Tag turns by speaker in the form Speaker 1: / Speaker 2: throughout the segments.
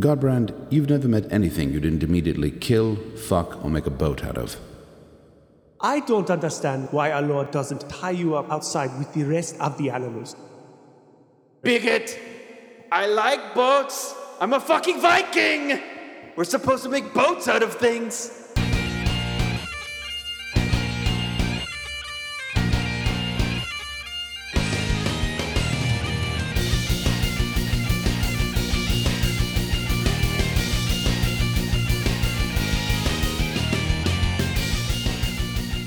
Speaker 1: Godbrand, you've never met anything you didn't immediately kill, fuck, or make a boat out of.
Speaker 2: I don't understand why our Lord doesn't tie you up outside with the rest of the animals.
Speaker 3: Bigot! I like boats! I'm a fucking Viking! We're supposed to make boats out of things!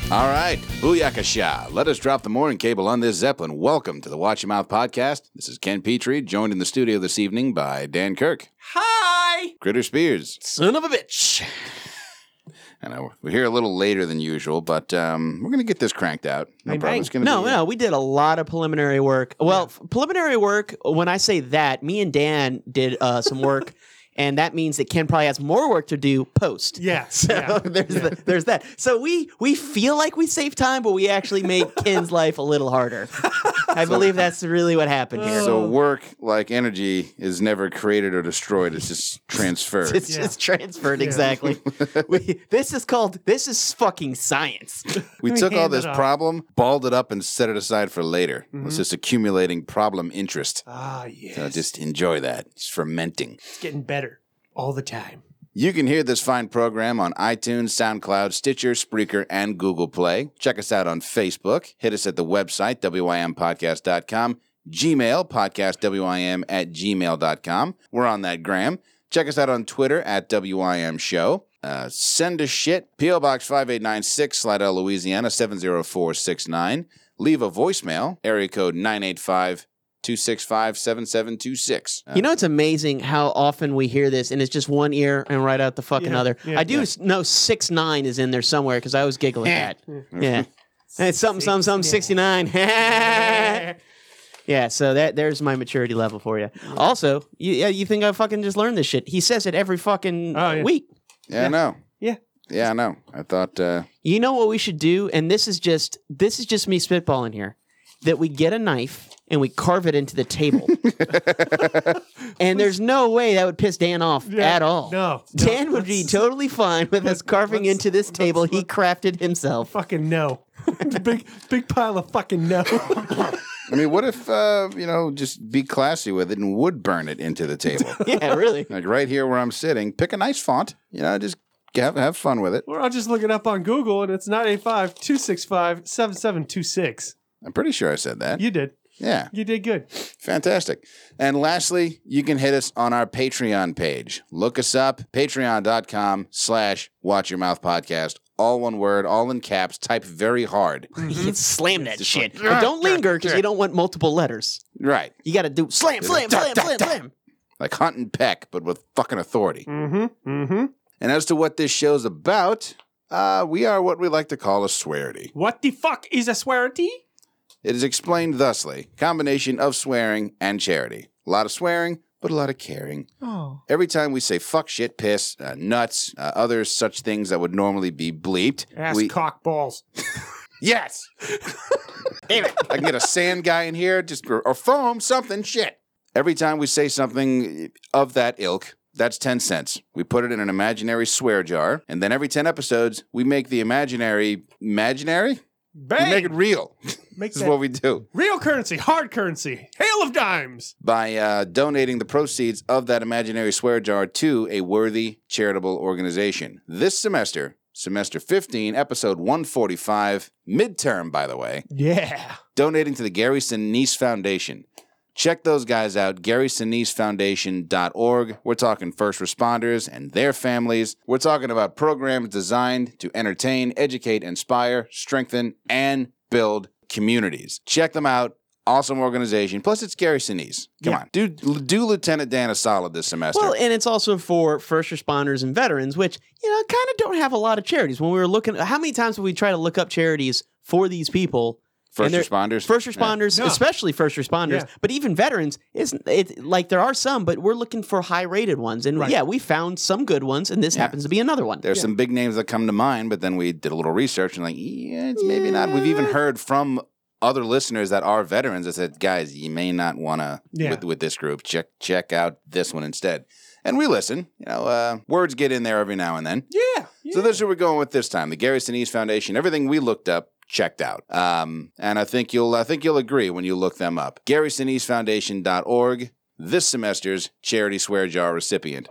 Speaker 4: All right, booyakasha. Let us drop the mooring cable on this Zeppelin. Welcome to the Watch Your Mouth podcast. This is Ken Petrie, joined in the studio this evening by Dan Kirk,
Speaker 3: Hi!
Speaker 4: Critter Spears,
Speaker 3: Son of a bitch!
Speaker 4: and I, we're here a little later than usual, but um, we're going to get this cranked out. No problem. It's gonna
Speaker 5: no,
Speaker 4: be,
Speaker 5: no, we did a lot of preliminary work. Well, f- preliminary work. When I say that, me and Dan did uh, some work, and that means that Ken probably has more work to do post.
Speaker 2: Yes.
Speaker 5: So there's the, there's that. So we we feel like we save time, but we actually made Ken's life a little harder. I believe that's really what happened here.
Speaker 4: So work, like energy, is never created or destroyed. It's just transferred.
Speaker 5: it's just transferred exactly. we, this is called this is fucking science.
Speaker 4: We took all
Speaker 2: hand
Speaker 4: this
Speaker 2: it off. Mm-hmm.
Speaker 4: problem, balled it up, and set it aside for later. It's just accumulating problem interest.
Speaker 2: Ah, yes.
Speaker 4: So just enjoy that. It's fermenting.
Speaker 2: It's getting better all the time.
Speaker 4: You can hear this fine program on iTunes, SoundCloud, Stitcher, Spreaker, and Google Play. Check us out on Facebook. Hit us at the website, wympodcast.com, Gmail, podcast, wym at gmail.com. We're on that gram. Check us out on Twitter at WIM Show. Uh, send us shit. P.O. Box 5896, Slidell, Louisiana 70469. Leave a voicemail, area code 985 265 7726.
Speaker 5: You know, it's amazing how often we hear this, and it's just one ear and right out the fucking
Speaker 2: Yeah,
Speaker 5: other.
Speaker 2: yeah,
Speaker 5: I do s know six nine is in there somewhere because I always giggle at that. yeah, and it's something, something, something, sixty nine. yeah, so that there's my maturity level for you. Also, you, yeah, you think I fucking just learned this shit? He says it every fucking
Speaker 2: Oh, yeah.
Speaker 5: week.
Speaker 4: Yeah, I know.
Speaker 2: Yeah.
Speaker 4: Yeah, I know. I thought, uh,
Speaker 5: You know what we should do? And this is just this is just me spitballing here. That we get a knife and we carve it into the table. and there's no way that would piss Dan off at all.
Speaker 2: no, no,
Speaker 5: Dan would be
Speaker 2: let's-
Speaker 5: totally fine with us carving
Speaker 2: let's-
Speaker 5: into this table he crafted himself.
Speaker 2: Fucking no. big, big pile of fucking no.
Speaker 4: I mean, what if, uh, you know, just be classy with it and wood burn it into the table?
Speaker 5: Yeah, really.
Speaker 4: like right here where I'm sitting, pick a nice font, you know, just have, have fun with it.
Speaker 2: or I'll just look it up on Google and it's 985 265 7726.
Speaker 4: I'm pretty sure I said that.
Speaker 2: You did.
Speaker 4: yeah,
Speaker 2: You did good.
Speaker 4: fantastic. And lastly, you can hit us on our Patreon page. Look us up, patreon.com slash watch your mouth podcast. All one word, all in caps, type very hard.
Speaker 2: Mhm.
Speaker 5: You slam that shit. But don't linger because you don't want multiple letters.
Speaker 4: right.
Speaker 5: You got to do slam, slam, slam, slam, slam.
Speaker 4: Like hunt and peck, but with fucking authority.
Speaker 2: Mm-hmm. Mm-hmm.
Speaker 4: And as to what this show's about, uh, we are what we like to call a swearity.
Speaker 2: What the fuck is a swearity?
Speaker 4: It is explained thusly combination of swearing and charity. A lot of swearing, but a lot of caring.
Speaker 2: Oh.
Speaker 4: Every time we say fuck, shit, piss, uh, nuts, uh, other such things that would normally be bleeped,
Speaker 2: Ass
Speaker 4: we.
Speaker 2: cock balls.
Speaker 4: yes! Damn it. I can get a sand guy in here, just or, or foam, something, shit. Every time we say something of that ilk, that's 10 cents. We put it in an imaginary swear jar, and then every 10 episodes, we make the imaginary, imaginary? We
Speaker 2: Bang!
Speaker 4: make it real.
Speaker 2: Make
Speaker 4: This is
Speaker 2: that
Speaker 4: what we do.
Speaker 2: real currency, hard currency, hail of dimes.
Speaker 4: by uh, donating the proceeds of that imaginary swear jar to a worthy charitable organization. This semester, semester 15, episode 145, midterm, by the way,
Speaker 2: Yeah.
Speaker 4: donating to the Gary Sinise Foundation. Check those guys out, GarySiniseFoundation.org. We're talking first responders and their families. We're talking about programs designed to entertain, educate, inspire, strengthen, and build communities. Check them out. Awesome organization. Plus, it's Gary Sinise. Come on, do do Lieutenant Dan a solid this semester.
Speaker 5: Well, and it's also for first responders and veterans, which you know kind of don't have a lot of charities. When we were looking, how many times did we try to look up charities for these people?
Speaker 4: first
Speaker 5: and they're-
Speaker 4: responders.
Speaker 5: First responders,
Speaker 2: No.
Speaker 5: especially first responders,
Speaker 2: Yeah.
Speaker 5: but even veterans, it's it, like there are some, but we're looking for high rated ones. And
Speaker 2: Right.
Speaker 5: yeah, we found some good ones, and this happens to be another one.
Speaker 4: There's some big names that come to mind, but then we did a little research and like, yeah, it's maybe not. We've even heard from other listeners that are veterans that said, guys, you may not want to
Speaker 2: Yeah.
Speaker 4: with, with this group. Check check out this one instead. And we listen. You know, uh, words get in there every now and then.
Speaker 3: Yeah.
Speaker 4: So this is what we're going with this time. The Gary Sinise Foundation. Everything we looked up checked out. Um, and I think you'll I think you'll agree when you look them up. GarySiniseFoundation.org. This semester's charity swear jar recipient.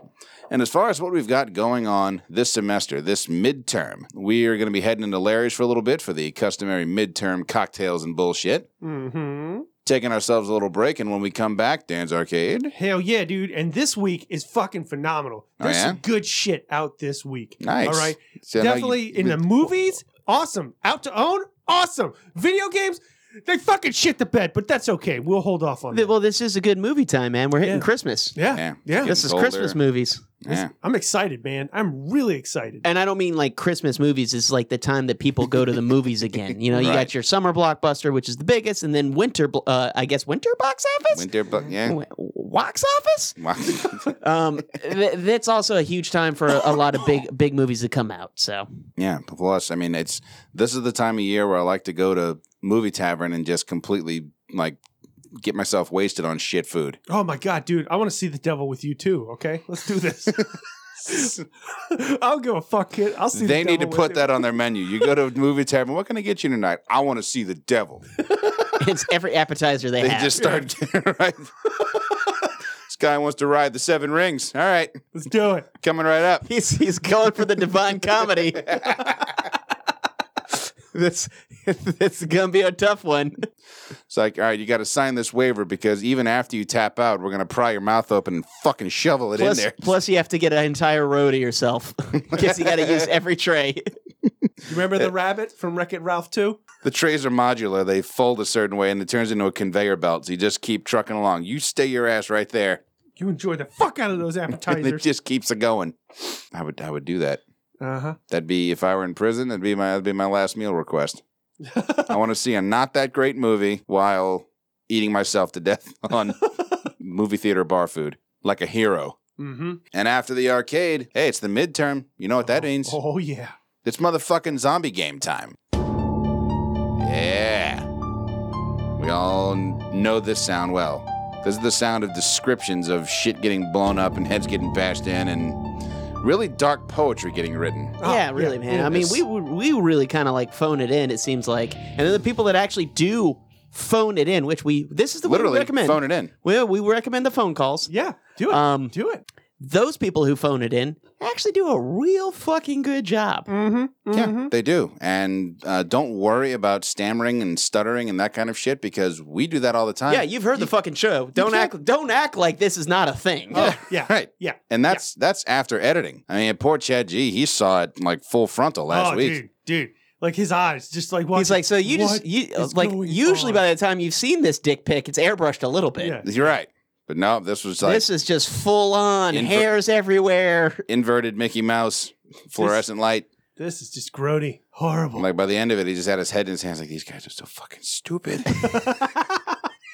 Speaker 4: And as far as what we've got going on this semester, this midterm, we are going to be heading into Larry's for a little bit for the customary midterm cocktails and bullshit.
Speaker 2: Mm-hmm.
Speaker 4: Taking ourselves a little break, and when we come back, Dan's Arcade.
Speaker 2: Hell yeah, dude. And this week is fucking phenomenal.
Speaker 4: Oh,
Speaker 2: There's
Speaker 4: yeah?
Speaker 2: some good shit out this week.
Speaker 4: Nice.
Speaker 2: All right.
Speaker 4: So I know you-
Speaker 2: Definitely in the movies, awesome. Out to own, awesome. Video games, they fucking shit the bed, but that's okay. We'll hold off on
Speaker 5: Th-
Speaker 2: that.
Speaker 5: Well, this is a good movie time, man. We're hitting Christmas.
Speaker 2: Yeah.
Speaker 4: Yeah.
Speaker 2: Yeah.
Speaker 5: This is
Speaker 4: Older.
Speaker 5: Christmas movies.
Speaker 4: Yeah.
Speaker 2: I'm excited, man. I'm really excited.
Speaker 5: And I don't mean like Christmas movies. It's like the time that people go to the movies again. You know, you
Speaker 4: Right.
Speaker 5: got your summer blockbuster, which is the biggest, and then winter, bl- uh, I guess, winter box office?
Speaker 4: Winter, but yeah.
Speaker 5: W- Box office?
Speaker 4: Wow.
Speaker 5: Um, th- that's also a huge time for a, a lot of big big movies to come out. So
Speaker 4: Yeah. Plus, I mean, it's this is the time of year where I like to go to movie tavern and just completely like get myself wasted on shit food.
Speaker 2: Oh my god, dude! I want to see the devil with you too. Okay, let's do this. I'll give a fuck, kid. I'll see.
Speaker 4: they
Speaker 2: the
Speaker 4: need to
Speaker 2: devil with
Speaker 4: put
Speaker 2: you.
Speaker 4: that on their menu. You go to a movie tavern. What can I get you tonight? I want to see the devil.
Speaker 5: it's every appetizer they,
Speaker 4: They
Speaker 5: have.
Speaker 4: just start getting right. this guy wants to ride the seven rings. All right,
Speaker 2: Let's do it.
Speaker 4: coming right up.
Speaker 5: He's he's going for the divine comedy. That's that's gonna be a tough one.
Speaker 4: It's like, all right, you got to sign this waiver because even after you tap out, we're gonna pry your mouth open and fucking shovel it in
Speaker 5: Plus,
Speaker 4: there.
Speaker 5: plus you have to get an entire row to yourself because you got to use every tray.
Speaker 2: You remember the rabbit from Wreck It Ralph too?
Speaker 4: The trays are modular. They fold a certain way and it turns into a conveyor belt. So you just keep trucking along. You stay your ass right there.
Speaker 2: You enjoy the fuck out of those
Speaker 4: And it
Speaker 2: appetizers.
Speaker 4: just keeps it going. I would I would do that.
Speaker 2: Uh
Speaker 4: That'd be if I were in prison, that'd be my that'd be my last meal request.
Speaker 2: huh.
Speaker 4: I want to see a not that great movie while eating myself to death on movie theater bar food. Like a hero.
Speaker 2: mm-hmm.
Speaker 4: And after the arcade, hey, it's the midterm. You know what that means?
Speaker 2: Oh yeah.
Speaker 4: It's motherfucking zombie game time. Yeah. We all know this sound well. This is the sound of descriptions of shit getting blown up and heads getting bashed in and really dark poetry getting written.
Speaker 2: Oh,
Speaker 5: yeah, really, man. I mean,
Speaker 4: it's-
Speaker 5: we we really kind of like phone it in. It seems like, and then the people that actually do phone it in, which we this is the way we
Speaker 4: Literally
Speaker 5: recommend.
Speaker 4: phone it in.
Speaker 5: Well, we recommend the phone calls.
Speaker 2: Yeah. Do it.
Speaker 5: Um,
Speaker 2: do it.
Speaker 5: those people who phone it in actually do a real fucking good job.
Speaker 2: Mm-hmm.
Speaker 4: Yeah, they do. And uh, don't worry about stammering and stuttering and that kind of shit because we do that all the time.
Speaker 5: Yeah, you've heard the fucking show. Don't act don't act like this is not a thing.
Speaker 2: Yeah.
Speaker 4: Right.
Speaker 2: Yeah.
Speaker 4: And that's that's after editing. I mean, poor Chad G, he saw it like full frontal last
Speaker 2: oh,
Speaker 4: week.
Speaker 2: dude, dude. Like his eyes, just like watching.
Speaker 5: He's like, so you just
Speaker 2: what
Speaker 5: you uh,
Speaker 2: is
Speaker 5: like
Speaker 2: going
Speaker 5: usually
Speaker 2: on?
Speaker 5: by the time you've seen this dick pic, it's airbrushed a little bit.
Speaker 2: Yeah.
Speaker 4: You're right. But no, this was like
Speaker 5: this is just full on
Speaker 4: Inver-
Speaker 5: hairs everywhere.
Speaker 4: inverted Mickey Mouse, fluorescent light.
Speaker 2: this is just grody, horrible.
Speaker 4: Like by the end of it, he just had his head in his hands, like these guys are so fucking stupid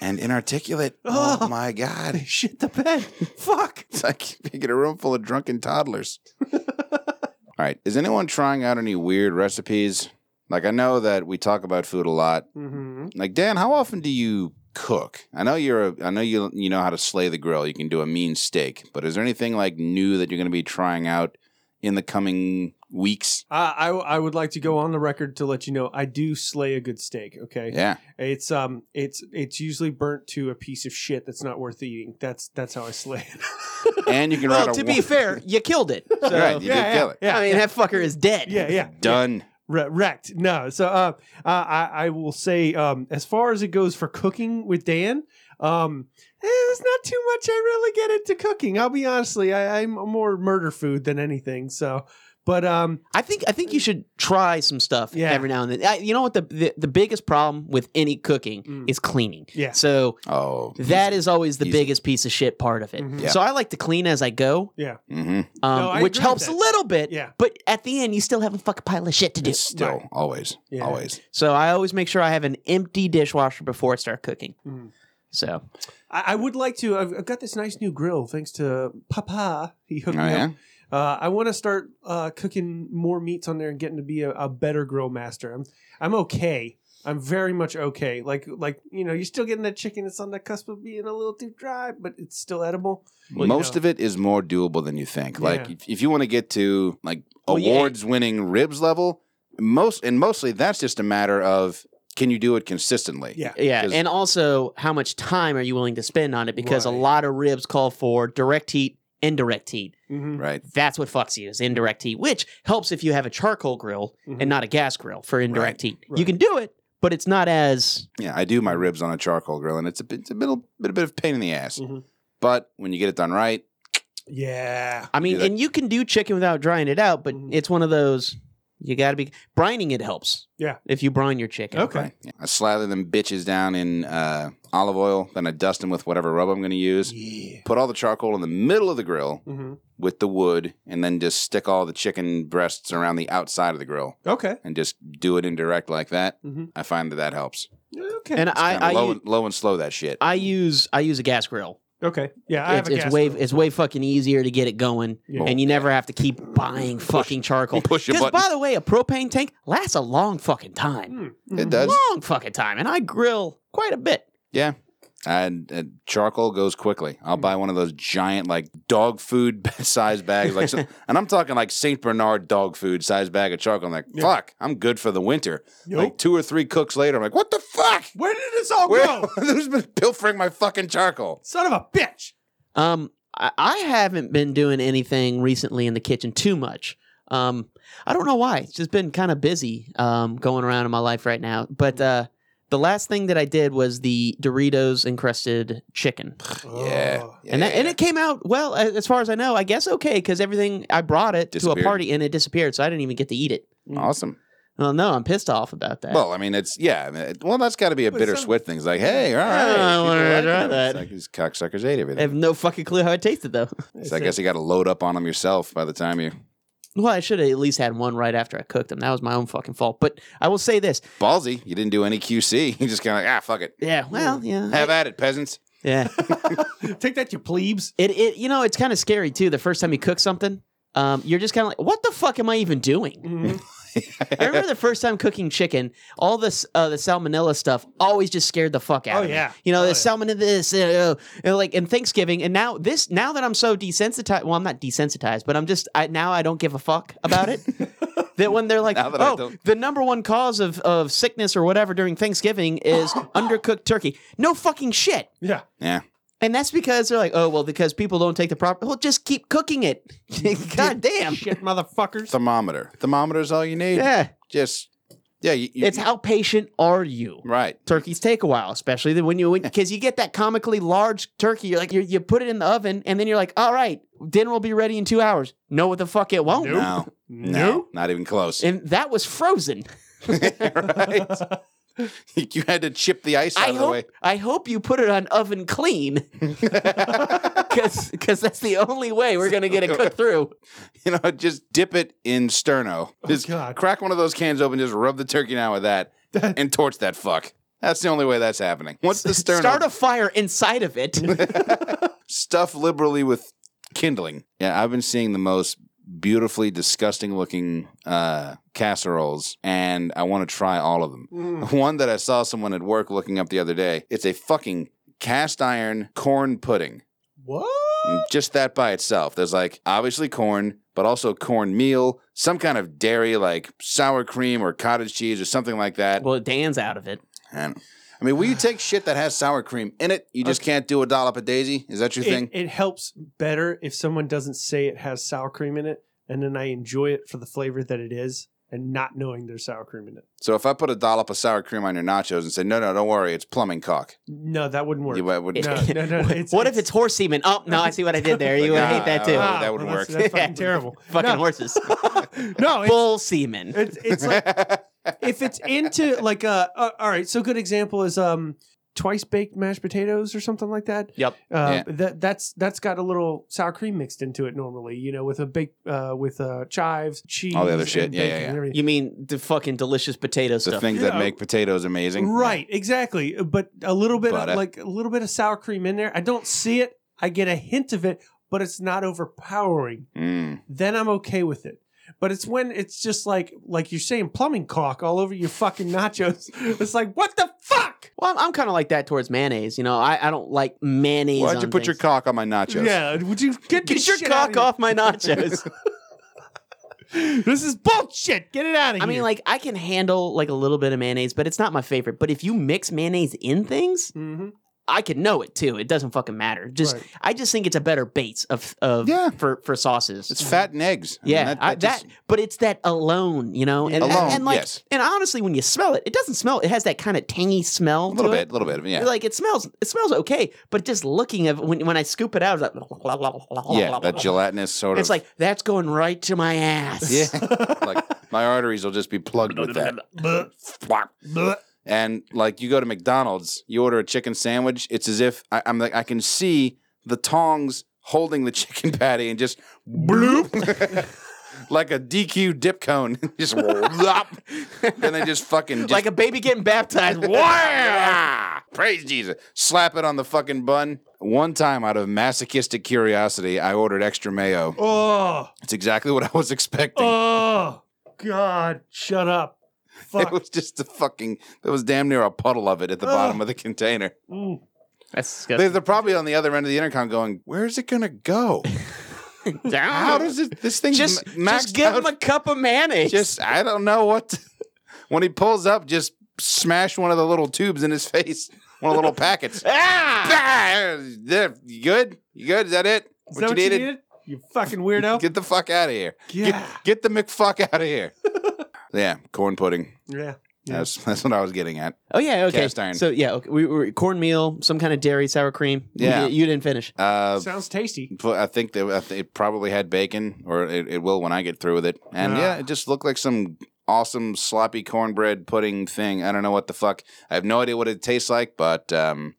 Speaker 4: and inarticulate. Oh my god!
Speaker 2: Shit the bed. fuck.
Speaker 4: It's like making a room full of drunken toddlers. All right, is anyone trying out any weird recipes? Like I know that we talk about food a lot.
Speaker 2: Mm-hmm.
Speaker 4: Like Dan, how often do you cook? I know you're a, I know you you know how to slay the grill. You can do a mean steak, but is there anything like new that you're going to be trying out in the coming weeks?
Speaker 2: I, I I would like to go on the record to let you know I do slay a good steak. Okay,
Speaker 4: Yeah.
Speaker 2: it's um it's it's usually burnt to a piece of shit that's not worth eating. That's that's how I slay it.
Speaker 4: And you can write
Speaker 5: Well,
Speaker 4: a
Speaker 5: to
Speaker 4: wa-
Speaker 5: be fair, you killed it. So,
Speaker 4: Right, you
Speaker 2: yeah,
Speaker 4: did
Speaker 2: yeah,
Speaker 4: kill it.
Speaker 2: yeah,
Speaker 5: I mean, that fucker is dead.
Speaker 2: yeah, yeah.
Speaker 4: Done.
Speaker 2: Re- wrecked. No, so uh, uh, I I will say um as far as it goes for cooking with Dan, um, eh, there's not too much I really get into cooking. I'll be honestly, I, I'm more murder food than anything. So, but um,
Speaker 5: I think I think you should try some stuff
Speaker 2: Yeah.
Speaker 5: every now and then. I, you know what the, the the biggest problem with any cooking
Speaker 2: Mm.
Speaker 5: is cleaning.
Speaker 2: Yeah.
Speaker 5: So
Speaker 4: Oh,
Speaker 5: that is always the
Speaker 4: easy.
Speaker 5: biggest piece of shit part of it.
Speaker 2: Mhm.
Speaker 4: Yeah.
Speaker 5: So I like to clean as I go,
Speaker 2: yeah,
Speaker 4: hmm
Speaker 5: um,
Speaker 2: No, I agree with
Speaker 5: which helps a
Speaker 2: that.
Speaker 5: little bit.
Speaker 2: Yeah.
Speaker 5: But at the end, you still have a fucking pile of shit to do.
Speaker 4: It's still
Speaker 2: Right.
Speaker 4: always,
Speaker 2: Yeah.
Speaker 4: always.
Speaker 5: so I always make sure I have an empty dishwasher before I start cooking.
Speaker 4: Hmm.
Speaker 2: Mm.
Speaker 5: So
Speaker 2: I, I would like to. I've, I've got this nice new grill thanks to Papa. He
Speaker 4: Oh
Speaker 2: hooked me
Speaker 4: yeah.
Speaker 2: up. Uh, I want to start uh, cooking more meats on there and getting to be a, a better grill master. I'm I'm okay. I'm very much okay. Like like you know, you're still getting that chicken that's on the cusp of being a little too dry, but it's still edible. Well, you
Speaker 4: Most
Speaker 2: know.
Speaker 4: of it is more doable than you think. Like
Speaker 2: Yeah.
Speaker 4: if, if you want to get to like
Speaker 5: Well, yeah.
Speaker 4: awards winning ribs level, most and mostly that's just a matter of can you do it consistently?
Speaker 2: Yeah.
Speaker 5: Yeah,
Speaker 4: 'Cause-
Speaker 5: and also how much time are you willing to spend on it? Because a
Speaker 2: Right.
Speaker 5: lot of ribs call for direct heat, indirect heat.
Speaker 2: Mhm.
Speaker 4: Right.
Speaker 5: That's what fucks you is indirect heat, which helps if you have a charcoal grill
Speaker 2: Mhm.
Speaker 5: and not a gas grill for indirect heat. You
Speaker 2: Right.
Speaker 5: can do it, but it's not as
Speaker 4: Yeah. I do my ribs on a charcoal grill and it's a bit it's a bit, bit a bit of pain in the ass.
Speaker 2: Mhm.
Speaker 4: But when you get it done right,
Speaker 2: Yeah.
Speaker 5: I mean,
Speaker 4: that-
Speaker 5: and you can do chicken without drying it out, but
Speaker 2: Mhm.
Speaker 5: it's one of those you got to be brining. It helps.
Speaker 2: Yeah.
Speaker 5: if you brine your chicken.
Speaker 2: Okay.
Speaker 4: right. Yeah. I slather them bitches down in uh, olive oil, then I dust them with whatever rub I'm going to use.
Speaker 2: Yeah.
Speaker 4: Put all the charcoal in the middle of the grill
Speaker 2: hmm
Speaker 4: with the wood, and then just stick all the chicken breasts around the outside of the grill.
Speaker 2: Okay.
Speaker 4: and just do it indirect like that,
Speaker 2: Mhm.
Speaker 4: I find that that helps.
Speaker 2: Okay.
Speaker 5: And Mm-hmm. I,
Speaker 4: Kinda
Speaker 5: I,
Speaker 4: low,
Speaker 5: u-
Speaker 4: and, low and slow that shit.
Speaker 5: I use I use a gas grill.
Speaker 2: okay. Yeah, I
Speaker 5: it's,
Speaker 2: have a
Speaker 5: it's
Speaker 2: gas
Speaker 5: way
Speaker 2: grill.
Speaker 5: it's way fucking easier to get it going,
Speaker 2: Yeah.
Speaker 5: and you never have to keep buying fucking charcoal.
Speaker 4: push a
Speaker 5: Because
Speaker 4: button.
Speaker 5: by the way, a propane tank lasts a long fucking
Speaker 2: Hmm.
Speaker 5: time,
Speaker 2: Mm-hmm.
Speaker 4: it does.
Speaker 5: long fucking time, and I grill quite a bit.
Speaker 4: Yeah. And, and uh, charcoal goes quickly.
Speaker 5: Mm.
Speaker 4: I'll buy one of those giant, like dog food size bags, like, some- and I'm talking like Saint Bernard dog food size bag of charcoal. I'm like, fuck, I'm good for the winter.
Speaker 2: Yup.
Speaker 4: Like two or three cooks later, I'm like, what the fuck?
Speaker 2: Where did this all
Speaker 4: Where,
Speaker 5: Oh,
Speaker 2: go?
Speaker 4: who's been pilfering my fucking charcoal?
Speaker 2: Son of a bitch.
Speaker 5: Um, I, I haven't been doing anything recently in the kitchen too much. Um, I don't know why. It's just been kind of busy um, going around in my life right now. But uh, the last thing that I did was the Doritos encrusted chicken,
Speaker 4: Yeah,
Speaker 2: Oh.
Speaker 4: yeah.
Speaker 5: and that, and it came out well a- as far as I know. I guess okay because everything I brought it to a
Speaker 4: Disappeared.
Speaker 5: party and it disappeared, so I didn't even get to eat it.
Speaker 4: awesome.
Speaker 5: Well, no, I'm pissed off about that.
Speaker 4: Well, I mean, it's yeah. I mean, it- Well, that's got to be a
Speaker 2: But some-
Speaker 4: bittersweet thing. It's like, hey, all right,
Speaker 5: Yeah, I
Speaker 4: people
Speaker 5: wanted to
Speaker 4: like
Speaker 5: try
Speaker 4: it.
Speaker 5: that.
Speaker 4: It's like these cocksuckers ate
Speaker 5: I
Speaker 4: everything.
Speaker 5: have no fucking clue how it tasted though.
Speaker 4: So I guess you got to load up on them yourself by the time you
Speaker 5: well, I should have at least had one right after I cooked them. That was my own fucking fault. But I will say this.
Speaker 4: ballsy. You didn't do any QC. You just kind of like, ah, fuck it,
Speaker 5: Yeah. Well, yeah.
Speaker 4: have at it, peasants.
Speaker 5: yeah.
Speaker 2: Take that, you plebes.
Speaker 5: It, it you know it's kind of scary too. The first time you cook something, um, you're just kind of like, what the fuck am I even doing?
Speaker 2: Mhm.
Speaker 5: I remember the first time cooking chicken, all this uh, the salmonella stuff always just scared the fuck out.
Speaker 2: Oh,
Speaker 5: of me.
Speaker 2: yeah.
Speaker 5: you know
Speaker 2: Oh,
Speaker 5: the
Speaker 2: yeah.
Speaker 5: salmonella this, uh, uh, and like and Thanksgiving, and now this now that I'm so desensitized. Well, I'm not desensitized, but I'm just I, now I don't give a fuck about it. that when they're like,
Speaker 4: Now that I
Speaker 5: oh,
Speaker 4: don't-
Speaker 5: the number one cause of of sickness or whatever during Thanksgiving is undercooked turkey. No fucking shit.
Speaker 2: Yeah.
Speaker 4: Yeah,
Speaker 5: And that's because they're like, oh well, because people don't take the proper. Well, just keep cooking it. God damn.
Speaker 2: Shit, motherfuckers.
Speaker 4: thermometer. Thermometer's all you need.
Speaker 5: Yeah,
Speaker 4: just yeah. You, you,
Speaker 5: it's how patient are you?
Speaker 4: right.
Speaker 5: Turkeys take a while, especially when you because you get that comically large turkey. You're like you you put it in the oven, and then you're like, all right, dinner will be ready in two hours. No, what the fuck it won't.
Speaker 2: Nope.
Speaker 4: No, no,
Speaker 2: Nope.
Speaker 4: not even close.
Speaker 5: And that was frozen.
Speaker 4: right? You had to chip the ice out
Speaker 5: I
Speaker 4: of the way.
Speaker 5: hope I hope you put it on oven clean, because that's the only way we're gonna get it cooked through.
Speaker 4: You know, just dip it in sterno. Just
Speaker 2: God.
Speaker 4: crack one of those cans open. Just rub the turkey down with that, and torch that fuck. That's the only way that's happening. Once the sterno
Speaker 5: Start a fire inside of it.
Speaker 4: stuff liberally with kindling. Yeah, I've been seeing the most beautifully disgusting looking uh, casseroles, and I want to try all of them.
Speaker 2: Mm.
Speaker 4: One that I saw someone at work looking up the other day. It's a fucking cast iron corn pudding.
Speaker 2: What?
Speaker 4: And Just that by itself. There's like obviously corn, but also corn meal, some kind of dairy like sour cream or cottage cheese or something like that.
Speaker 5: well, Dan's out of it.
Speaker 4: And, I mean, will you take shit that has sour cream in it? You just can't do a dollop of daisy? Is that your
Speaker 2: It,
Speaker 4: thing?
Speaker 2: it helps better if someone doesn't say it has sour cream in it, and then I enjoy it for the flavor that it is, and not knowing there's sour cream in it.
Speaker 4: So if I put a dollop of sour cream on your nachos and say, no, no, don't worry, it's plumbing cock.
Speaker 2: No, that wouldn't work.
Speaker 4: You might- would-
Speaker 2: No, no, no. It's,
Speaker 5: what if it's horse semen? Oh no, I see what I did there. You would hate that too.
Speaker 4: Ah, that wouldn't work.
Speaker 2: that's- That's
Speaker 5: Yeah.
Speaker 2: fucking terrible.
Speaker 5: Fucking
Speaker 2: no,
Speaker 5: horses.
Speaker 2: No, it's,
Speaker 5: Bull semen.
Speaker 2: it's, it's like if it's into like uh, uh all right so good example is um twice baked mashed potatoes or something like that
Speaker 5: Yep.
Speaker 2: uh,
Speaker 4: Yeah.
Speaker 2: that that's that's got a little sour cream mixed into it normally you know with a big uh with uh chives cheese
Speaker 4: All the other
Speaker 2: and
Speaker 4: shit. Yeah, yeah,
Speaker 2: bacon
Speaker 4: yeah.
Speaker 2: and everything.
Speaker 5: You mean the fucking delicious potato
Speaker 4: the
Speaker 5: stuff?
Speaker 4: things that
Speaker 2: Yeah.
Speaker 4: make potatoes amazing.
Speaker 2: right exactly but a little bit
Speaker 4: Butter.
Speaker 2: of, like a little bit of sour cream in there i don't see it i get a hint of it but it's not overpowering
Speaker 4: Mm.
Speaker 2: then i'm okay with it But it's when it's just like like you're saying plumbing caulk all over your fucking nachos. It's like what the fuck?
Speaker 5: Well, I'm, I'm kind of like that towards mayonnaise. You know, I, I don't like mayonnaise.
Speaker 4: Why'd you
Speaker 5: on
Speaker 4: put your
Speaker 5: things.
Speaker 4: cock on my nachos?
Speaker 2: Yeah, would you get, this
Speaker 5: Get your
Speaker 2: shit
Speaker 5: cock
Speaker 2: outta
Speaker 5: off my nachos.
Speaker 2: here? This is bullshit. Get it out of
Speaker 5: I
Speaker 2: here.
Speaker 5: mean, like I can handle like a little bit of mayonnaise, but it's not my favorite. But if you mix mayonnaise in things,
Speaker 2: hmm
Speaker 5: I could know it too. It doesn't fucking matter. Just
Speaker 2: Right.
Speaker 5: I just think it's a better base of of
Speaker 4: Yeah.
Speaker 5: for for sauces.
Speaker 4: It's fat and eggs. I mean,
Speaker 5: yeah, I- that,
Speaker 4: just-
Speaker 5: but it's that alone, you know, and, and-
Speaker 4: Alone,
Speaker 5: and, like,
Speaker 4: yes.
Speaker 5: and honestly, when you smell it, it doesn't smell. It has that kind of tangy
Speaker 4: a
Speaker 5: smell.
Speaker 4: little
Speaker 5: to it.
Speaker 4: bit, a little bit. Yeah.
Speaker 5: Like it smells, it smells okay, but just looking of when when I scoop it out, it's like
Speaker 4: yeah, that gelatinous sort
Speaker 5: It's
Speaker 4: of.
Speaker 5: like that's going right to my ass.
Speaker 4: yeah, like my arteries will just be plugged with that. And like you go to McDonald's, you order a chicken sandwich. It's as if I, I'm like I can see the tongs holding the chicken patty and just bloop. Like a DQ dip cone, just whop, and then just fucking just
Speaker 5: like a baby getting baptized.
Speaker 4: Wah! Praise Jesus. Slap it on the fucking bun. One time, out of masochistic curiosity, I ordered extra mayo.
Speaker 2: oh,
Speaker 4: It's exactly what I was expecting.
Speaker 2: oh, God, shut up.
Speaker 4: it
Speaker 2: Fuck.
Speaker 4: was just a fucking, there was damn near a puddle of it at the bottom of the container.
Speaker 2: Mm.
Speaker 5: That's
Speaker 4: They-
Speaker 5: disgusting.
Speaker 4: They're probably on the other end of the intercom going, where's it going to go? How does it, this thing
Speaker 5: just
Speaker 4: ma- maxed
Speaker 5: just give
Speaker 4: out?
Speaker 5: him a cup of mayonnaise?
Speaker 4: Just, I don't know what. to- when he pulls up, just smash one of the little tubes in his face, one of the little packets.
Speaker 5: ah!
Speaker 4: Bah! There, You good? You good? Is that it?
Speaker 2: Is that what you needed? You fucking weirdo.
Speaker 4: Get the fuck out of here.
Speaker 2: yeah.
Speaker 4: Get the McFuck out of here. yeah, corn pudding.
Speaker 2: yeah. Yeah.
Speaker 4: That's that's what I was getting at.
Speaker 5: Oh yeah, okay.
Speaker 4: Cast iron.
Speaker 5: So yeah, okay. we were cornmeal, some kind of dairy, sour cream. You
Speaker 4: Yeah.
Speaker 5: di- you, didn't finish.
Speaker 4: Uh,
Speaker 2: Sounds tasty.
Speaker 4: but I think that I th- it probably had bacon, or it, it will when I get through with it. And
Speaker 2: Ah.
Speaker 4: yeah, it just looked like some awesome sloppy cornbread pudding thing. I don't know what the fuck. I have no idea what it tastes like, but um,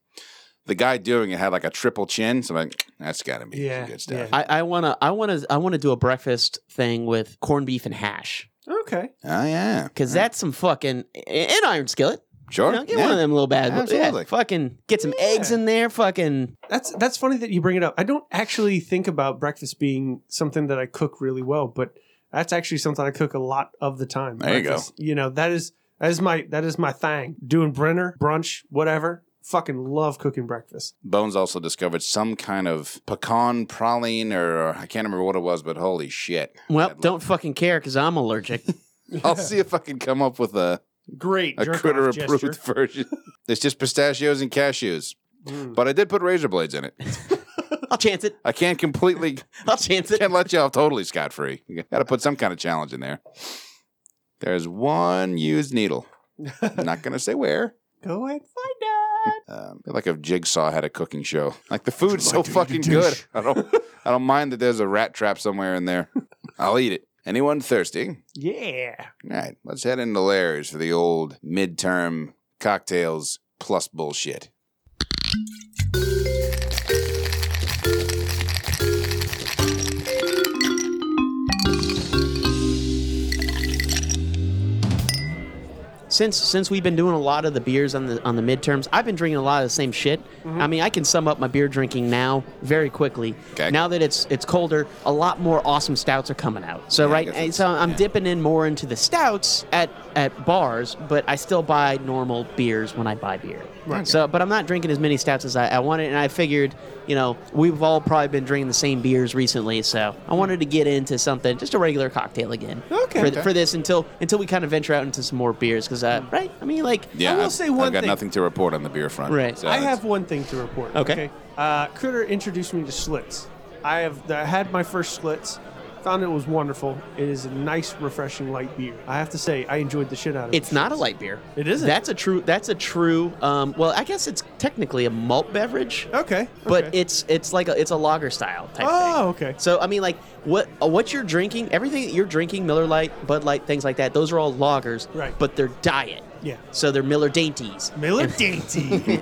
Speaker 4: the guy doing it had like a triple chin. So I'm like, that's got to be some
Speaker 2: Yeah,
Speaker 4: good stuff.
Speaker 5: I, I wanna, I wanna, I wanna do a breakfast thing with corned beef and hash
Speaker 2: Okay.
Speaker 4: Oh yeah, Mm.
Speaker 5: because that's some fucking an iron skillet.
Speaker 4: sure.
Speaker 5: You know, get
Speaker 4: Yeah.
Speaker 5: one of them little bags.
Speaker 4: Absolutely.
Speaker 5: Yeah, fucking get some eggs in there. Fucking
Speaker 2: That's that's funny that you bring it up. I don't actually think about breakfast being something that I cook really well, but that's actually something I cook a lot of the time.
Speaker 4: There you go.
Speaker 2: Breakfast, You know, that is that is my that is my thing. Doing Brenner, brunch, whatever. Fucking love cooking breakfast.
Speaker 4: Bones also discovered some kind of pecan praline, or, or I can't remember what it was, but holy shit!
Speaker 5: well,
Speaker 4: I'd
Speaker 5: don't fucking care because I'm allergic.
Speaker 4: I'll see if I can come up with a,
Speaker 2: Great.
Speaker 4: a
Speaker 2: jerk-off
Speaker 4: critter
Speaker 2: gesture.
Speaker 4: approved version. It's just pistachios and cashews,
Speaker 2: Mm.
Speaker 4: but I did put razor blades in it.
Speaker 5: I'll chance it.
Speaker 4: I can't completely
Speaker 5: I'll chance it.
Speaker 4: can't let you off totally scot free. Got to put some kind of challenge in there. There's one used needle. I'm not gonna say where.
Speaker 2: Go ahead, find
Speaker 4: Um, like if Jigsaw had a cooking show. Like the food's so fucking good. I don't. I don't mind that there's a rat trap somewhere in there. I'll eat it. Anyone thirsty?
Speaker 2: it. Yeah.
Speaker 4: All right, let's head into Larry's for the old midterm cocktails plus bullshit.
Speaker 5: Since since we've been doing a lot of the beers on the on the midterms, I've been drinking a lot of the same shit.
Speaker 4: Mm-hmm.
Speaker 5: I mean, I can sum up my beer drinking now very quickly.
Speaker 4: Okay.
Speaker 5: Now that it's it's colder, a lot more awesome stouts are coming out. So
Speaker 4: I
Speaker 5: right,
Speaker 4: guess
Speaker 5: eh,
Speaker 4: it's-
Speaker 5: so I'm
Speaker 4: yeah.
Speaker 5: dipping in more into the stouts at at bars, but I still buy normal beers when I buy beer. Right. So, but I'm not drinking as many stouts as I, I wanted, and I figured, you know, we've all probably been drinking the same beers recently, so I wanted to get into something, just a regular cocktail again.
Speaker 2: Okay.
Speaker 5: For,
Speaker 2: Okay.
Speaker 5: for this until until we kind of venture out into some more beers, because uh,
Speaker 2: Mm.
Speaker 5: right, I mean, like
Speaker 4: Yeah,
Speaker 2: will
Speaker 4: I've-
Speaker 2: say one
Speaker 4: I've got
Speaker 2: thing.
Speaker 4: nothing to report on the beer front.
Speaker 5: Right.
Speaker 4: so
Speaker 2: I
Speaker 4: it's-
Speaker 2: have one thing to report.
Speaker 5: Okay.
Speaker 2: Uh, Critter introduced me to Schlitz. I have I had my first Schlitz. Found it was wonderful. It is a nice, refreshing light beer. I have to say, I enjoyed the shit out of it.
Speaker 5: It's not a light beer.
Speaker 2: It isn't.
Speaker 5: That's a true. That's a true. Um, well, I guess it's technically a malt beverage,
Speaker 2: okay,
Speaker 5: but
Speaker 2: Oh, okay.
Speaker 5: it's it's like a, it's a lager style type
Speaker 2: oh,
Speaker 5: thing.
Speaker 2: okay.
Speaker 5: So I mean, like what uh, what you're drinking, everything that you're drinking, Miller Lite, Bud Light, things like that. Those are all lagers,
Speaker 2: Right.
Speaker 5: But they're diet.
Speaker 2: Yeah.
Speaker 5: So they're Miller dainties.
Speaker 2: Miller Ah. dainty.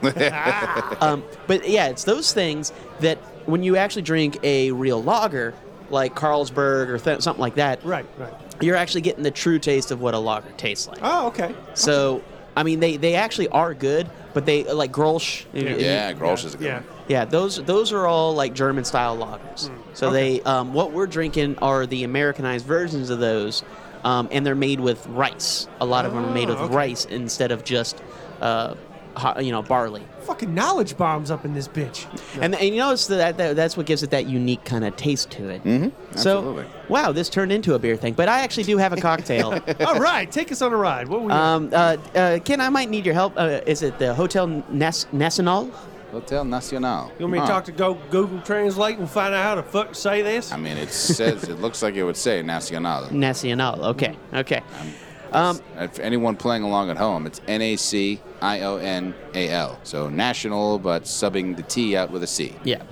Speaker 5: Um, but yeah, it's those things that when you actually drink a real lager, like Carlsberg or th- something like that,
Speaker 2: right, right.
Speaker 5: you're actually getting the true taste of what a lager tastes like.
Speaker 2: Oh, okay.
Speaker 5: So, I mean, they, they actually are good, but they like Grolsch.
Speaker 2: Yeah.
Speaker 4: Yeah, Grolsch is a good
Speaker 2: Yeah.
Speaker 4: one.
Speaker 5: Yeah, those those are all like German style lagers.
Speaker 2: Hmm.
Speaker 5: so they um, what we're drinking are the Americanized versions of those, um, and they're made with rice. A lot of them are made with
Speaker 2: Ah, okay.
Speaker 5: rice instead of just uh, ho- you know barley.
Speaker 2: Fucking knowledge bombs up in this bitch.
Speaker 5: And, and you notice that, that that's what gives it that unique kind of taste to it. Mm-hmm.
Speaker 4: absolutely.
Speaker 5: So wow, this turned into a beer thing. But I actually do have a cocktail.
Speaker 2: All right, take us on a ride. What we?
Speaker 5: um, uh, uh, Ken, I might need your help. Uh, is it the Hotel Nas- Nacional?
Speaker 4: Hotel Nacional.
Speaker 2: you want me
Speaker 5: uh.
Speaker 2: to talk to go Google Translate and find out how to fuck say this?
Speaker 4: I mean, it says it looks like it would say Nacional.
Speaker 5: Nacional. Okay. Okay. Mm-hmm. Um,
Speaker 4: And For anyone playing along at home, it's N A C I O N A L. So national, but subbing the T out with a C.
Speaker 5: Yeah.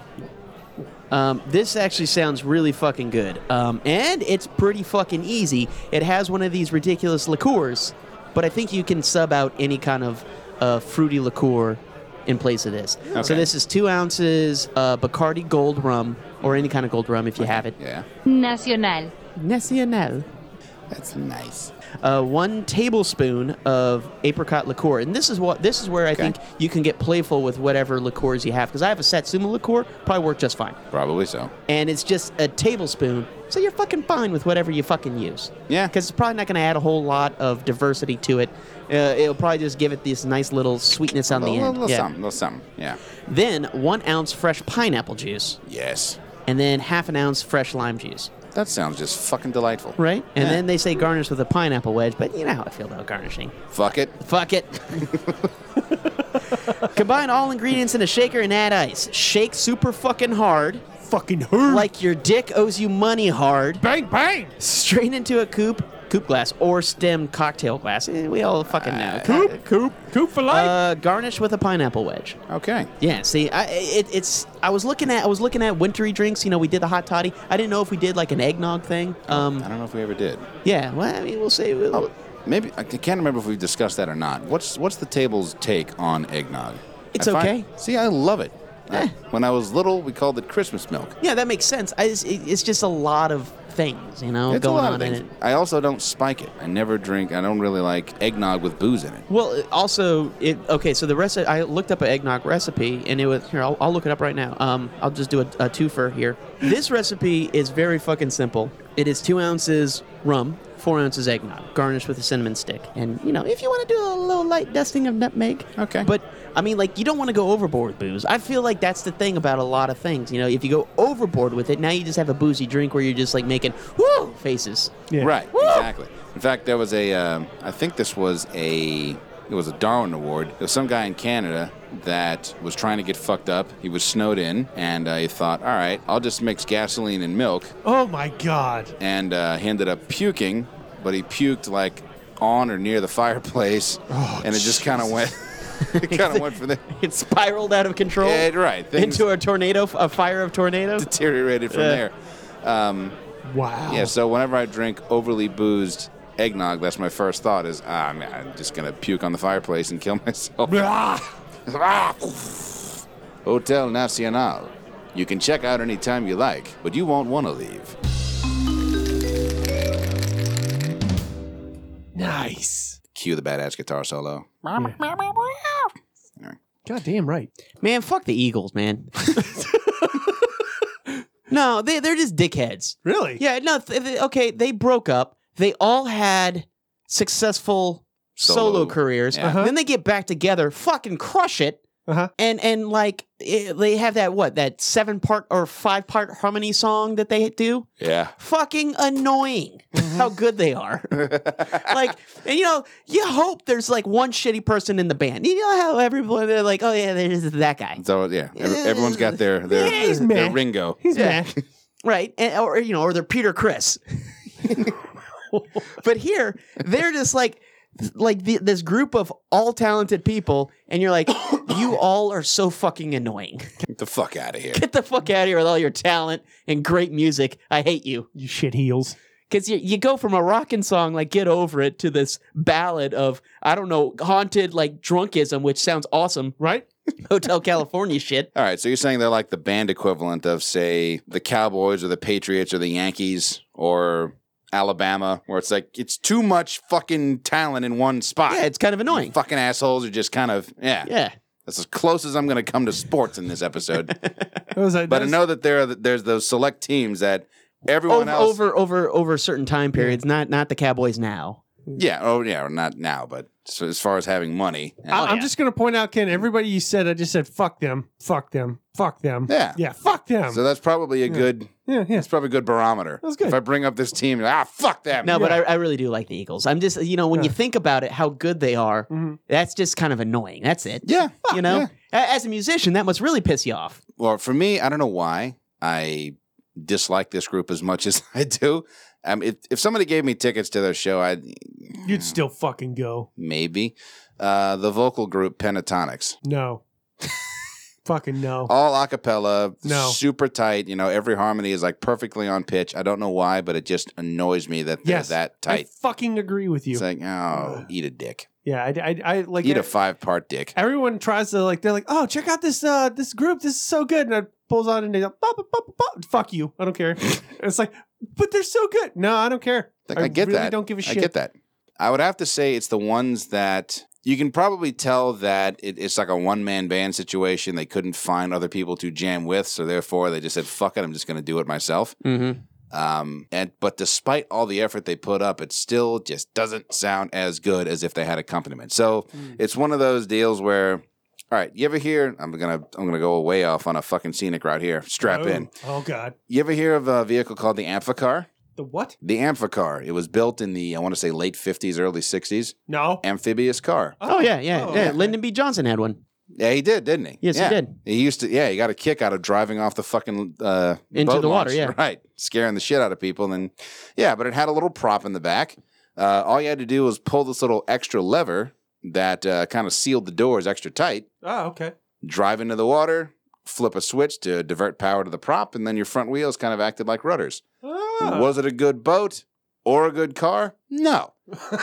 Speaker 5: Um, this actually sounds really fucking good. Um, and it's pretty fucking easy. It has one of these ridiculous liqueurs, but I think you can sub out any kind of uh, fruity liqueur in place of this. So this is two ounces uh, Bacardi Gold Rum, or any kind of gold rum if you have it.
Speaker 4: Yeah,
Speaker 6: Nacional.
Speaker 5: Nacional.
Speaker 4: that's nice.
Speaker 5: uh, one tablespoon of apricot liqueur, and this is what this is where I think you can get playful with whatever liqueurs you have. Because I have a Satsuma liqueur, probably work just fine,
Speaker 4: Probably so.
Speaker 5: and it's just a tablespoon, so you're fucking fine with whatever you fucking use.
Speaker 4: Yeah.
Speaker 5: because it's probably not going to add a whole lot of diversity to it. Uh, it'll probably just give it this nice little sweetness on
Speaker 4: A
Speaker 5: the
Speaker 4: little,
Speaker 5: end.
Speaker 4: little
Speaker 5: yeah.
Speaker 4: something, little something. Yeah.
Speaker 5: Then one ounce fresh pineapple juice,
Speaker 4: Yes.
Speaker 5: and then half an ounce fresh lime juice.
Speaker 4: That sounds just fucking delightful.
Speaker 5: Right, and
Speaker 4: Yeah.
Speaker 5: then they say garnish with a pineapple wedge, but you know how I feel about garnishing.
Speaker 4: Fuck it.
Speaker 5: Fuck it. Combine all ingredients in a shaker and add ice. Shake super fucking hard,
Speaker 2: Fucking who?
Speaker 5: like your dick owes you money hard.
Speaker 2: bang bang.
Speaker 5: Strain into a coupe, coupe glass, or stem cocktail glass. Eh, We all fucking know.
Speaker 4: Uh,
Speaker 2: Coop coop coop for life.
Speaker 5: Uh, garnish with a pineapple wedge.
Speaker 4: Okay.
Speaker 5: Yeah, see, I it, it's I was looking at I was looking at wintry drinks. You know, we did the hot toddy. I didn't know if we did like an eggnog thing. Um,
Speaker 4: I don't know if we ever did.
Speaker 5: yeah, well, I mean, we'll see. We'll-
Speaker 4: Oh, maybe I can't remember if we've discussed that or not. What's what's the table's take on eggnog?
Speaker 5: It's
Speaker 4: I
Speaker 5: okay. Eh.
Speaker 4: see, I love it. I- when I was little, we called it Christmas milk.
Speaker 5: Yeah, that makes sense. I just, it, it's just a lot of things, you know,
Speaker 4: It's a
Speaker 5: going
Speaker 4: lot
Speaker 5: on
Speaker 4: of things.
Speaker 5: in it.
Speaker 4: I also don't spike it. I never drink. I don't really like eggnog with booze in it.
Speaker 5: Well, it- also, it okay. So the recipe I looked up an eggnog recipe, and it was here. I'll, I'll look it up right now. Um, I'll just do a, a twofer here. This recipe is very fucking simple. It is two ounces rum, four ounces eggnog, garnished with a cinnamon stick, and you know, if you want to do a little light dusting of nutmeg,
Speaker 4: Okay.
Speaker 5: But I mean, like, you don't want to go overboard with booze. I feel like that's the thing about a lot of things. You know, if you go overboard with it, now you just have a boozy drink where you're just like making woo faces.
Speaker 2: Yeah.
Speaker 4: Right, exactly. In fact, there was a. um, I think this was a. It was a Darwin Award. There was some guy in Canada that was trying to get fucked up. He was snowed in, and uh, he thought, "All right, I'll just mix gasoline and milk."
Speaker 2: oh my god.
Speaker 4: And uh, he ended up puking, but he puked like on or near the fireplace,
Speaker 5: Oh,
Speaker 4: and it just kind of went. it kind of went from there.
Speaker 5: It spiraled out of control.
Speaker 4: Yeah, right. Things
Speaker 5: Oh, into a tornado, a fire of tornadoes.
Speaker 4: deteriorated from
Speaker 5: Yeah.
Speaker 4: there.
Speaker 2: Wow.
Speaker 4: Yeah, so whenever I drink overly boozed eggnog, that's my first thought is, ah, man, I'm just going to puke on the fireplace and kill myself.
Speaker 2: Blah.
Speaker 4: Hotel Nacional. You can check out anytime you like, but you won't want to leave.
Speaker 2: Nice.
Speaker 4: Cue the badass guitar solo.
Speaker 2: God damn right.
Speaker 5: Man, fuck the Eagles, man. no, they they're just dickheads.
Speaker 2: Really?
Speaker 5: Yeah, no, th- th- okay, they broke up. They all had successful solo,
Speaker 4: Solo.
Speaker 5: careers.
Speaker 4: Yeah.
Speaker 2: Uh-huh.
Speaker 5: Then they get back together, fucking crush it.
Speaker 2: Uh-huh.
Speaker 5: And and like eh, they have that what that seven part or five part harmony song that they do.
Speaker 4: Yeah.
Speaker 5: fucking annoying how good they are. like, and you know, you hope there's like one shitty person in the band. You know how everyone they're like, oh yeah, there's that guy,
Speaker 4: So, yeah, ev- everyone's got their,
Speaker 2: Yeah,
Speaker 4: their,
Speaker 2: he's
Speaker 4: their
Speaker 2: meh.
Speaker 4: Ringo.
Speaker 2: He's
Speaker 5: Yeah.
Speaker 2: mad.
Speaker 5: right? And, or you know, or they're Peter Chris. but here, they're just like. Like the, this group of all talented people, and you're like, you all are so fucking annoying.
Speaker 4: Get the fuck out of here.
Speaker 5: Get the fuck out of here with all your talent and great music. I hate you.
Speaker 2: You shit heels.
Speaker 5: Because you, you go from a rockin' song like Get Over It to this ballad of, I don't know, haunted like drunkism, which sounds awesome.
Speaker 2: Right?
Speaker 5: Hotel California shit.
Speaker 4: All right, so you're saying they're like the band equivalent of, say, the Cowboys or the Patriots or the Yankees or Alabama, where it's like it's too much fucking talent in one spot.
Speaker 5: Yeah, it's kind of annoying.
Speaker 4: fucking assholes are just kind of yeah.
Speaker 5: Yeah.
Speaker 4: That's as close as I'm going to come to sports in this episode.
Speaker 2: What was I-
Speaker 4: But I
Speaker 2: that's-
Speaker 4: know that there are there's those select teams that everyone
Speaker 5: over,
Speaker 4: else
Speaker 5: over over over certain time periods, not not the Cowboys now.
Speaker 4: Yeah, oh yeah, not now, but so as far as having money. and-
Speaker 2: I, am just going to point out, Ken. Everybody you said, I just said, "Fuck them, fuck them, fuck them."
Speaker 4: Yeah.
Speaker 2: yeah, fuck them.
Speaker 4: so that's probably a good
Speaker 2: yeah, yeah.
Speaker 4: that's probably a good barometer.
Speaker 2: That's good.
Speaker 4: If I bring up this team, ah fuck them.
Speaker 5: No, but I, I really do like the Eagles. I'm just you know when you think about it, how good they are,
Speaker 2: Mm-hmm.
Speaker 5: that's just kind of annoying. That's it.
Speaker 4: Yeah.
Speaker 5: you know,
Speaker 4: yeah.
Speaker 5: A- as a musician, that must really piss you off.
Speaker 4: well, for me, I don't know why I dislike this group as much as I do. Um, if, if somebody gave me tickets to their show, I'd
Speaker 2: You'd still fucking go.
Speaker 4: maybe. Uh, the vocal group Pentatonics,
Speaker 2: No. fucking no.
Speaker 4: all a cappella,
Speaker 2: No.
Speaker 4: super tight. You know, every harmony is like perfectly on pitch. I don't know why, but it just annoys me that they're
Speaker 2: yes,
Speaker 4: that
Speaker 2: I
Speaker 4: tight.
Speaker 2: fucking agree with you.
Speaker 4: It's like, oh, eat a dick,
Speaker 2: yeah, I, I, I like.
Speaker 4: eat a five part dick.
Speaker 2: everyone tries to like. They're like, "Oh, check out this uh this group. This is so good." And I pulls out and they go, "Bop, bop, bop, bop, bop." "Fuck you, I don't care." it's like, but they're so good. No, I don't care.
Speaker 4: Like, I, get
Speaker 2: really
Speaker 4: that.
Speaker 2: Don't give a shit.
Speaker 4: I get that. I would have to say it's the ones that you can probably tell that it, it's like a one man band situation. They couldn't find other people to jam with, so therefore they just said, "Fuck it, I'm just going to do it myself."
Speaker 5: Mm-hmm.
Speaker 4: Um, and but despite all the effort they put up, it still just doesn't sound as good as if they had accompaniment. So it's one of those deals where. All right, you ever hear? I'm gonna I'm gonna go way off on a fucking scenic route here. Strap
Speaker 2: oh,
Speaker 4: in.
Speaker 2: Oh god,
Speaker 4: You ever hear of a vehicle called the Amphicar?
Speaker 2: the what?
Speaker 4: The Amphicar. It was built in the I want to say late 50s, early 60s.
Speaker 2: No.
Speaker 4: Amphibious car.
Speaker 5: Oh, yeah, yeah,
Speaker 2: oh,
Speaker 5: yeah.
Speaker 2: okay.
Speaker 5: Lyndon B. Johnson had one.
Speaker 4: Yeah, he did, didn't he?
Speaker 5: Yes, he
Speaker 4: Yeah.
Speaker 5: did.
Speaker 4: He used to. Yeah, he got a kick out of driving off the fucking uh,
Speaker 5: Into
Speaker 4: boat
Speaker 5: the water,
Speaker 4: launch.
Speaker 5: yeah.
Speaker 4: right, scaring the shit out of people. And yeah, but it had a little prop in the back. Uh, all you had to do was pull this little extra lever that uh, kind of sealed the doors extra tight.
Speaker 2: Oh, okay.
Speaker 4: Drive into the water, flip a switch to divert power to the prop, and then your front wheels kind of acted like rudders.
Speaker 2: Oh.
Speaker 4: Was it a good boat or a good car? No.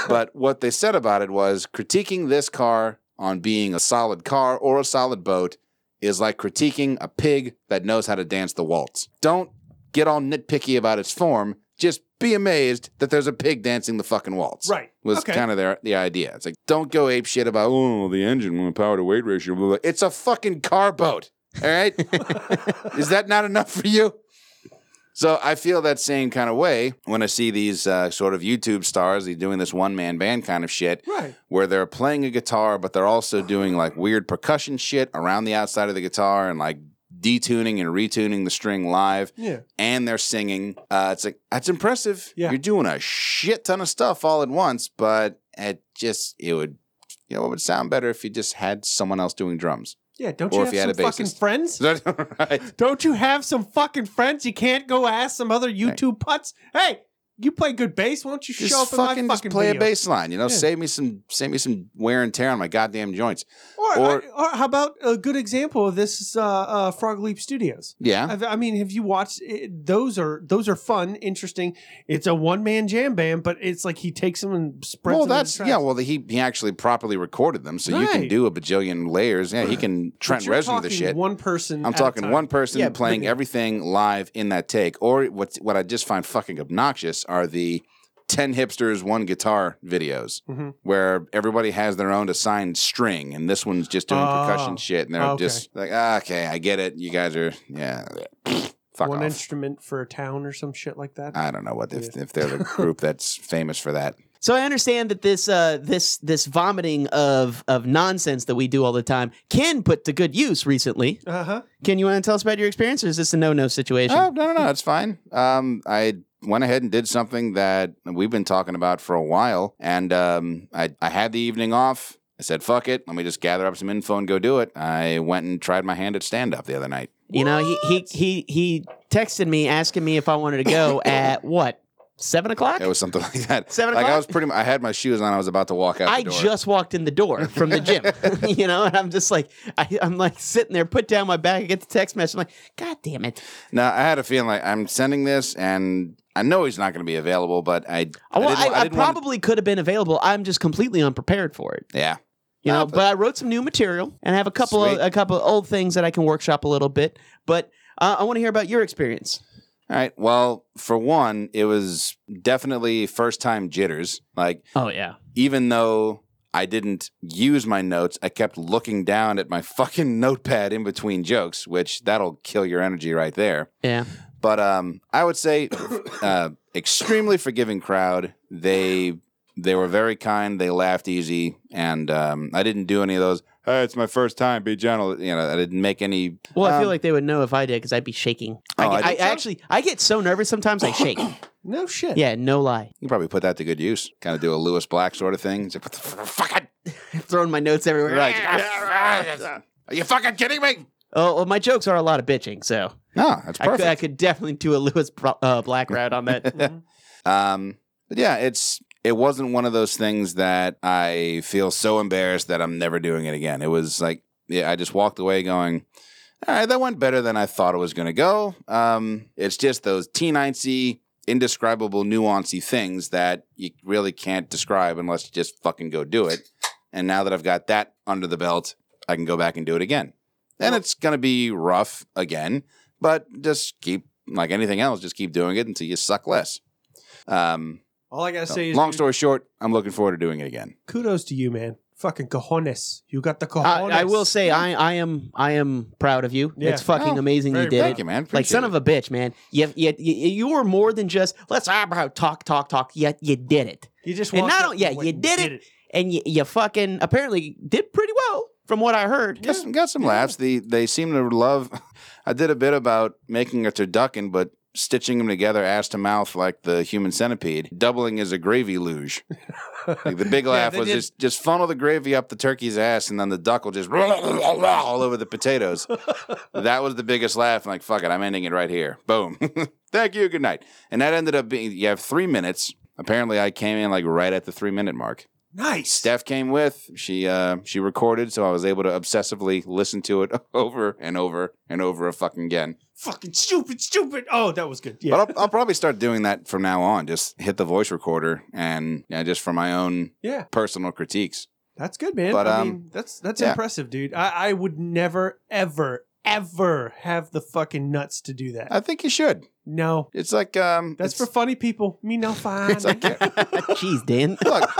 Speaker 4: but what they said about it was critiquing this car on being a solid car or a solid boat is like critiquing a pig that knows how to dance the waltz. Don't get all nitpicky about its form. Just be amazed that there's a pig dancing the fucking waltz.
Speaker 2: Right.
Speaker 4: Was
Speaker 2: Okay.
Speaker 4: kind of their the idea. It's like don't go ape shit about oh the engine well, power to weight ratio. Blah, blah. It's a fucking car boat. All right. is that not enough for you? So I feel that same kind of way when I see these uh, sort of YouTube stars they're doing this one man band kind of shit,
Speaker 2: Right.
Speaker 4: where they're playing a guitar, but they're also doing like weird percussion shit around the outside of the guitar and like detuning and retuning the string live,
Speaker 2: Yeah.
Speaker 4: and they're singing. Uh, it's like that's impressive.
Speaker 2: Yeah.
Speaker 4: You're doing a shit ton of stuff all at once, but it just it would you know it would sound better if you just had someone else doing drums.
Speaker 2: Yeah. Don't
Speaker 4: Or
Speaker 2: you
Speaker 4: if
Speaker 2: have
Speaker 4: you
Speaker 2: some
Speaker 4: had a
Speaker 2: fucking
Speaker 4: bassist.
Speaker 2: friends?
Speaker 4: right?
Speaker 2: Don't you have some fucking friends? You can't go ask some other YouTube putts. Hey, you play good bass. Why don't you show up
Speaker 4: just
Speaker 2: in my
Speaker 4: fucking
Speaker 2: fucking
Speaker 4: just play
Speaker 2: video?
Speaker 4: a bass line. You know, save me some save me some wear and tear on my goddamn joints.
Speaker 2: Or, or,
Speaker 4: Or-
Speaker 2: how about a good example of this is uh, uh, Frog Leap Studios?
Speaker 4: Yeah,
Speaker 2: I've, I mean, have you watched? It, those are those are fun, interesting. It's a one man jam band, but it's like he takes them and spreads.
Speaker 4: well,
Speaker 2: them into
Speaker 4: that's
Speaker 2: tracks.
Speaker 4: yeah. Well, the, he he actually properly recorded them, so you can
Speaker 2: Right.
Speaker 4: do a bajillion layers. Yeah, he can
Speaker 2: But
Speaker 4: Trent
Speaker 2: you're
Speaker 4: Reznor the
Speaker 2: talking
Speaker 4: shit.
Speaker 2: One person.
Speaker 4: I'm
Speaker 2: at a
Speaker 4: talking
Speaker 2: time.
Speaker 4: one person
Speaker 5: Yeah, but-
Speaker 4: playing everything live in that take. Or what's what I just find fucking obnoxious are the ten hipsters one guitar videos
Speaker 2: Mhm.
Speaker 4: where everybody has their own assigned string, and this one's just doing
Speaker 2: Oh,
Speaker 4: percussion shit, and they're
Speaker 2: okay.
Speaker 4: just like, ah, okay, I get it. You guys are yeah, fuck
Speaker 2: one
Speaker 4: off. Uh,
Speaker 2: instrument for a town or some shit like that.
Speaker 4: I don't know what if, if they're the group that's famous for that.
Speaker 5: So I understand that this uh, this this vomiting of of nonsense that we do all the time can put to good use recently.
Speaker 2: Uh huh.
Speaker 5: Can you want to tell us about your experience, or is this a no no situation?
Speaker 4: Oh no no no, it's fine. Um, I went ahead and did something that we've been talking about for a while, and um, I I had the evening off. I said, "Fuck it, let me just gather up some info and go do it." I went and tried my hand at stand up the other night.
Speaker 5: You know, he, he he he texted me asking me if I wanted to go at what seven o'clock.
Speaker 4: It was something like that.
Speaker 5: Seven
Speaker 4: like I
Speaker 5: o'clock?
Speaker 4: was pretty. mu- I had my shoes on. I was about to walk out.
Speaker 5: I
Speaker 4: the door.
Speaker 5: just walked in the door from the gym, you know, and I'm just like, I, I'm like sitting there, put down my bag, I get the text message, I'm like, God damn it,
Speaker 4: no. I had a feeling like I'm sending this, and I know he's not going to be available, but I.
Speaker 5: I, well,
Speaker 4: didn't
Speaker 5: I,
Speaker 4: wa-
Speaker 5: I
Speaker 4: didn't want-
Speaker 5: probably could have been available. I'm just completely unprepared for it.
Speaker 4: yeah.
Speaker 5: You know,
Speaker 4: Ah,
Speaker 5: but,
Speaker 4: but-
Speaker 5: I wrote some new material and I have a couple of,
Speaker 4: Sweet.
Speaker 5: a couple of old things that I can workshop a little bit. But uh, I want to hear about your experience.
Speaker 4: All right. Well, for one, it was definitely first time jitters. Like,
Speaker 5: Oh yeah,
Speaker 4: even though I didn't use my notes. I kept looking down at my fucking notepad in between jokes, which that'll kill your energy right there.
Speaker 5: Yeah.
Speaker 4: But um, I would say uh, extremely forgiving crowd. They they were very kind. They laughed easy, and um, I didn't do any of those. Hey, it's my first time. Be gentle. You know, I didn't make any.
Speaker 5: Well, I
Speaker 4: Um,
Speaker 5: feel like they would know if I did because I'd be shaking. I,
Speaker 4: Oh, I
Speaker 5: I,
Speaker 4: think so?
Speaker 5: actually I get so nervous sometimes I shake.
Speaker 2: No shit.
Speaker 5: yeah, no lie.
Speaker 4: You probably put that to good use. Kind of do a Lewis Black sort of thing. It's like, what the f- fucking
Speaker 5: Throwing my notes everywhere.
Speaker 4: right? Are you fucking kidding me?
Speaker 5: Oh, well, my jokes are a lot of bitching, so
Speaker 4: No, that's
Speaker 5: I could, I
Speaker 4: perfect.
Speaker 5: could definitely do a Lewis Bro- uh, Black route on that.
Speaker 4: Um, but yeah, it's it wasn't one of those things that I feel so embarrassed that I'm never doing it again. It was like, yeah, I just walked away going, all right, that went better than I thought it was going to go. Um, it's just those teenicy, indescribable, nuancy things that you really can't describe unless you just fucking go do it. And now that I've got that under the belt, I can go back and do it again. And it's going to be rough again, but just keep, like anything else, just keep doing it until you suck less. Um,
Speaker 2: All I gotta
Speaker 4: so,
Speaker 2: say is
Speaker 4: long
Speaker 2: dude,
Speaker 4: story short, I'm looking forward to doing it again.
Speaker 2: kudos to you, man. Fucking cojones. You got the cojones.
Speaker 5: I, I will say I, I am I am proud of you.
Speaker 2: Yeah.
Speaker 5: It's fucking
Speaker 4: Oh,
Speaker 5: amazing you
Speaker 2: very
Speaker 5: did
Speaker 2: proud.
Speaker 5: it.
Speaker 4: Thank you, man.
Speaker 5: Like son of a bitch, man. You, you, you, you were more than just let's eyebrow talk talk talk. You, you did it,
Speaker 2: You just
Speaker 5: And
Speaker 2: walked
Speaker 5: not
Speaker 2: up
Speaker 5: on- yeah,
Speaker 2: went
Speaker 5: you
Speaker 2: and
Speaker 5: did it. and you, you fucking apparently did pretty well from what I heard.
Speaker 4: got some, got some laughs. The they seem to love. I did a bit about making a turducken, but stitching them together ass to mouth like the human centipede, doubling as a gravy luge. Like, the big
Speaker 2: Yeah,
Speaker 4: laugh
Speaker 2: they
Speaker 4: was
Speaker 2: did.
Speaker 4: just just funnel the gravy up the turkey's ass, and then the duck will just all over the potatoes. that was the biggest laugh. I'm like, fuck it, I'm ending it right here. Boom. Thank you. Good night. And that ended up being you have three minutes. Apparently, I came in like right at the three minute mark.
Speaker 2: Nice.
Speaker 4: Steph came with. She uh, she recorded, so I was able to obsessively listen to it over and over and over a fucking again.
Speaker 2: Fucking stupid, stupid. Oh, that was good. Yeah.
Speaker 4: But I'll, I'll probably start doing that from now on. Just hit the voice recorder and yeah, just for my own
Speaker 2: Yeah.
Speaker 4: personal critiques.
Speaker 2: That's good, man.
Speaker 4: But,
Speaker 2: I
Speaker 4: um,
Speaker 2: mean, that's that's
Speaker 4: yeah.
Speaker 2: impressive, dude. I, I would never, ever, ever have the fucking nuts to do that.
Speaker 4: I think you should.
Speaker 2: no,
Speaker 4: It's like um,
Speaker 2: that's for
Speaker 4: it's-
Speaker 2: funny people. Me no fine.
Speaker 5: Jeez, Dan.
Speaker 4: look.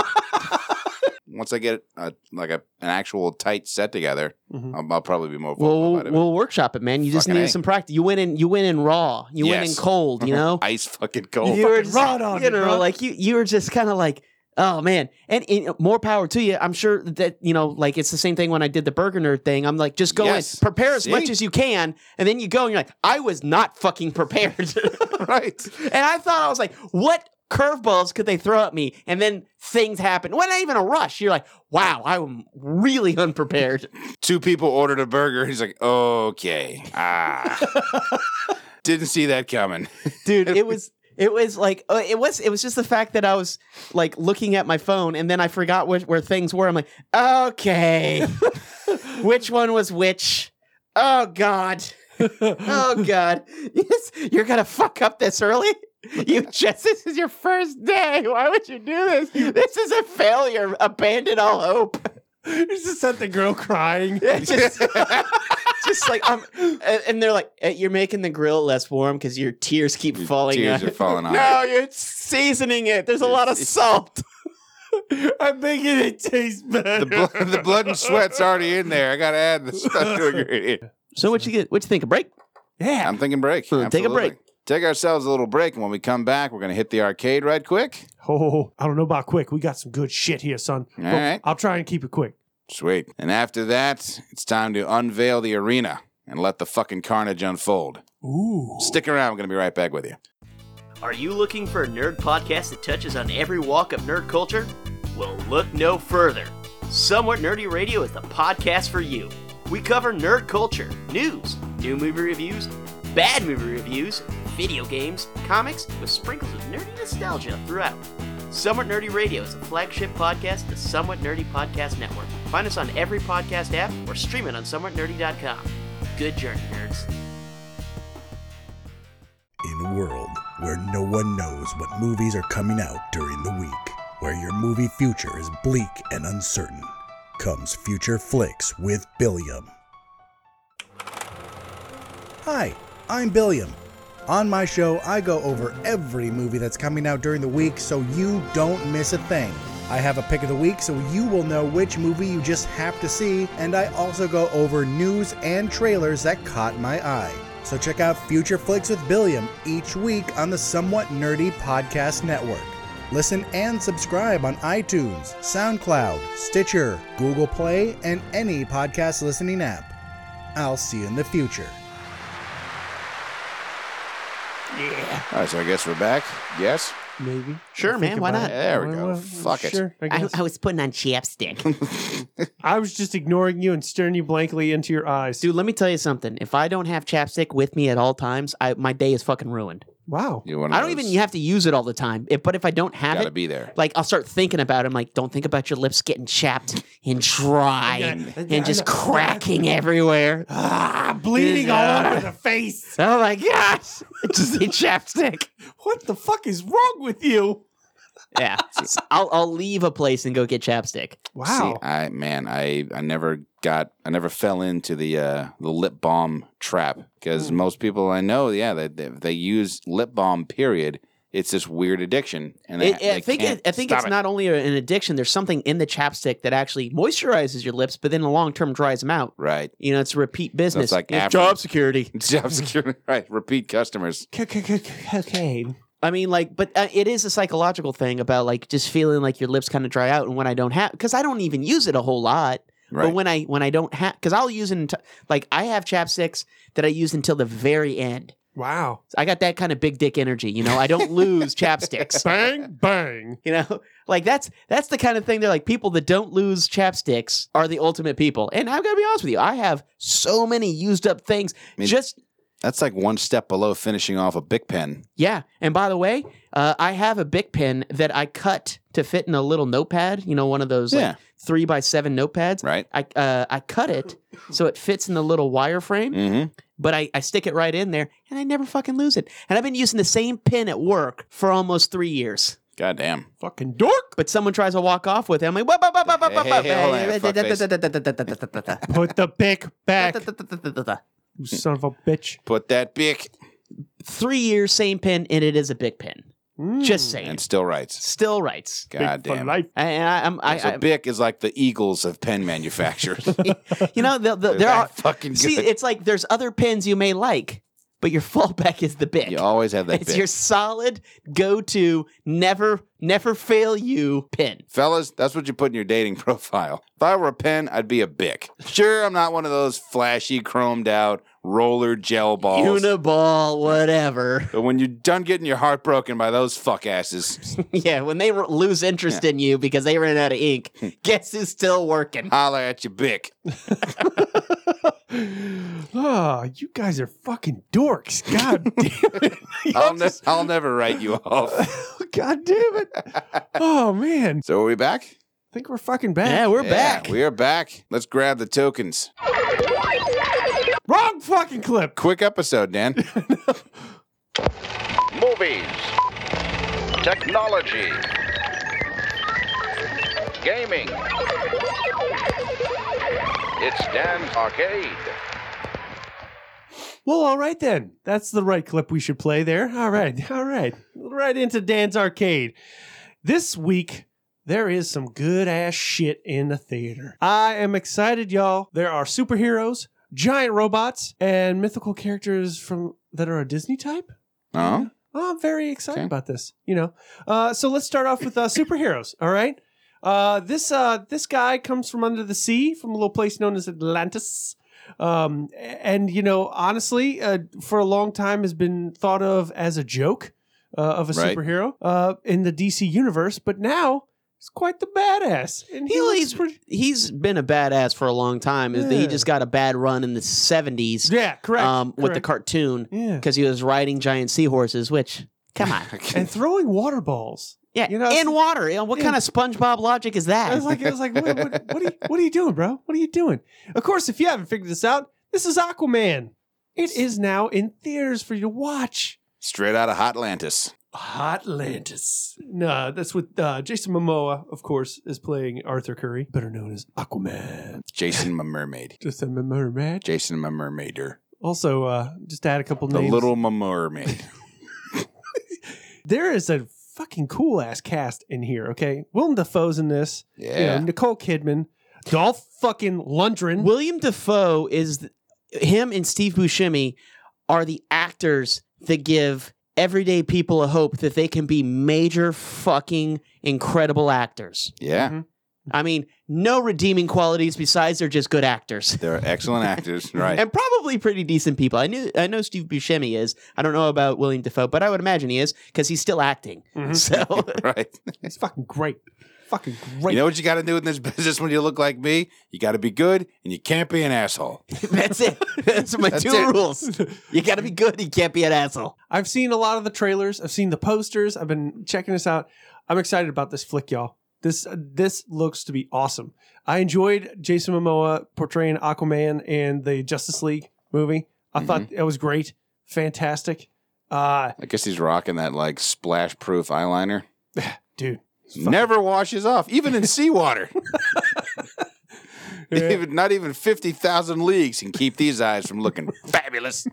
Speaker 4: Once I get a, like a, an actual tight set together,
Speaker 2: Mhm.
Speaker 4: I'll, I'll probably be more vocal
Speaker 5: We'll
Speaker 4: about it.
Speaker 5: we'll workshop it, man. You just
Speaker 4: Fucking
Speaker 5: need
Speaker 4: A.
Speaker 5: some practice. You went in you went in raw. You went in
Speaker 4: Yes. Mm-hmm.
Speaker 5: cold. You know.
Speaker 4: Ice fucking cold.
Speaker 2: You- fucking raw dog
Speaker 5: you
Speaker 2: it,
Speaker 5: know,
Speaker 2: bro.
Speaker 5: like you, you were just kind of like, oh man, and, and more power to you. I'm sure that you know, like it's the same thing when I did the burger nerd thing. I'm like, just go
Speaker 4: Yes.
Speaker 5: in, prepare as
Speaker 4: See?
Speaker 5: much as you can, and then you go and you're like, I was not fucking prepared, and
Speaker 4: right.
Speaker 5: I thought I was like, what curveballs could they throw at me? And then things happen. Well, not even a rush. You're like, wow, I'm really unprepared.
Speaker 4: two people ordered a burger. He's like, okay, ah, didn't see that coming.
Speaker 5: dude it was it was like uh, it was it was just the fact that i was like looking at my phone and then i forgot which, where things were i'm like okay which one was which oh god oh god yes, you're gonna fuck up this early you just this is your first day why would you do this this is a failure abandon all hope
Speaker 2: There's just sent the girl crying.
Speaker 5: yeah, just, just like I'm, and- and they're like, "Eh, "You're making the grill less warm because your tears keep falling.
Speaker 4: Tears
Speaker 5: out."
Speaker 4: are falling on
Speaker 5: No, you're seasoning it. There's a lot of salt.
Speaker 2: I'm making it taste better.
Speaker 4: The, bl- the blood and sweat's already in there. I gotta add the stuff to it.
Speaker 5: So what you get? What you think? A break?
Speaker 2: yeah.
Speaker 4: I'm thinking break.
Speaker 5: Hmm, take a break.
Speaker 4: Absolutely. Take ourselves a little break, and when we come back, we're gonna hit the arcade right quick.
Speaker 2: Oh, I don't know about quick. We got some good shit here, son.
Speaker 4: All
Speaker 2: Well,
Speaker 4: right.
Speaker 2: I'll try and keep it quick.
Speaker 4: Sweet. And after that, it's time to unveil the arena and let the fucking carnage unfold.
Speaker 2: Ooh.
Speaker 4: Stick around. We're gonna be right back with you.
Speaker 6: Are you looking for a nerd podcast that touches on every walk of nerd culture? Well, look no further. Somewhat Nerdy Radio is the podcast for you. We cover nerd culture, news, new movie reviews, bad movie reviews, video games, comics, with sprinkles of nerdy nostalgia throughout. Somewhat Nerdy Radio is a flagship podcast of the Somewhat Nerdy Podcast Network. Find us on every podcast app or stream it on somewhatnerdy.com. Good journey, nerds.
Speaker 7: In a world where no one knows what movies are coming out during the week, where your movie future is bleak and uncertain, comes Future Flicks with Billiam. Hi, I'm Billiam. On my show, I go over every movie that's coming out during the week so you don't miss a thing. I have a pick of the week so you will know which movie you just have to see, and I also go over news and trailers that caught my eye. So check out Future Flicks with Billiam each week on the Somewhat Nerdy Podcast Network. Listen and subscribe on iTunes, SoundCloud, Stitcher, Google Play, and any podcast listening app. I'll see you in the future.
Speaker 4: All right, so I guess we're back. Yes?
Speaker 5: Maybe. Sure, man. Why not?
Speaker 4: There we go.
Speaker 2: Well,
Speaker 4: Fuck it.
Speaker 2: sure, I, guess. I,
Speaker 5: was putting on chapstick.
Speaker 2: was just ignoring you and staring you blankly into your eyes.
Speaker 5: Dude, let me tell you something. If I don't have chapstick with me at all times, I, my day is fucking ruined.
Speaker 2: Wow.
Speaker 4: You're one of
Speaker 5: I don't
Speaker 4: those-
Speaker 5: even have to use it all the time. If, but if I don't have
Speaker 4: Gotta
Speaker 5: it,
Speaker 4: be there.
Speaker 5: like I'll start thinking about it. I'm like, don't think about your lips getting chapped and dry and, and just cracking everywhere.
Speaker 2: Ah, bleeding all over the face.
Speaker 5: Oh my gosh. I just need chapstick.
Speaker 2: What the fuck is wrong with you?
Speaker 5: Yeah. So I'll, I'll leave a place and go get chapstick.
Speaker 2: Wow.
Speaker 4: See, I man, I I never got I never fell into the uh the lip balm trap because
Speaker 5: Hmm.
Speaker 4: most people I know, yeah, they, they they use lip balm. Period. It's this weird addiction, and they,
Speaker 5: It, I
Speaker 4: they
Speaker 5: think
Speaker 4: can't
Speaker 5: it, I think
Speaker 4: stop
Speaker 5: it's
Speaker 4: it.
Speaker 5: not only an addiction. There's something in the chapstick that actually moisturizes your lips, but then in the long term dries them out.
Speaker 4: right.
Speaker 5: You know, it's repeat business.
Speaker 4: like
Speaker 5: It's
Speaker 4: Afrin.
Speaker 5: security.
Speaker 4: Job security, right? Repeat customers.
Speaker 2: Cocaine.
Speaker 5: I mean, like, but uh, it is a psychological thing about like just feeling like your lips kind of dry out, and when I don't have, because I don't even use it a whole lot.
Speaker 4: Right.
Speaker 5: But when I when I don't have, because I'll use it. Until, like I have chapsticks that I use until the very end.
Speaker 2: Wow.
Speaker 5: I got that kind of big dick energy. You know, I don't lose chapsticks.
Speaker 2: Bang, bang.
Speaker 5: You know, like that's that's the kind of thing. They're like people that don't lose chapsticks are the ultimate people. And I'm gonna be honest with you, I have so many used up things.
Speaker 4: mean-
Speaker 5: Just
Speaker 4: That's like one step below finishing off a big pen.
Speaker 5: yeah. And by the way, uh, I have a Bic pen that I cut to fit in a little notepad. You know, one of those
Speaker 4: Yeah.
Speaker 5: like three by seven notepads.
Speaker 4: Right.
Speaker 5: I uh, I cut it so it fits in the little wire frame,
Speaker 4: Mm-hmm.
Speaker 5: but I, I stick it right in there, and I never fucking lose it. And I've been using the same pen at work for almost three years.
Speaker 4: Goddamn.
Speaker 2: Fucking dork.
Speaker 5: but someone tries to walk off with it. I'm like, "Whoa, whoa, whoa, whoa, whoa,
Speaker 4: Hey,
Speaker 5: whoa,
Speaker 4: hey, hey, hold on,
Speaker 5: whoa,
Speaker 2: Put the pick back.
Speaker 5: whoa."
Speaker 2: you son of a bitch.
Speaker 4: Put that bick
Speaker 5: Three years, same pin, and it is a big pin.
Speaker 2: Mm,
Speaker 5: Just saying.
Speaker 4: and still writes.
Speaker 5: Still writes.
Speaker 2: Big for
Speaker 4: Goddamn.
Speaker 2: life.
Speaker 5: And I, I'm, I,
Speaker 4: So bick is like the eagles of pen manufacturers.
Speaker 5: I, you know, the, the, there
Speaker 4: that
Speaker 5: are
Speaker 4: fucking good.
Speaker 5: See, it's like there's other pins you may like, but your fallback is the big.
Speaker 4: you always have that.
Speaker 5: it's
Speaker 4: bick.
Speaker 5: your solid go-to, never, never fail you pin.
Speaker 4: Fellas, that's what you put in your dating profile. If I were a pen, I'd be a bick. Sure, I'm not one of those flashy, chromed out roller gel balls.
Speaker 5: Uniball, whatever.
Speaker 4: but when you're done getting your heart broken by those fuck asses,
Speaker 5: yeah, when they r- lose interest in you because they ran out of ink, guess who's still working?
Speaker 4: holler at your bick.
Speaker 2: oh, you guys are fucking dorks. God damn it.
Speaker 4: I'll,
Speaker 2: Y'all
Speaker 4: ne-
Speaker 2: just-
Speaker 4: I'll never write you off.
Speaker 2: God damn it. Oh, man.
Speaker 4: So are we back?
Speaker 2: I think we're fucking back.
Speaker 5: Yeah, we're
Speaker 4: Yeah,
Speaker 5: back.
Speaker 4: We are back. Let's grab the tokens.
Speaker 2: Wrong fucking clip.
Speaker 4: Quick episode, Dan.
Speaker 8: movies, technology, gaming. It's Dan's Arcade.
Speaker 2: Well, all right then. That's the right clip we should play there. All right. All right. Right into Dan's arcade. This week, there is some good ass shit in the theater. I am excited, y'all. There are superheroes, giant robots, and mythical characters from that are a Disney type.
Speaker 4: Oh,
Speaker 2: Oh, I'm very excited
Speaker 4: Okay.
Speaker 2: about this. You know, uh, so let's start off with uh, superheroes. All right, uh, this uh, this guy comes from under the sea, from a little place known as Atlantis. Um, and you know, honestly, uh, for a long time, has been thought of as a joke uh, of a
Speaker 4: Right.
Speaker 2: superhero uh, in the DC universe, but now he's quite the badass. And
Speaker 5: He-
Speaker 2: looks
Speaker 5: he's-
Speaker 2: pretty-
Speaker 5: He's been a badass for a long time. Is that he
Speaker 2: Yeah.
Speaker 5: just got a bad run in the seventies
Speaker 2: yeah, correct.
Speaker 5: um, with the
Speaker 2: correct.
Speaker 5: cartoon
Speaker 2: yeah,
Speaker 5: because he was riding giant seahorses. Which, come on,
Speaker 2: and throwing water balls.
Speaker 5: yeah,
Speaker 2: You know,
Speaker 5: in water. You know, what
Speaker 2: yeah.
Speaker 5: kind of SpongeBob logic is
Speaker 2: I
Speaker 5: that?
Speaker 2: was like, I was like, what, what, what, are you, what are you doing, bro? What are you doing? Of course, if you haven't figured this out, this is Aquaman. It is now in theaters for you to watch.
Speaker 4: straight out of Hotlantis.
Speaker 2: Atlantis. No, that's with uh, Jason Momoa, of course, is playing Arthur Curry, better known as Aquaman.
Speaker 4: Jason my mermaid.
Speaker 2: Just a mermaid.
Speaker 4: Jason my mermaider.
Speaker 2: Also, uh, just add a couple
Speaker 4: The
Speaker 2: names.
Speaker 4: little my mermaid.
Speaker 2: There is a fucking cool ass cast in here. Okay, Willem Dafoe's in this.
Speaker 4: Yeah.
Speaker 2: you know, Nicole Kidman, Dolph fucking Lundgren.
Speaker 5: William Defoe is th- him and Steve Buscemi are the actors that give everyday people a hope that they can be major fucking incredible actors.
Speaker 4: Yeah.
Speaker 5: I mean, no redeeming qualities besides they're just good actors.
Speaker 4: They're excellent actors, right?
Speaker 5: And probably pretty decent people. I knew I know Steve Buscemi is. I don't know about William Defoe, but I would imagine he is because he's still acting.
Speaker 4: Mm-hmm.
Speaker 5: So
Speaker 4: right.
Speaker 2: It's fucking great, fucking great.
Speaker 4: You know what you got to do in this business when you look like me? You got to be good and you can't be an asshole.
Speaker 5: that's it. That's my
Speaker 4: That's
Speaker 5: two
Speaker 4: it.
Speaker 5: rules. You got to be good. You can't be an asshole.
Speaker 2: I've seen a lot of the trailers. I've seen the posters. I've been checking this out. I'm excited about this flick, y'all. This uh, this looks to be awesome. I enjoyed Jason Momoa portraying Aquaman and the Justice League movie. I thought that was great, fantastic. Uh,
Speaker 4: I guess he's rocking that like splash proof eyeliner.
Speaker 2: dude,
Speaker 4: Never washes off, even in seawater. Even, not even 50,000 leagues can keep these eyes from looking fabulous.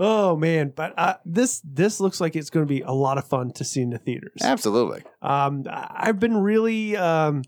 Speaker 2: oh man! But uh, this this looks like it's going to be a lot of fun to see in the theaters.
Speaker 4: Absolutely.
Speaker 2: Um, I- I've been really um,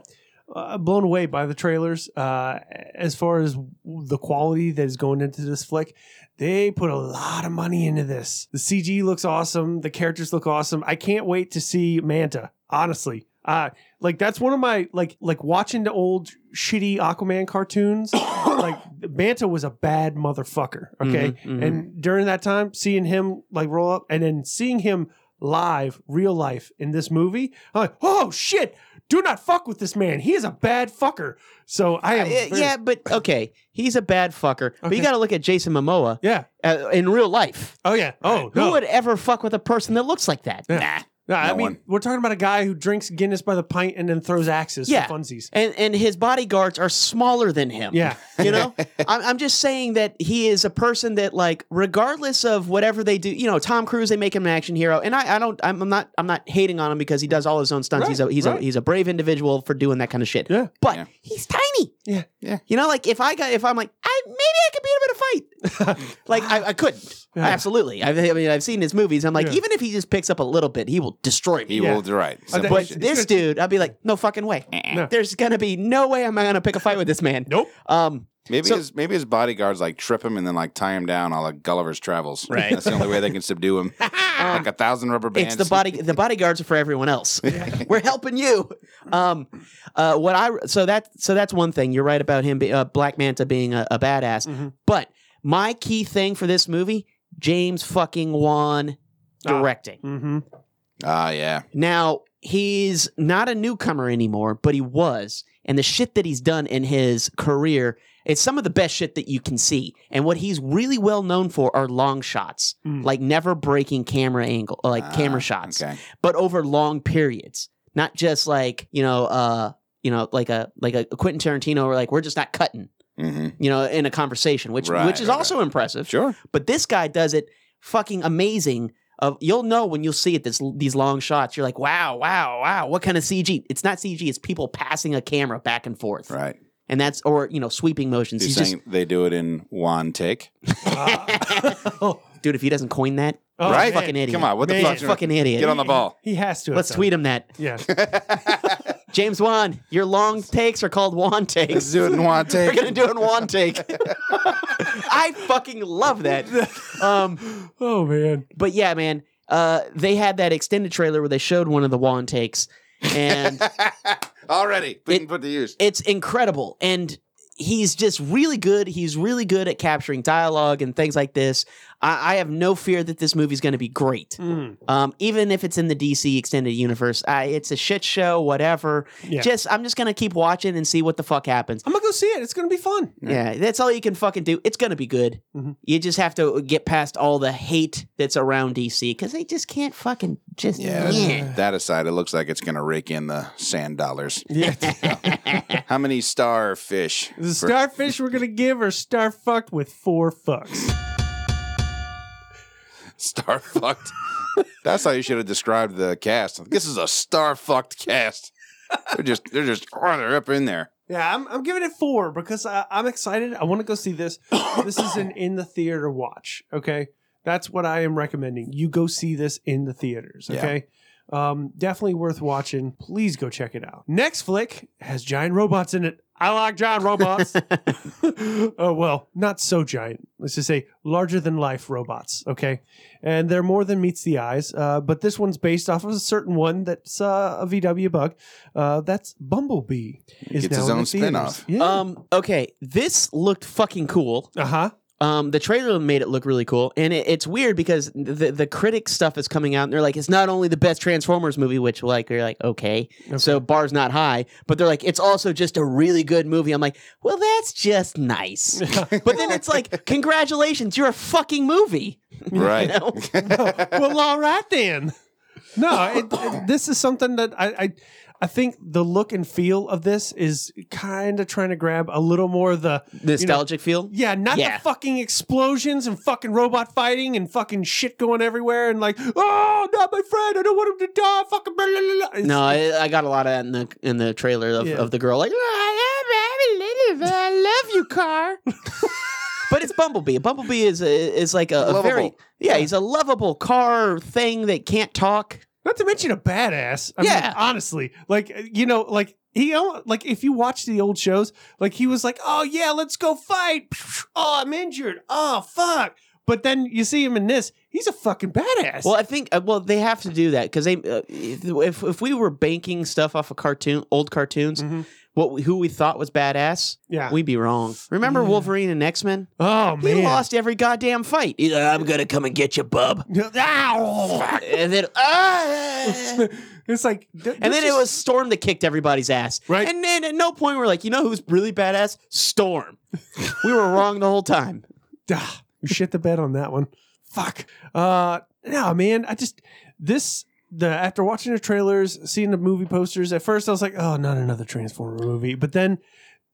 Speaker 2: uh, blown away by the trailers uh, as far as the quality that is going into this flick. They put a lot of money into this. The CG looks awesome. The characters look awesome. I can't wait to see Manta. Honestly, uh, like that's one of my like like watching the old shitty Aquaman cartoons. like Manta was a bad motherfucker. Okay,
Speaker 5: Mhm, mhm.
Speaker 2: and during that time, seeing him like roll up and then seeing him live, real life in this movie, I'm like, oh shit, do not fuck with this man. He is a bad fucker. So I am.
Speaker 5: Uh,
Speaker 2: very-
Speaker 5: yeah, but okay, he's a bad fucker. But
Speaker 2: Okay.
Speaker 5: you got to look at Jason Momoa
Speaker 2: Yeah.
Speaker 5: uh, in real life.
Speaker 2: Oh yeah. Oh
Speaker 5: Who
Speaker 2: no.
Speaker 5: would ever fuck with a person that looks like that?
Speaker 2: Yeah.
Speaker 5: Nah.
Speaker 2: No, I
Speaker 4: No
Speaker 2: mean,
Speaker 4: one.
Speaker 2: we're talking about a guy who drinks Guinness by the pint and then throws axes
Speaker 5: Yeah.
Speaker 2: for funsies.
Speaker 5: And and his bodyguards are smaller than him.
Speaker 2: Yeah.
Speaker 5: You know, I'm, I'm just saying that he is a person that, like, regardless of whatever they do, you know, Tom Cruise, they make him an action hero, and I, I don't, I'm I'm not, I'm not hating on him because he does all his own stunts. he's a,
Speaker 2: Right,
Speaker 5: he's
Speaker 2: right.
Speaker 5: a, he's a brave individual for doing that kind of shit.
Speaker 2: Yeah.
Speaker 5: But
Speaker 4: Yeah.
Speaker 5: he's tiny.
Speaker 2: Yeah.
Speaker 4: Yeah.
Speaker 5: You know, like if I got, if I'm like, I maybe I could beat him in a fight. like I, I couldn't.
Speaker 2: Yeah.
Speaker 5: Absolutely. I, I mean, I've seen his movies. I'm like,
Speaker 2: Yeah.
Speaker 5: even if he just picks up a little bit, he will destroy me.
Speaker 4: He
Speaker 2: Yeah.
Speaker 4: will do right.
Speaker 2: that-
Speaker 4: Simple
Speaker 5: But
Speaker 4: as shit.
Speaker 5: this dude, I'd be like, no fucking way.
Speaker 2: No.
Speaker 5: There's gonna be no way I'm gonna pick a fight with this man.
Speaker 2: Nope.
Speaker 5: Um,
Speaker 4: Maybe
Speaker 5: So-
Speaker 4: his maybe his bodyguards like trip him and then like tie him down all like Gulliver's Travels. Right. That's the only way they can subdue him. like a thousand rubber bands.
Speaker 5: it's the body. The bodyguards are for everyone else. We're helping you. Um, uh, what I so that so that's one thing. You're right about him. Be, uh, Black Manta being a, a badass.
Speaker 2: Mhm.
Speaker 5: But my key thing for this movie, James fucking Wan
Speaker 2: Ah.
Speaker 5: directing.
Speaker 2: Mm-hmm.
Speaker 4: Ah, yeah.
Speaker 5: Now he's not a newcomer anymore, but he was. And the shit that he's done in his career, it's some of the best shit that you can see. And what he's really well known for are long shots,
Speaker 2: Mm.
Speaker 5: like never breaking camera angle, uh, like
Speaker 4: Ah,
Speaker 5: camera shots
Speaker 4: Okay.
Speaker 5: but over long periods, not just like you know, uh, you know, like a like a Quentin Tarantino, where like we're just not cutting,
Speaker 4: hmm
Speaker 5: you know, in a conversation, which
Speaker 4: Right,
Speaker 5: which is
Speaker 4: right,
Speaker 5: also impressive.
Speaker 4: Sure.
Speaker 5: But this guy does it fucking amazing. Of you'll know when you'll see it. This these long shots, you're like, wow, wow, wow. What kind of CG? It's not CG. It's people passing a camera back and forth,
Speaker 4: Right.
Speaker 5: and that's or you know, sweeping motions.
Speaker 4: He's
Speaker 5: He's just,
Speaker 4: saying they do it in one take.
Speaker 5: dude, if he doesn't coin that,
Speaker 2: Oh,
Speaker 4: right?
Speaker 5: fucking idiot.
Speaker 4: Come on, what the
Speaker 2: Man.
Speaker 4: fuck?
Speaker 5: fucking idiot.
Speaker 4: Get on the ball.
Speaker 2: He has to. have
Speaker 5: Let's
Speaker 2: done
Speaker 5: tweet him that.
Speaker 2: it. Yeah.
Speaker 5: James Wan, your long takes are called Wan takes.
Speaker 4: Let's do it in one
Speaker 5: We're
Speaker 4: take.
Speaker 5: gonna do it in one take. I fucking love that. Um,
Speaker 2: Oh man.
Speaker 5: but yeah, man, uh, they had that extended trailer where they showed one of the wand takes, and
Speaker 4: Already. We
Speaker 5: It-
Speaker 4: can put to use.
Speaker 5: it's incredible. And he's just really good. He's really good at capturing dialogue and things like this. I, I have no fear that this movie's gonna be great.
Speaker 2: Mm.
Speaker 5: Um, even if it's in the DC extended universe, I, it's a shit show. Whatever.
Speaker 2: Yeah.
Speaker 5: Just I'm just gonna keep watching and see what the fuck happens.
Speaker 2: I'm gonna go see it. It's gonna be fun.
Speaker 5: Yeah, that's all you can fucking do. It's gonna be good.
Speaker 2: Mhm.
Speaker 5: You just have to get past all the hate that's around DC because they just can't fucking just
Speaker 4: Yeah,
Speaker 5: yeah.
Speaker 4: that's- That aside, it looks like it's going to rake in the sand dollars.
Speaker 2: Yeah.
Speaker 4: How many starfish?
Speaker 2: the
Speaker 4: for-
Speaker 2: starfish we're gonna give are star fucked with four fucks.
Speaker 4: Star fucked. That's how you should have described the cast. This is a star fucked cast. They're just they're just oh, they're up in there.
Speaker 2: Yeah, I'm, I'm giving it four because I, I'm excited. I want to go see this. this is an in the theater watch. Okay, That's what I am recommending. You go see this in the theaters.
Speaker 4: Yeah.
Speaker 2: Okay. Um, definitely worth watching. Please go check it out. Next flick has giant robots in it. I like giant robots. oh well, not so giant. Let's just say larger than life robots. Okay, and they're more than meets the eyes. Uh, but this one's based off of a certain one that's uh, a VW bug. Uh, that's Bumblebee. Is
Speaker 4: Gets
Speaker 2: now
Speaker 4: his
Speaker 2: in
Speaker 4: own
Speaker 2: the theaters.
Speaker 4: spin-off.
Speaker 2: Yeah.
Speaker 5: Um, okay, this looked fucking cool.
Speaker 2: uh huh.
Speaker 5: Um, the trailer made it look really cool, and it, it's weird because the the critic stuff is coming out, and they're like, it's not only the best Transformers movie, which like you're like, okay, so bar's not high, but they're like, it's also just a really good movie. I'm like, well, that's just nice, but then it's like, congratulations, you're a fucking movie,
Speaker 4: Right.
Speaker 5: you know?
Speaker 2: well, all right then. No, it, it- this is something that I, I, I think the look and feel of this is kind of trying to grab a little more of the
Speaker 5: nostalgic feel.
Speaker 2: Yeah, not
Speaker 5: Yeah.
Speaker 2: the fucking explosions and fucking robot fighting and fucking shit going everywhere and like, oh, not my friend, I don't want him to die. Fucking blah, blah, blah, blah. It's-
Speaker 5: No, I, I got a lot of that in the in the trailer of,
Speaker 2: Yeah.
Speaker 5: of the girl like I am Abby Lily, but I love you, car. but it's Bumblebee. Bumblebee is a, is like a, a very
Speaker 4: Lovable.
Speaker 5: yeah, he's a lovable car thing that can't talk.
Speaker 2: Not to mention a badass. I
Speaker 5: Yeah.
Speaker 2: mean, honestly, like you know, like he al- like if you watch the old shows, like he was like, "Oh yeah, let's go fight." Oh, I'm injured. Oh fuck. But then you see him in this, he's a fucking badass.
Speaker 5: Well, I think uh, well they have to do that because they uh, if if we were banking stuff off of cartoon old cartoons,
Speaker 2: Mhm.
Speaker 5: what we- who we thought was badass,
Speaker 2: yeah.
Speaker 5: we'd be wrong. Remember Wolverine and X Men?
Speaker 2: oh
Speaker 5: He
Speaker 2: man.
Speaker 5: lost every goddamn fight. He's like, I'm gonna come and get you, bub.
Speaker 2: Ow!
Speaker 5: and then ah.
Speaker 2: it's like, th- this
Speaker 5: And then
Speaker 2: is-
Speaker 5: it was Storm that kicked everybody's ass.
Speaker 2: Right.
Speaker 5: And then at no point we're like, you know who's really badass? Storm. we were wrong the whole time.
Speaker 2: Ah, you shit the bed on that one. Fuck. Uh, no, man. I just this the after watching the trailers, seeing the movie posters. At first, I was like, oh, not another Transformer movie. But then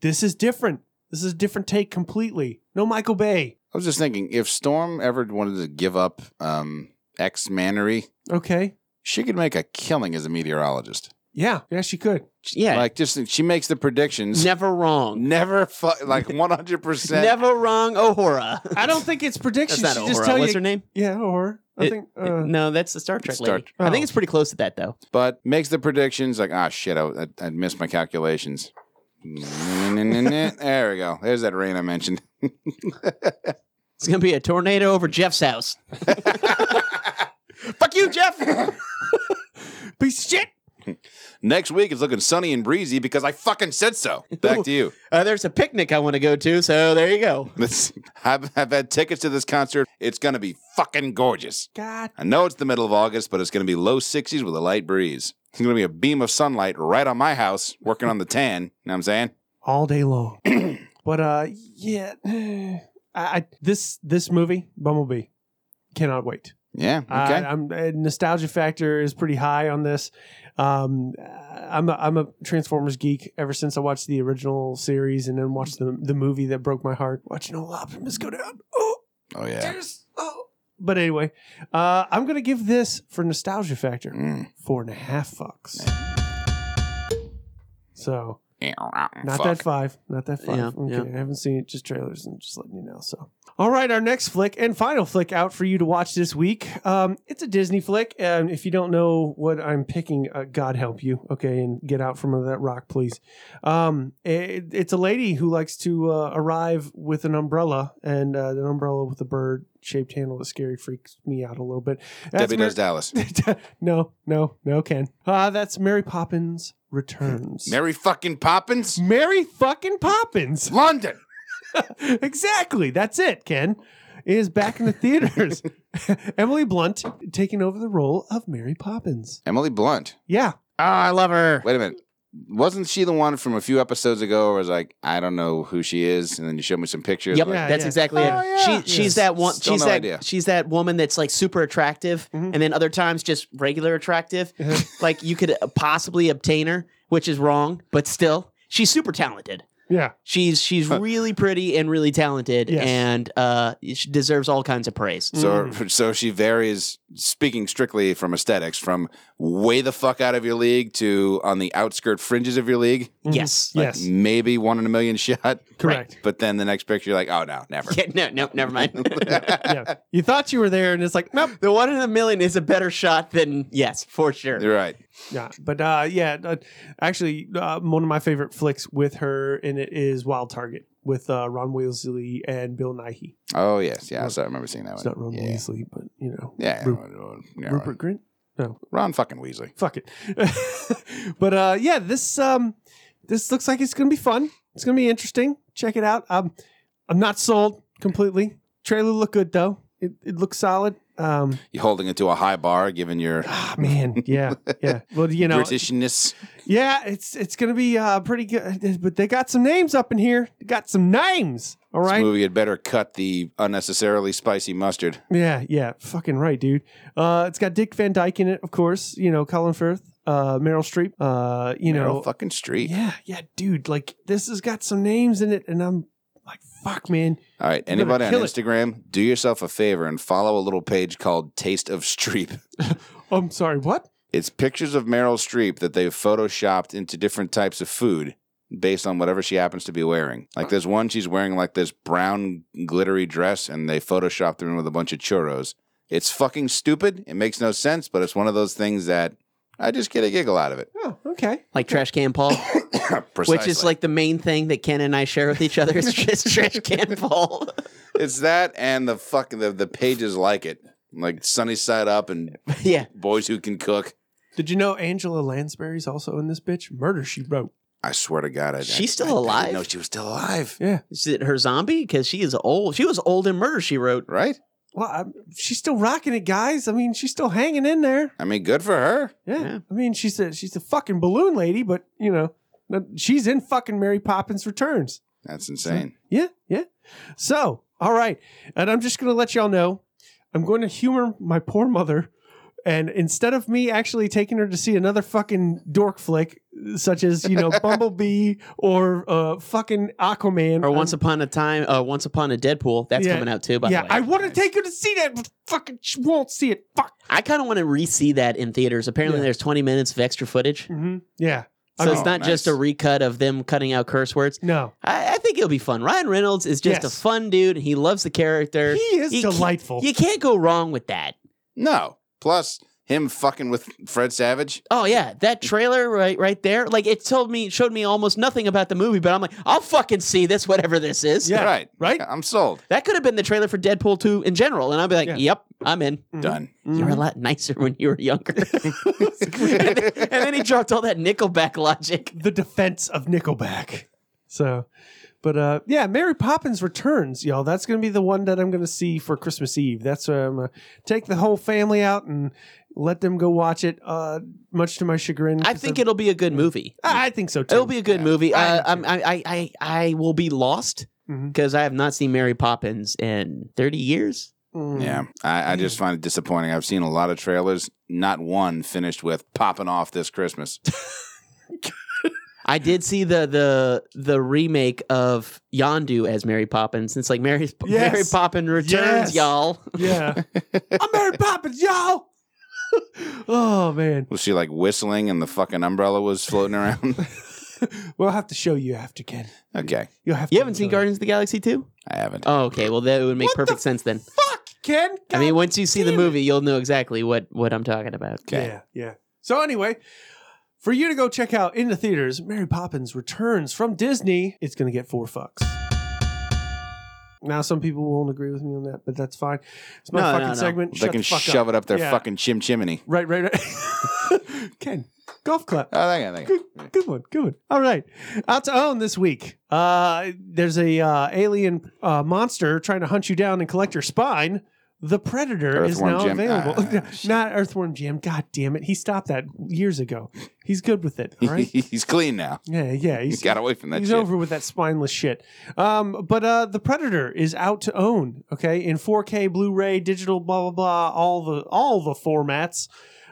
Speaker 2: this is different. This is a different take completely. No Michael Bay.
Speaker 4: I was just thinking, if Storm ever wanted to give up um, X Manery,
Speaker 2: Okay.
Speaker 4: she could make a killing as a meteorologist.
Speaker 2: Yeah. Yeah, she could.
Speaker 5: Yeah.
Speaker 4: Like, just she makes the predictions.
Speaker 5: never wrong.
Speaker 4: Never, fu- like one hundred percent.
Speaker 5: Never wrong, Ohora.
Speaker 2: I don't think it's
Speaker 5: That's
Speaker 2: predictions.
Speaker 5: not
Speaker 2: She
Speaker 5: Ohora.
Speaker 2: just tell
Speaker 5: What's
Speaker 2: you.
Speaker 5: her name?
Speaker 2: Yeah, or I
Speaker 5: It-
Speaker 2: think.
Speaker 5: it-
Speaker 2: Uh,
Speaker 5: no, that's the Star Trek
Speaker 4: Star-
Speaker 5: lady. I
Speaker 2: Oh.
Speaker 5: think it's pretty close to that though.
Speaker 4: but makes the predictions like, ah, shit, I, I, I missed my calculations. there we go. There's that rain I mentioned.
Speaker 5: It's gonna be a tornado over Jeff's house. Fuck you, Jeff.
Speaker 2: uh, Piece of shit.
Speaker 4: Next week it's looking sunny and breezy because I fucking said so. Back to you.
Speaker 5: Uh, there's a picnic I want to go to, so there you go.
Speaker 4: Let's- I've, I've had tickets to this concert. It's going to be fucking gorgeous.
Speaker 2: God.
Speaker 4: I know it's the middle of August, but it's going to be low 60s with a light breeze. It's going to be a beam of sunlight right on my house working on the tan. You know what I'm saying?
Speaker 2: all day long. but uh, yeah, I, I this this movie Bumblebee cannot wait.
Speaker 4: Yeah.
Speaker 2: I-
Speaker 4: Okay.
Speaker 2: I'm uh, nostalgia factor is pretty high on this. Um, I'm a, I'm a Transformers geek ever since I watched the original series and then watched the the movie that broke my heart. Watching all Optimus go down. Oh,
Speaker 4: oh, yeah.
Speaker 2: tears. Oh. But anyway, uh, I'm gonna give this for nostalgia factor
Speaker 4: Mm.
Speaker 2: four and a half fucks. So not
Speaker 4: Fuck.
Speaker 2: that five. Not that five.
Speaker 5: Yeah,
Speaker 2: okay.
Speaker 5: yeah.
Speaker 2: I haven't seen it, just trailers and just letting you know. So all right, our next flick and final flick out for you to watch this week. Um, it's a Disney flick. And if you don't know what I'm picking, uh, God help you. Okay. And get out from under that rock, please. Um, it, it's a lady who likes to uh, arrive with an umbrella and uh, an umbrella with a bird shaped handle that scary freaks me out a little bit. That's
Speaker 4: Debbie
Speaker 2: Mar-
Speaker 4: Does Dallas.
Speaker 2: no, no, no, Ken. Uh, that's Mary Poppins Returns.
Speaker 4: Mary fucking Poppins?
Speaker 2: Mary fucking Poppins.
Speaker 4: London.
Speaker 2: exactly. That's it, Ken. Is back in the theaters. Emily Blunt taking over the role of Mary Poppins.
Speaker 4: Emily Blunt.
Speaker 2: Yeah.
Speaker 5: Oh, I love her.
Speaker 4: Wait a minute. Wasn't she the one from a few episodes ago where I was like, I don't know who she is? And then you showed me some pictures.
Speaker 5: Yep,
Speaker 4: like,
Speaker 2: Yeah,
Speaker 5: that's
Speaker 2: yeah.
Speaker 5: exactly it.
Speaker 4: Oh,
Speaker 5: She,
Speaker 4: yeah.
Speaker 5: She's
Speaker 4: Yeah.
Speaker 5: that one.
Speaker 4: Still
Speaker 5: she's
Speaker 4: no
Speaker 5: that.
Speaker 4: idea.
Speaker 5: She's that woman that's like super attractive,
Speaker 2: Mhm.
Speaker 5: and then other times just regular attractive. like you could possibly obtain her, which is wrong, but still, she's super talented.
Speaker 2: Yeah.
Speaker 5: She's she's really pretty and really talented,
Speaker 2: Uh, Yes.
Speaker 5: and uh, she deserves all kinds of praise.
Speaker 4: So,
Speaker 2: Mm.
Speaker 4: so she varies, speaking strictly from aesthetics, from way the fuck out of your league to on the outskirt fringes of your league.
Speaker 5: Yes.
Speaker 2: Yes.
Speaker 4: Maybe one in a million shot.
Speaker 2: Correct.
Speaker 4: But then the next picture, you're like, oh, no, never.
Speaker 5: Yeah, no, no, never mind.
Speaker 2: yeah. You thought you were there, and it's like, nope.
Speaker 5: the one in a million is a better shot than yes, for sure.
Speaker 4: You're right.
Speaker 2: Yeah, but uh, yeah, uh, actually, uh, one of my favorite flicks with her in it is Wild Target with uh, Ron Weasley and Bill Nighy.
Speaker 4: Oh, yes. Yeah. So I remember seeing that
Speaker 2: It's
Speaker 4: one.
Speaker 2: not Ron
Speaker 4: yeah.
Speaker 2: Weasley, but you know,
Speaker 4: Yeah.
Speaker 2: Ru-
Speaker 4: yeah.
Speaker 2: Rupert Grint.
Speaker 4: Ron fucking Weasley.
Speaker 2: Fuck it. but uh, yeah, this um, this looks like it's gonna be fun. It's gonna be interesting. Check it out. Um, I'm not sold completely. Trailer looked good though. It, it looks solid. Um,
Speaker 4: You holding it to a high bar, given your
Speaker 2: ah, man, yeah, yeah. Well, you know,
Speaker 4: Britishness.
Speaker 2: Yeah, it's it's gonna be uh, pretty good, but they got some names up in here. They got some names, all
Speaker 4: This
Speaker 2: right.
Speaker 4: movie had better cut the unnecessarily spicy mustard.
Speaker 2: Yeah, yeah, fucking right, dude. Uh, it's got Dick Van Dyke in it, of course. You know, Colin Firth, uh, Meryl Streep. Uh, you
Speaker 4: Meryl
Speaker 2: know,
Speaker 4: fucking street.
Speaker 2: yeah, yeah, dude. Like this has got some names in it, and I'm like, fuck, man.
Speaker 4: All right,
Speaker 2: better
Speaker 4: anybody on
Speaker 2: kill it.
Speaker 4: Instagram, do yourself a favor and follow a little page called Taste of Streep.
Speaker 2: I'm sorry, what?
Speaker 4: It's pictures of Meryl Streep that they've photoshopped into different types of food based on whatever she happens to be wearing. Like there's one she's wearing like this brown glittery dress and they photoshopped her in with a bunch of churros. It's fucking stupid. It makes no sense, but it's one of those things that I just get a giggle out of it.
Speaker 2: Oh, okay.
Speaker 5: Like Trash Can Paul, which is
Speaker 4: Precisely.
Speaker 5: like the main thing that Ken and I share with each other is just Trash Can Paul.
Speaker 4: it's that and the fucking the, the pages like it. Like sunny side up and
Speaker 5: yeah.
Speaker 4: boys who can cook.
Speaker 2: Did you know Angela Lansbury's also in this bitch? Murder She Wrote.
Speaker 4: I swear to God, I
Speaker 5: She's
Speaker 4: I-
Speaker 5: still
Speaker 4: I didn't
Speaker 5: alive?
Speaker 4: know she was still alive,
Speaker 2: Yeah.
Speaker 5: Is it her zombie? Because she is old. She was old in Murder, she wrote.
Speaker 4: right?
Speaker 2: Well, i she's still rocking it, guys. I mean, she's still hanging in there.
Speaker 4: I mean, good for her.
Speaker 2: Yeah.
Speaker 5: Yeah.
Speaker 2: I mean, she's a she's a fucking balloon lady, but you know, but she's in fucking Mary Poppins Returns.
Speaker 4: That's insane.
Speaker 2: Yeah, yeah. So, all right, and I'm just gonna let y'all know, I'm going to humor my poor mother, and instead of me actually taking her to see another fucking dork flick, such as you know Bumblebee or uh, fucking Aquaman
Speaker 5: Or Once Upon a Time, uh, Once Upon a Deadpool. That's
Speaker 2: Um, Yeah.
Speaker 5: coming out too, by
Speaker 2: yeah,
Speaker 5: the way.
Speaker 2: I want to take her to see that, but fucking she won't see it. Fuck.
Speaker 5: I kind of want to re-see that in theaters. Apparently,
Speaker 2: Yeah.
Speaker 5: there's 20 minutes of extra footage.
Speaker 2: hmm Yeah.
Speaker 5: So
Speaker 2: I
Speaker 5: it's
Speaker 4: Oh,
Speaker 2: mean,
Speaker 5: not just
Speaker 4: nice.
Speaker 5: a recut of them cutting out curse words.
Speaker 2: no,
Speaker 5: I, I think it'll be fun. Ryan Reynolds is just
Speaker 2: Yes.
Speaker 5: a fun dude. He loves the character.
Speaker 2: he is
Speaker 5: You can't-
Speaker 2: delightful.
Speaker 5: You can't go wrong with that.
Speaker 4: No. Plus, him fucking with Fred Savage.
Speaker 5: Oh yeah, that trailer right right there. Like it told me showed me almost nothing about the movie, but I'm like, I'll fucking see this whatever this is.
Speaker 2: Yeah.
Speaker 4: Right.
Speaker 2: Right?
Speaker 4: I'm sold.
Speaker 5: That could have been the trailer for Deadpool 2 in general and I'll be like,
Speaker 2: Yeah.
Speaker 5: "Yep, I'm in."
Speaker 2: Mhm.
Speaker 4: Done.
Speaker 5: You were a lot nicer when you were younger. and, then, and then he dropped all that Nickelback logic.
Speaker 2: the defense of Nickelback. So, but uh, yeah, Mary Poppins returns, y'all. That's gonna be the one that I'm gonna see for Christmas Eve. That's where I'm gonna take the whole family out and let them go watch it. Uh, much to my chagrin,
Speaker 5: I think it'll be a good movie.
Speaker 2: I I think so too.
Speaker 5: It'll be a good movie.
Speaker 2: I
Speaker 5: Uh,
Speaker 2: agree.
Speaker 5: I'm, I, I, I, I will be lost
Speaker 2: Mhm.
Speaker 5: because I have not seen Mary Poppins in 30 years.
Speaker 2: Mm.
Speaker 4: Yeah. I, I just find it disappointing. I've seen a lot of trailers, not one finished with popping off this Christmas.
Speaker 5: I did see the the the remake of Yondu as Mary Poppins. It's like Mary
Speaker 2: Yes.
Speaker 5: Mary Poppins returns,
Speaker 2: Yes.
Speaker 5: y'all.
Speaker 2: yeah. I'm Mary Poppins, y'all. oh man,
Speaker 4: Was she like whistling and the fucking umbrella was floating around?
Speaker 2: we'll have to show you after Ken.
Speaker 4: okay.
Speaker 2: You'll have.
Speaker 5: You
Speaker 2: to
Speaker 5: haven't seen
Speaker 2: enjoy it.
Speaker 5: Guardians of the Galaxy 2?
Speaker 4: I haven't.
Speaker 5: Oh, okay. Well, that would make
Speaker 2: What the
Speaker 5: perfect sense then.
Speaker 2: Fuck Ken.
Speaker 5: I mean, once you see the
Speaker 2: damn it.
Speaker 5: movie, you'll know exactly what what I'm talking about.
Speaker 4: Okay.
Speaker 2: Yeah, yeah. So anyway, for you to go check out in the theaters, Mary Poppins returns from Disney. It's going to get four fucks. Now, some people won't agree with me on that, but that's fine. It's my
Speaker 5: No, no,
Speaker 2: fucking
Speaker 5: no.
Speaker 2: segment.
Speaker 4: they
Speaker 2: Shut
Speaker 4: can
Speaker 2: the fuck
Speaker 4: shove it
Speaker 2: up.
Speaker 4: up their
Speaker 2: Yeah.
Speaker 4: fucking chim chimney.
Speaker 2: Right, right, right. Ken, golf clap
Speaker 4: Oh, thank you. Thank
Speaker 2: good,
Speaker 4: you.
Speaker 2: good one, good one. All right, out to own this week. Uh, there's a uh, alien uh, monster trying to hunt you down and collect your spine. The Predator is
Speaker 4: Earthworm
Speaker 2: now
Speaker 4: Jim.
Speaker 2: available.
Speaker 4: Ah, shit.
Speaker 2: Not Earthworm Jim. God damn it, he stopped that years ago. He's good with it. All right.
Speaker 4: He's clean now.
Speaker 2: yeah, yeah.
Speaker 4: He
Speaker 2: He's
Speaker 4: got away from that
Speaker 2: he's
Speaker 4: shit.
Speaker 2: over with that spineless shit. Um, but uh, the Predator is out to own. Okay, in 4K, Blu-ray, digital, blah blah blah, all the all the formats.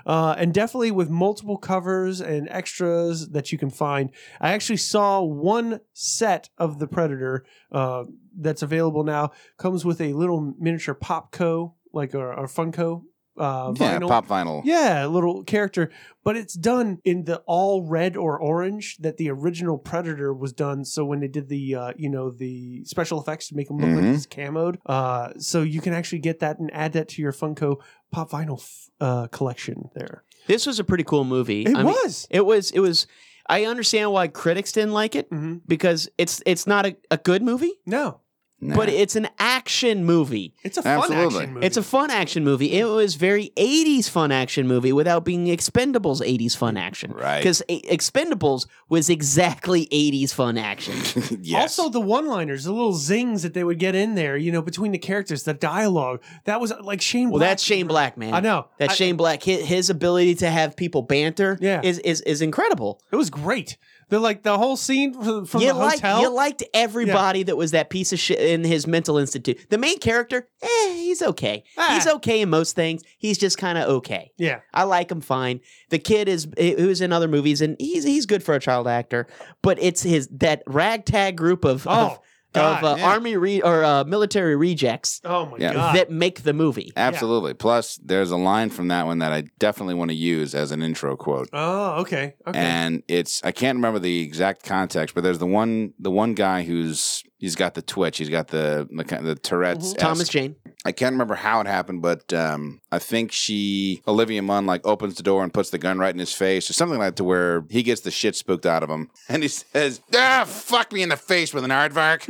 Speaker 2: uh, and definitely with multiple covers and extras that you can find. I actually saw one set of the Predator uh, that's available now. Comes with a little miniature Popco, like or, or Funko. Uh,
Speaker 4: yeah,
Speaker 2: vinyl.
Speaker 4: pop vinyl.
Speaker 2: Yeah, little character, but it's done in the all red or orange that the original Predator was done. So when they did the uh, you know the special effects to make him look
Speaker 4: Mhm.
Speaker 2: like he's camoed, uh, so you can actually get that and add that to your Funko Pop vinyl f- uh, collection. There,
Speaker 5: This was a pretty cool movie.
Speaker 2: it
Speaker 5: I mean,
Speaker 2: was.
Speaker 5: it was. It was. I understand why critics didn't like it
Speaker 2: hmm
Speaker 5: because it's it's not a, a good movie,
Speaker 2: No,
Speaker 4: Nah.
Speaker 5: but it's an action movie.
Speaker 2: it's a fun
Speaker 4: Absolutely.
Speaker 2: action movie.
Speaker 5: It's a fun action movie. It was very 80s fun action movie without being Expendables 80s fun action.
Speaker 4: Right.
Speaker 5: Because Expendables was exactly 80s fun action.
Speaker 4: yes.
Speaker 2: Also, the one-liners, the little zings that they would get in there, you know, between the characters, the dialogue. That was uh, like Shane.
Speaker 5: well,
Speaker 2: Black-
Speaker 5: that's Shane Black, man.
Speaker 2: I know.
Speaker 5: That
Speaker 2: I-
Speaker 5: Shane Black, his, his ability to have people banter
Speaker 2: Yeah.
Speaker 5: is, is, is incredible.
Speaker 2: It was great. They're like the whole scene from, from
Speaker 5: you
Speaker 2: the
Speaker 5: liked,
Speaker 2: hotel.
Speaker 5: You liked everybody that was that piece of shit in his mental institute. The main character, eh, he's okay.
Speaker 2: Ah.
Speaker 5: He's okay in most things. He's just kind of okay.
Speaker 2: yeah.
Speaker 5: I like him fine. The kid is who's in other movies, and he's he's good for a child actor. But it's his that ragtag group of
Speaker 2: Oh,
Speaker 5: of,
Speaker 2: God,
Speaker 5: of uh,
Speaker 4: yeah.
Speaker 5: army re, or uh, military rejects
Speaker 2: Oh my
Speaker 4: Yeah.
Speaker 2: god.
Speaker 5: that make the movie.
Speaker 4: Absolutely. Plus, there's a line from that one that I definitely want to use as an intro quote.
Speaker 2: oh, okay. Okay.
Speaker 4: And it's I can't remember the exact context, but there's the one the one guy who's he's got the twitch, he's got the the, kind- the
Speaker 2: Mm-hmm.
Speaker 4: Tourette's.
Speaker 5: Thomas
Speaker 4: esque.
Speaker 5: Jane.
Speaker 4: I can't remember how it happened, but um, I think she Olivia Munn like opens the door and puts the gun right in his face or something like that to where he gets the shit spooked out of him, and he says, "Ah, fuck me in the face with an aardvark."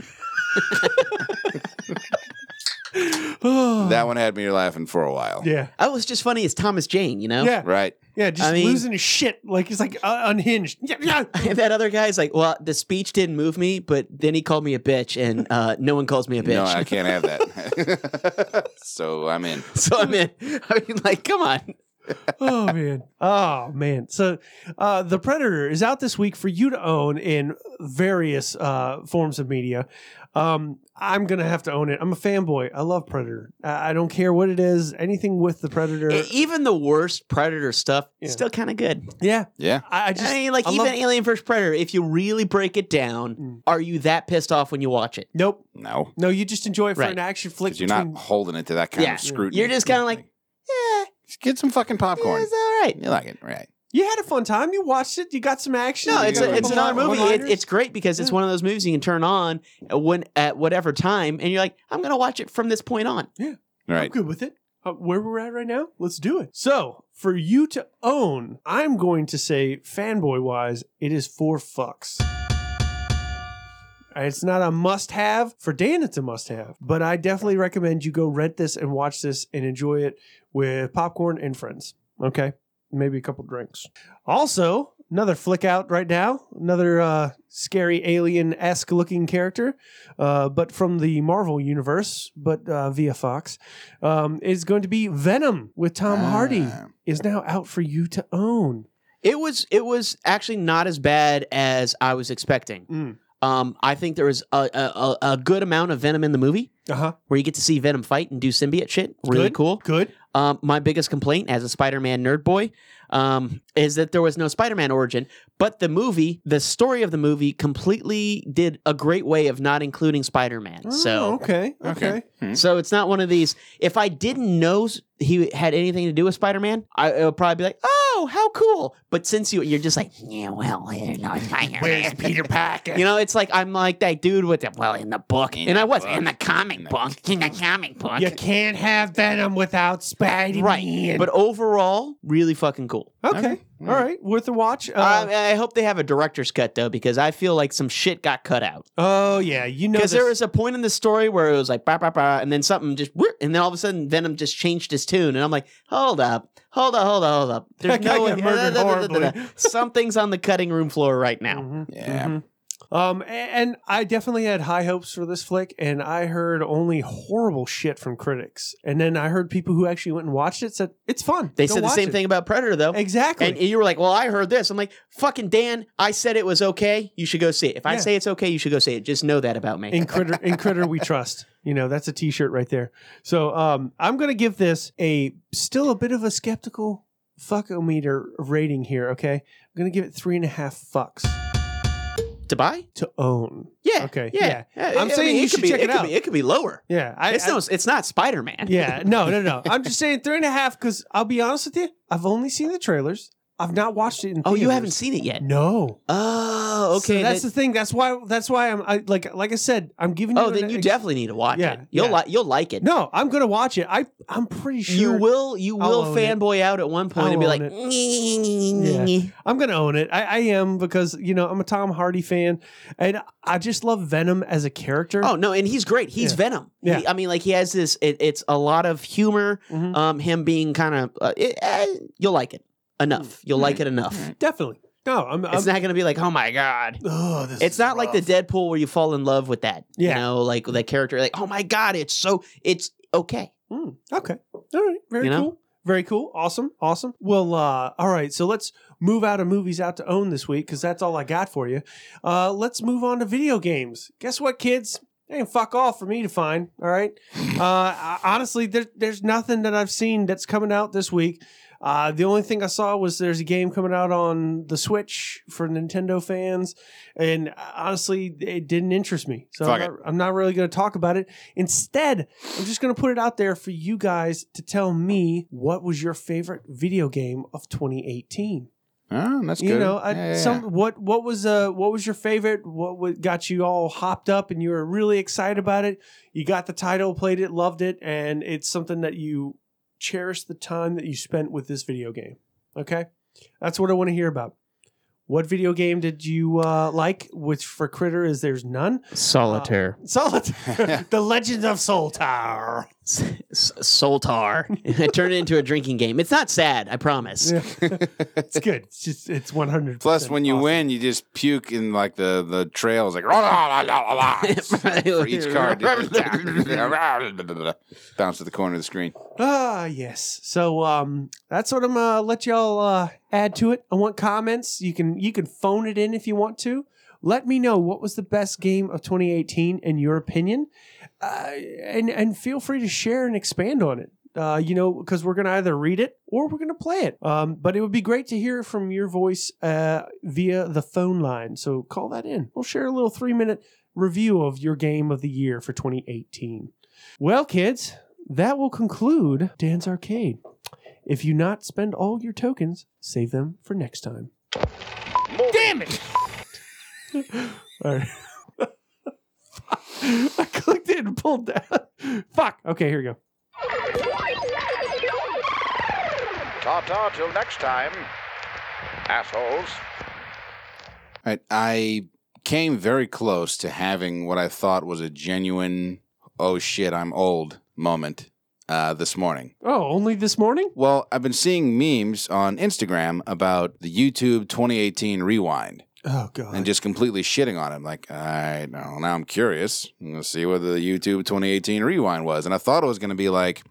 Speaker 4: that one had me laughing for a while.
Speaker 2: yeah.
Speaker 5: Oh, it's just funny. It's Thomas Jane, you know.
Speaker 2: Yeah.
Speaker 4: Right.
Speaker 2: Yeah. Just
Speaker 5: I mean-
Speaker 2: losing his shit. Like he's like uh, unhinged. Yeah. Yeah.
Speaker 5: And that other guy's like, well, the speech didn't move me, but then he called me a bitch, and uh, no one calls me a bitch.
Speaker 4: No, I can't have that. so I'm in.
Speaker 5: so I'm in. I mean, like, come on.
Speaker 2: oh man. Oh man. So, uh, the Predator is out this week for you to own in various uh, forms of media. Um, I'm gonna have to own it. I'm a fanboy. I love Predator. I, I don't care what it is. Anything with the Predator.
Speaker 5: E- Even the worst Predator stuff,
Speaker 2: Uh, Yeah.
Speaker 5: still kind of good.
Speaker 2: yeah.
Speaker 4: Yeah.
Speaker 2: I, I just
Speaker 5: I mean, like
Speaker 2: I
Speaker 5: even
Speaker 2: love-
Speaker 5: Alien vs Predator. If you really break it down,
Speaker 2: Mm.
Speaker 5: are you that pissed off when you watch it?
Speaker 2: nope.
Speaker 4: No.
Speaker 2: No, you just enjoy it for
Speaker 5: Right.
Speaker 2: an action flick.
Speaker 4: Because you're
Speaker 2: between-
Speaker 4: not holding it to that kind
Speaker 5: Yeah.
Speaker 4: of scrutiny.
Speaker 5: You're just kind of like, yeah,
Speaker 4: Just get some fucking popcorn.
Speaker 5: yeah, it's all right.
Speaker 4: You like it, right?
Speaker 2: You had a fun time. You watched it. You got some action.
Speaker 5: No,
Speaker 4: Yeah,
Speaker 5: it's
Speaker 4: you
Speaker 5: a,
Speaker 4: like
Speaker 5: it's
Speaker 4: the
Speaker 5: another
Speaker 4: one-
Speaker 5: movie. It,
Speaker 2: one-liners.
Speaker 5: it's great because it's one of those movies you can turn on when at whatever time, and you're like, I'm gonna watch it from this point on.
Speaker 4: Right.
Speaker 2: I'm good with it. Uh, where we're at right now, let's do it. So, for you to own, I'm going to say, fanboy wise, it is four fucks. Uh, It's not a must have. For Dan, it's a must have. But I definitely recommend you go rent this and watch this and enjoy it with popcorn and friends. Okay. Maybe a couple drinks. Also, another flick out right now, another uh, scary alien esque looking character, uh, but from the Marvel universe, but uh, via Fox, um, is going to be Venom with Tom Hardy.
Speaker 4: Ah.
Speaker 2: Is now out for you to own.
Speaker 5: It was it was actually not as bad as I was expecting.
Speaker 2: Mm.
Speaker 5: Um, I think there was a, a a- a good amount of Venom in the movie
Speaker 2: Uh huh.
Speaker 5: where you get to see Venom fight and do symbiote shit. Uh-huh. Really cool.
Speaker 2: Good.
Speaker 5: Um, my biggest complaint as a Spider-Man nerd boy um, is that there was no Spider-Man origin, but the movie, the story of the movie, completely did a great way of not including Spider-Man.
Speaker 2: Oh,
Speaker 5: so,
Speaker 2: okay. Okay.
Speaker 4: Hmm.
Speaker 5: so it's not one of these. If I didn't know s- he had anything to do with Spider-Man, I it would probably be like, "Oh, how cool!" But since you, you're just like, "Yeah, well, there's no Spider-Man." Where's Peter Parker? You know, it's like I'm like that dude with the well in the book,
Speaker 4: In
Speaker 5: and
Speaker 4: the
Speaker 5: I was
Speaker 4: book.
Speaker 5: in the comic
Speaker 4: In the-
Speaker 5: book, in the comic book,
Speaker 2: You can't have Venom without Spider-Man.
Speaker 5: right? But overall, really fucking cool.
Speaker 2: okay.
Speaker 4: Okay.
Speaker 2: All right. Worth a watch. Uh,
Speaker 5: I, I hope they have a director's cut though, because I feel like some shit got cut out.
Speaker 2: oh yeah, you know
Speaker 5: Because there
Speaker 2: this-
Speaker 5: was a point in the story where it was like ba ba ba, and then something just, whoop, and then all of a sudden Venom just changed his tune, and I'm like, hold up, hold up, hold up, hold up. There's
Speaker 2: That guy
Speaker 5: no
Speaker 2: got
Speaker 5: way-
Speaker 2: murdered horribly.
Speaker 5: Something's on the cutting room floor right now.
Speaker 2: Mhm.
Speaker 4: Yeah.
Speaker 2: Mhm. Um, a- and I definitely had high hopes for this flick, and I heard only horrible shit from critics. And then I heard people who actually went and watched it said it's fun.
Speaker 5: They
Speaker 2: Go
Speaker 5: said the
Speaker 2: watch
Speaker 5: same
Speaker 2: it."
Speaker 5: thing about Predator though.
Speaker 2: Exactly.
Speaker 5: And you were like, "Well, I heard this." I'm like, "Fucking Dan, I said it was okay. You should go see it. If I
Speaker 2: Yeah.
Speaker 5: say it's okay, you should go see it. Just know that about me."
Speaker 2: in critter in critter we trust you know that's a t-shirt right there so um i'm gonna give this a still a bit of a skeptical fuckometer rating here, okay? I'm gonna give it three and a half fucks
Speaker 5: to buy?
Speaker 2: to own.
Speaker 5: Yeah.
Speaker 2: Okay,
Speaker 5: Yeah.
Speaker 2: yeah.
Speaker 5: Uh,
Speaker 2: I'm saying you
Speaker 5: could
Speaker 2: should
Speaker 5: be,
Speaker 2: check it
Speaker 5: could
Speaker 2: out.
Speaker 5: Be, it could be lower.
Speaker 2: Yeah, I,
Speaker 5: it's
Speaker 2: I-
Speaker 5: no. It's not Spider Man.
Speaker 2: Yeah, no, no, no. I'm just saying three and a half because I'll be honest with you, I've only seen the trailers. I've not watched it in.
Speaker 5: Oh, you
Speaker 2: theaters.
Speaker 5: haven't seen it yet.
Speaker 2: No.
Speaker 5: Oh,
Speaker 2: So
Speaker 5: okay.
Speaker 2: that's
Speaker 5: that-
Speaker 2: the thing. That's why. That's why I'm. I, like like I said, I'm giving. you
Speaker 5: oh, then
Speaker 2: an
Speaker 5: you
Speaker 2: ex-
Speaker 5: definitely need to watch
Speaker 2: Yeah,
Speaker 5: it. You'll
Speaker 2: yeah.
Speaker 5: like. You'll like it.
Speaker 2: No, I'm gonna watch it. I I'm pretty sure
Speaker 5: You will. You
Speaker 2: I'll
Speaker 5: will
Speaker 2: own it.
Speaker 5: fanboy out at one point
Speaker 2: I'll
Speaker 5: and be
Speaker 2: own
Speaker 5: like,
Speaker 2: it.
Speaker 5: "Nyeh."
Speaker 2: I'm gonna own it. I, I am because you know I'm a Tom Hardy fan, and I just love Venom as a character.
Speaker 5: Oh no, and he's great. He's
Speaker 2: Yeah.
Speaker 5: Venom.
Speaker 2: Yeah.
Speaker 5: He- I mean, like he has this. It, it's a lot of humor.
Speaker 2: Mhm.
Speaker 5: Um, him being kind of. Uh, it- eh, you'll like it
Speaker 2: Mm.
Speaker 5: enough. You'll like it enough.
Speaker 2: definitely. No, I'm. I'm
Speaker 5: It's not gonna be like, oh my god.
Speaker 2: oh, Um, this
Speaker 5: It's
Speaker 2: is
Speaker 5: not like the
Speaker 2: rough.
Speaker 5: Deadpool where you fall in love with that.
Speaker 2: Yeah.
Speaker 5: You know, like that character. Like, oh my god, it's so. It's Hmm, okay.
Speaker 2: Mm, okay. All right. Very
Speaker 5: You know?
Speaker 2: cool. Very cool. Awesome. Awesome. Well, uh, all right. So let's move out of movies out to own this week because that's all I got for you. Uh, let's move on to video games. Guess what, kids? They can fuck off for me to find. All right. Uh, I- honestly, there, there's nothing that I've seen that's coming out this week. Uh, the only thing I saw was there's a game coming out on the Switch for Nintendo fans, and uh, honestly, it didn't interest me. So I'm
Speaker 4: Fuck
Speaker 2: not, I'm not really going to talk about it. Instead, I'm just going to put it out there for you guys to tell me what was your favorite video game of 2018.
Speaker 4: Oh, that's
Speaker 2: you
Speaker 4: good.
Speaker 2: know, I,
Speaker 4: Yeah, yeah,
Speaker 2: some
Speaker 4: yeah.
Speaker 2: what what was uh what was your favorite? What wa- got you all hopped up and you were really excited about it? You got the title, played it, loved it, and it's something that you cherish the time that you spent with this video game. Okay, that's what I want to hear about. What video game did you uh, like? Which for Critter is there's none.
Speaker 5: Solitaire.
Speaker 2: Solitaire, The Legend of Solitaire.
Speaker 5: Soltar. Turn it into a drinking game. It's not sad. I promise.
Speaker 2: Yeah. it's good. It's just it's one hundred.
Speaker 4: Plus, when you win, you just puke in like the the trails, like for each card. Bounce to the corner of the screen.
Speaker 2: ah yes. So um, that's what I'm uh, let y'all uh, add to it. I want comments. You can you can phone it in if you want to. Let me know what was the best game of 2018 in your opinion, uh, and and feel free to share and expand on it. Uh, you know, because we're gonna either read it or we're gonna play it. Um, but it would be great to hear from your voice uh, via the phone line. So call that in. We'll share a little three minute review of your game of the year for 2018. Well, kids, that will conclude Dan's Arcade. If you not spend all your tokens, save them for next time.
Speaker 8: Damn it!
Speaker 2: All right. I clicked it and pulled down. Fuck. Okay, here we go.
Speaker 8: Ta ta till next time, assholes.
Speaker 4: All right, I came very close to having what I thought was a genuine "oh shit, I'm old" moment uh, this morning.
Speaker 2: Oh, only this morning?
Speaker 4: Well, I've been seeing memes on Instagram about the YouTube 2018 rewind
Speaker 2: Oh god.
Speaker 4: and just completely shitting on it. Like, all right, now, now I'm curious. I'm gonna see whether the YouTube 2018 rewind was, and I thought it was gonna be like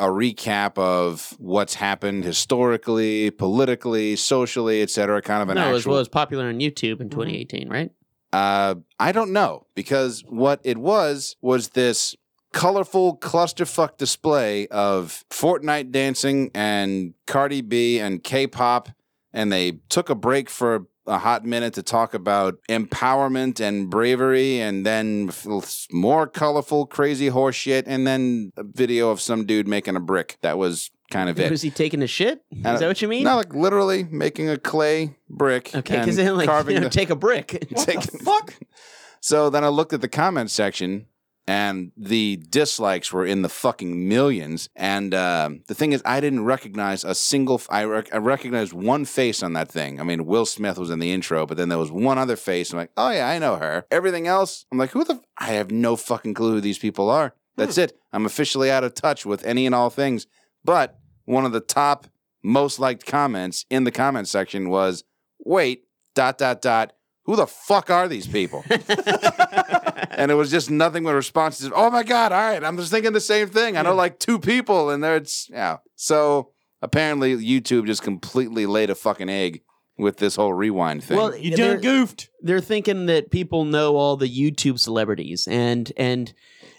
Speaker 4: a recap of what's happened historically, politically, socially, et cetera, kind of an
Speaker 5: No, it
Speaker 4: actual
Speaker 5: was,
Speaker 4: Mm-hmm.
Speaker 5: well, it was popular on YouTube in 2018, right?
Speaker 4: Uh, I don't know because what it was was this colorful clusterfuck display of Fortnite dancing and Cardi B and K-pop, and they took a break for a hot minute to talk about empowerment and bravery, and then f- more colorful, crazy horseshit, and then a video of some dude making a brick. That was kind of it.
Speaker 5: Was he taking a shit? Is
Speaker 4: don't-
Speaker 5: that what you mean?
Speaker 4: Not like literally making a clay brick.
Speaker 5: Okay,
Speaker 4: and
Speaker 5: because then like
Speaker 4: carving
Speaker 5: you know,
Speaker 4: the-
Speaker 5: take a brick.
Speaker 4: taken- So then I looked at the comment section, and the dislikes were in the fucking millions. And um the thing is, I didn't recognize a single. f- I, rec- I recognized one face on that thing. I mean, Will Smith was in the intro, but then there was one other face. I'm like, oh yeah, I know her. Everything else, I'm like, who the? F-? I have no fucking clue who these people are. That's it. I'm officially out of touch with any and all things. But one of the top most liked comments in the comment section was, wait, dot dot dot. Who the fuck are these people? and it was just nothing but responses. Oh my god! All right, I'm just thinking the same thing. I know like two people, and there it's yeah. So apparently, YouTube just completely laid a fucking egg with this whole rewind thing.
Speaker 5: Well,
Speaker 2: you
Speaker 5: they're,
Speaker 2: done goofed.
Speaker 5: they're thinking that people know all the YouTube celebrities, and and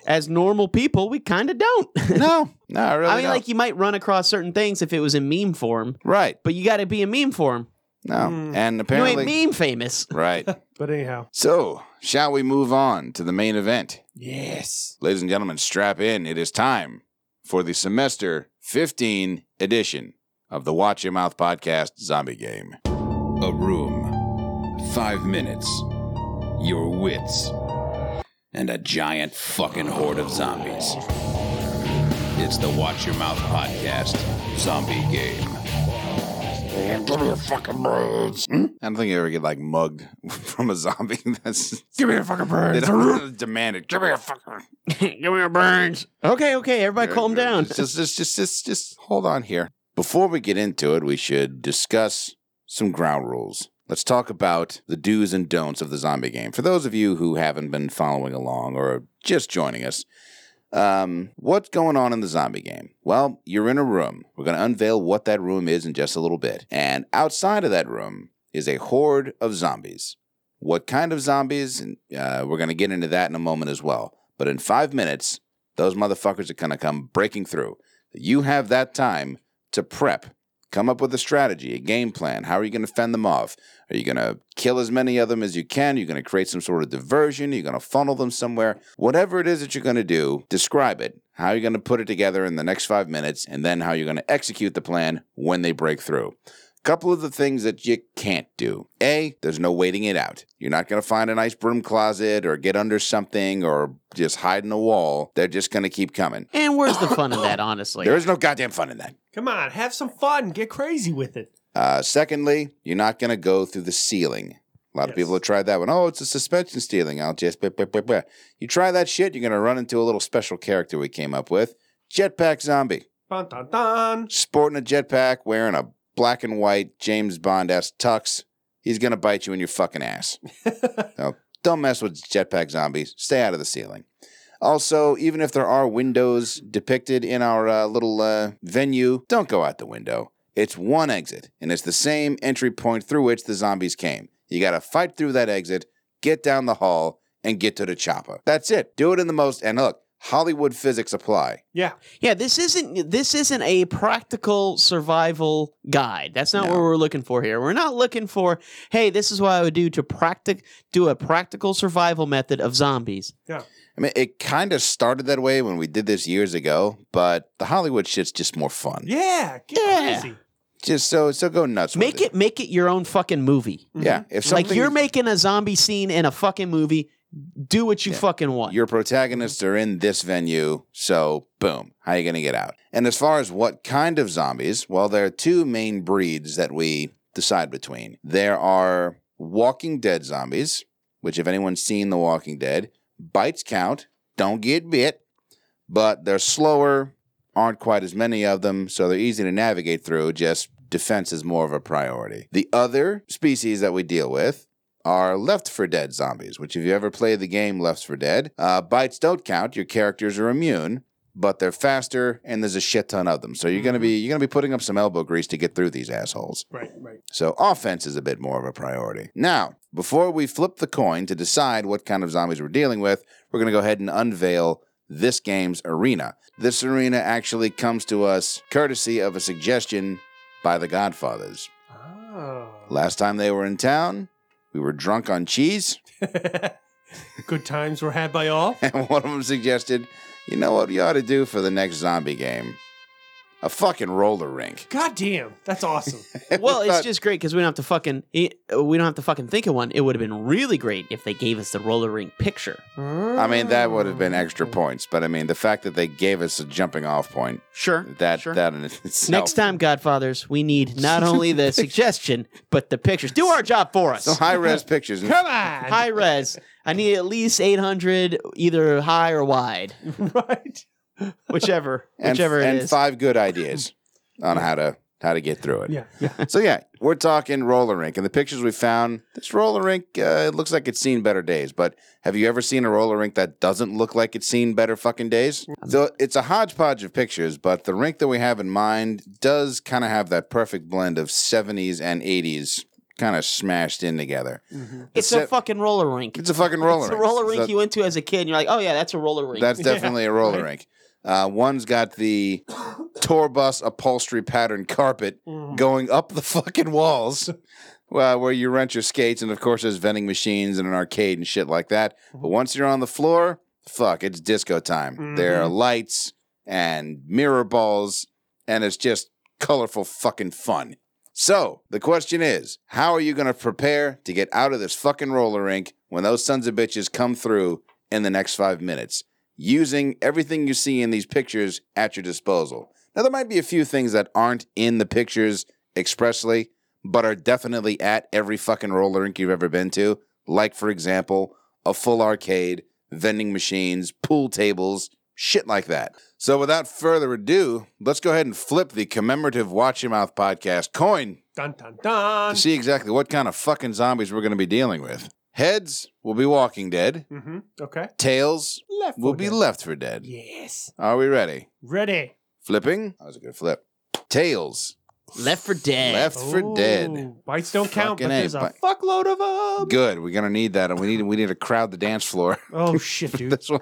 Speaker 5: as normal people, we kind of don't.
Speaker 4: No, no, I really
Speaker 5: I mean,
Speaker 4: don't.
Speaker 5: like you might run across certain things if it was in meme form,
Speaker 4: right.
Speaker 5: but you got to be in meme form.
Speaker 4: No, and
Speaker 5: Hmm. You
Speaker 4: apparently,
Speaker 5: ain't meme famous.
Speaker 4: right.
Speaker 2: But anyhow,
Speaker 4: So, shall we move on to the main event?
Speaker 3: Yes.
Speaker 4: Ladies and gentlemen, strap in. It is time for the semester 15 edition of the Watch Your Mouth podcast zombie game.
Speaker 9: A room, five minutes, your wits, and a giant fucking horde of zombies. It's the Watch Your Mouth podcast zombie game.
Speaker 4: Hmm? I don't think you ever get like mugged from a zombie. That's give me a fucking bird. They don't demand it. Give me a fucking.
Speaker 5: Give me your burns. Okay, okay, everybody, calm down.
Speaker 4: Just, just, just, just, just hold on here. Before we get into it, we should discuss some ground rules. Let's talk about the do's and don'ts of the zombie game. For those of you who haven't been following along or are just joining us, um, what's going on in the zombie game? Well, you're in a room. We're going to unveil what that room is in just a little bit. And outside of that room is a horde of zombies. What kind of zombies? And, Uh, we're going to get into that in a moment as well. But in five minutes, those motherfuckers are going to come breaking through. You have that time to prep, come up with a strategy, a game plan. How are you going to fend them off? Are you going to kill as many of them as you can? You're going to create some sort of diversion. You're going to funnel them somewhere. Whatever it is that you're going to do, describe it. How you're going to put it together in the next five minutes, and then how you're going to execute the plan when they break through. Couple of the things that you can't do. A, there's no waiting it out. You're not going to find a nice broom closet or get under something or just hide in a wall. They're just going to keep coming.
Speaker 5: And where's the fun in that, honestly?
Speaker 4: There is no goddamn fun in that.
Speaker 2: come on, have some fun, get crazy with it.
Speaker 4: Uh, secondly, you're not going to go through the ceiling. A lot of
Speaker 2: Yes.
Speaker 4: people have tried that one. Oh, it's a suspension stealing. I'll just. Blah, blah, blah, blah. You try that shit, you're going to run into a little special character we came up with Jetpack Zombie.
Speaker 2: Dun, dun, dun.
Speaker 4: Sporting a jetpack, wearing a black and white James Bond ass tux. He's going to bite you in your fucking ass. so don't mess with Jetpack Zombies. Stay out of the ceiling. Also, even if there are windows depicted in our uh, little uh, venue, don't go out the window. It's one exit, and it's the same entry point through which the zombies came. You got to fight through that exit, get down the hall, and get to the chopper. That's it. Do it in the most, and look, Hollywood physics apply.
Speaker 2: Yeah,
Speaker 5: Yeah, this isn't this isn't a practical survival guide. That's not what we're looking for here. We're not looking for, hey, this is what I would do to practic do a practical survival method of zombies.
Speaker 4: I mean, it kind of started that way when we did this years ago, but the Hollywood shit's just more fun.
Speaker 2: yeah, get
Speaker 5: Yeah.
Speaker 2: crazy.
Speaker 4: Just so, so go nuts with
Speaker 5: Make it make it your own fucking movie.
Speaker 4: Yeah. If something,
Speaker 5: Like you're making a zombie scene in a fucking movie. Do what you fucking want.
Speaker 4: Your protagonists are in this venue, so boom, how you going to get out? And as far as what kind of zombies, well, there are two main breeds that we decide between. There are Walking Dead zombies, which, if anyone's seen The Walking Dead, bites count, don't get bit, but they're slower, aren't quite as many of them, so they're easy to navigate through, just defense is more of a priority. The other species that we deal with are Left for Dead zombies, which if you ever play the game Left for Dead, uh, bites don't count. Your characters are immune, but they're faster, and there's a shit ton of them. So you're gonna be you're gonna be putting up some elbow grease to get through these assholes.
Speaker 2: Right, right.
Speaker 4: So offense is a bit more of a priority. Now, before we flip the coin to decide what kind of zombies we're dealing with, we're gonna go ahead and unveil this game's arena. This arena actually comes to us courtesy of a suggestion by the Godfathers.
Speaker 2: Oh.
Speaker 4: Last time they were in town, we were drunk on cheese.
Speaker 2: Good times were had by all.
Speaker 4: and one of them suggested, you know what you ought to do for the next zombie game? A fucking roller rink.
Speaker 2: God damn, that's awesome.
Speaker 5: well, it's
Speaker 4: thought-
Speaker 5: just great because we don't have to fucking eh, we don't have to fucking think of one. It would have been really great if they gave us the roller rink picture.
Speaker 4: I mean, that would have been extra
Speaker 5: Mm.
Speaker 4: points, but I mean, the fact that they gave us a jumping off point,
Speaker 5: Sure.
Speaker 4: that
Speaker 5: sure.
Speaker 4: that in itself.
Speaker 5: Next time, Godfathers, we need not only the suggestion but the pictures. Do our job for us.
Speaker 4: Some high res pictures.
Speaker 2: Come on,
Speaker 5: high res. I need at least eight hundred, either high or wide,
Speaker 2: right?
Speaker 5: whichever,
Speaker 4: and,
Speaker 5: whichever
Speaker 4: and
Speaker 5: it is.
Speaker 4: five good ideas on how to how to get through it.
Speaker 2: Yeah, yeah.
Speaker 4: So yeah, we're talking roller rink, and the pictures we found. This roller rink, uh, it looks like it's seen better days. But have you ever seen a roller rink that doesn't look like it's seen better fucking days? So it's a hodgepodge of pictures, but the rink that we have in mind does kind of have that perfect blend of '70s and '80s kind of smashed in together.
Speaker 5: It's a
Speaker 4: Except-
Speaker 5: fucking roller rink.
Speaker 4: It's a fucking roller.
Speaker 5: It's a
Speaker 4: rink.
Speaker 5: roller
Speaker 4: It's
Speaker 5: rink
Speaker 4: a-
Speaker 5: you went to as a kid, and you're like, oh yeah, that's a roller rink.
Speaker 4: That's definitely a roller rink. Uh, one's got the tour bus upholstery pattern carpet
Speaker 2: Mm-hmm.
Speaker 4: going up the fucking walls. Well, where you rent your skates, and of course, there's vending machines and an arcade and shit like that. But once you're on the floor, fuck, it's disco time. There are lights and mirror balls, and it's just colorful fucking fun. So the question is, how are you going to prepare to get out of this fucking roller rink when those sons of bitches come through in the next five minutes? Using everything you see in these pictures at your disposal. Now, there might be a few things that aren't in the pictures expressly, but are definitely at every fucking roller rink you've ever been to. Like, for example, a full arcade, vending machines, pool tables, shit like that. So, without further ado, let's go ahead and flip the commemorative Watch Your Mouth podcast coin
Speaker 2: Dun dun dun.
Speaker 4: to see exactly what kind of fucking zombies we're going to be dealing with. Heads will be Walking Dead,
Speaker 2: Mm-hmm. Okay.
Speaker 4: tails
Speaker 2: Left.
Speaker 4: will
Speaker 2: for
Speaker 4: be
Speaker 2: dead.
Speaker 4: Left for Dead.
Speaker 2: Yes.
Speaker 4: Are we ready?
Speaker 2: Ready.
Speaker 4: Flipping? That was a good flip. Tails,
Speaker 5: Left for dead.
Speaker 4: Left for Dead.
Speaker 2: Ooh, Bites don't count,
Speaker 4: Fucking
Speaker 2: but
Speaker 4: A,
Speaker 2: there's a
Speaker 4: bite.
Speaker 2: fuckload of them.
Speaker 4: Good. We're gonna need that, and we need we need to crowd the dance floor.
Speaker 2: Oh shit, dude.
Speaker 4: this one.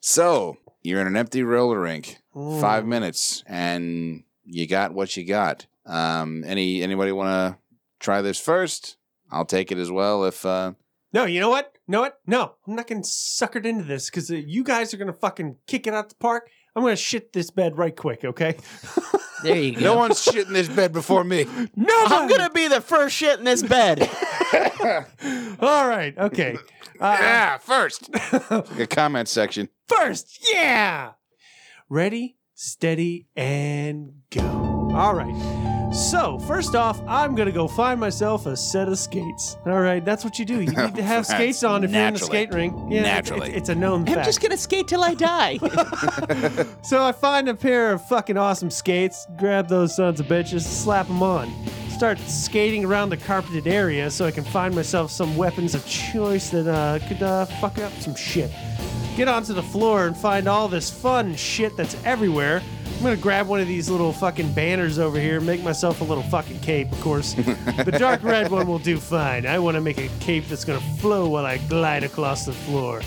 Speaker 4: So you're in an empty roller rink, five
Speaker 2: Ooh.
Speaker 4: minutes, and you got what you got. Um, any anybody want to try this first? I'll take it as well. If uh,
Speaker 2: No, you know what? No, what? No, I'm not getting suckered into this because uh, you guys are gonna fucking kick it out the park. I'm gonna shit this bed right quick, okay?
Speaker 5: There you go.
Speaker 4: no one's shit in this bed before me,
Speaker 2: No,
Speaker 5: I'm gonna be the first shit in this bed.
Speaker 2: All right, okay. Uh,
Speaker 4: yeah, first. the comment section.
Speaker 2: First, yeah. Ready, steady, and go. All right. So first off, I'm gonna go find myself a set of skates. All right, that's what you do. You need to have skates on if
Speaker 4: Naturally.
Speaker 2: you're in the skate rink. Yeah, it's-
Speaker 4: Naturally.
Speaker 2: it's, it's a known
Speaker 5: I'm
Speaker 2: fact.
Speaker 5: just gonna skate till I die.
Speaker 2: So I find a pair of fucking awesome skates, grab those sons of bitches, slap them on, start skating around the carpeted area so I can find myself some weapons of choice that uh, could uh, fuck up some shit. Get onto the floor and find all this fun shit that's everywhere. I'm gonna grab one of these little fucking banners over here, make myself a little fucking cape, of course. the dark red one will do fine. I wanna make a cape that's gonna flow while I glide across the floor.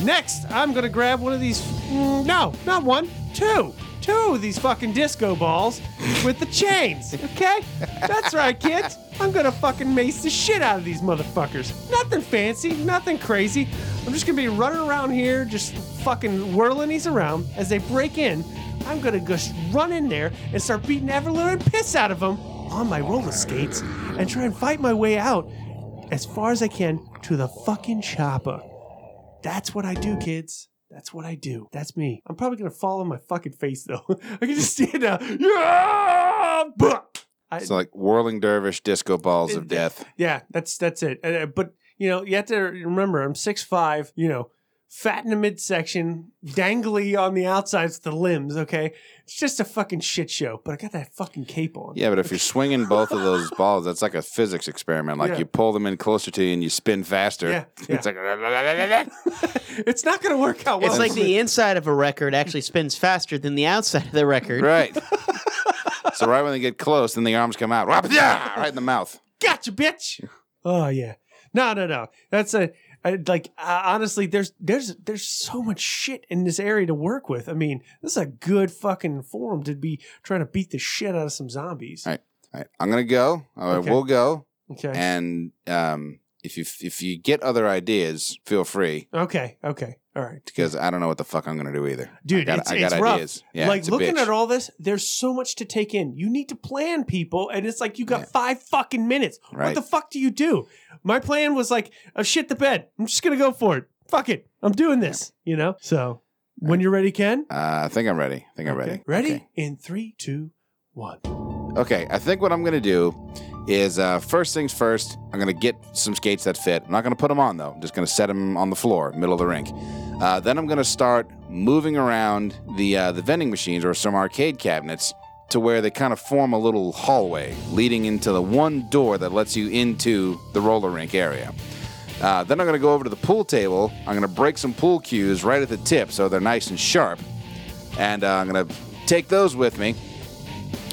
Speaker 2: Next, I'm gonna grab one of these. mm, no, not one, two, two of these fucking disco balls with the chains. Okay, that's right, kids. I'm gonna fucking mace the shit out of these motherfuckers. Nothing fancy, nothing crazy. I'm just gonna be running around here, just fucking whirling these around as they break in. I'm gonna just run in there and start beating every little piss out of them on my roller skates and try and fight my way out as far as I can to the fucking chopper. That's what I do, kids. That's what I do. That's me. I'm probably gonna fall on my fucking face though. I can just stand up. Yeah, Bah!
Speaker 4: It's like whirling dervish disco balls of death.
Speaker 2: yeah. That's that's it. Uh, but you know, you have to remember, I'm six five. You know, fat in the midsection, dangly on the outsides of the limbs. Okay, it's just a fucking shit show. But I got that fucking cape on.
Speaker 4: Yeah, but if you're swinging both of those balls, that's like a physics experiment. Like
Speaker 2: Yeah.
Speaker 4: you pull them in closer to you and you spin faster.
Speaker 2: Yeah,
Speaker 4: It's like
Speaker 2: It's not gonna work out well.
Speaker 5: it's like the inside of a record actually spins faster than the outside of the record.
Speaker 4: Right. so right when they get close, then the arms come out. Whap, yeah, right in the mouth.
Speaker 2: gotcha, bitch. Oh yeah. No, no, no. That's a I, like uh, honestly, there's there's there's so much shit in this area to work with. I mean, this is a good fucking forum to be trying to beat the shit out of some zombies.
Speaker 4: All right, I'm gonna go. All right,
Speaker 2: Okay.
Speaker 4: we'll go.
Speaker 2: Okay.
Speaker 4: And um, if you if you get other ideas, feel free
Speaker 2: Okay. Okay. All right.
Speaker 4: because I don't know what the fuck I'm gonna do either.
Speaker 2: Dude,
Speaker 4: I got,
Speaker 2: it's-
Speaker 4: I got
Speaker 2: it's rough.
Speaker 4: ideas. Yeah,
Speaker 2: like
Speaker 4: it's a
Speaker 2: looking
Speaker 4: bitch.
Speaker 2: at all this, there's so much to take in. You need to plan, people, and it's like you got five fucking minutes. What
Speaker 4: Right.
Speaker 2: the fuck do you do? My plan was like, oh shit, the bed. I'm just gonna go for it. Fuck it. I'm doing this. You know. So when you're ready, Ken.
Speaker 4: Uh, I think I'm ready. I think I'm
Speaker 2: Okay.
Speaker 4: ready.
Speaker 2: Ready
Speaker 4: Okay.
Speaker 2: in three, two, one.
Speaker 4: Okay, I think what I'm gonna do is uh, first things first. I'm gonna get some skates that fit. I'm not gonna put them on though. I'm just gonna set them on the floor, middle of the rink. Uh, then I'm gonna start moving around the uh, the vending machines or some arcade cabinets to where they kind of form a little hallway leading into the one door that lets you into the roller rink area. Uh, then I'm gonna go over to the pool table. I'm gonna break some pool cues right at the tip so they're nice and sharp, and uh, I'm gonna take those with me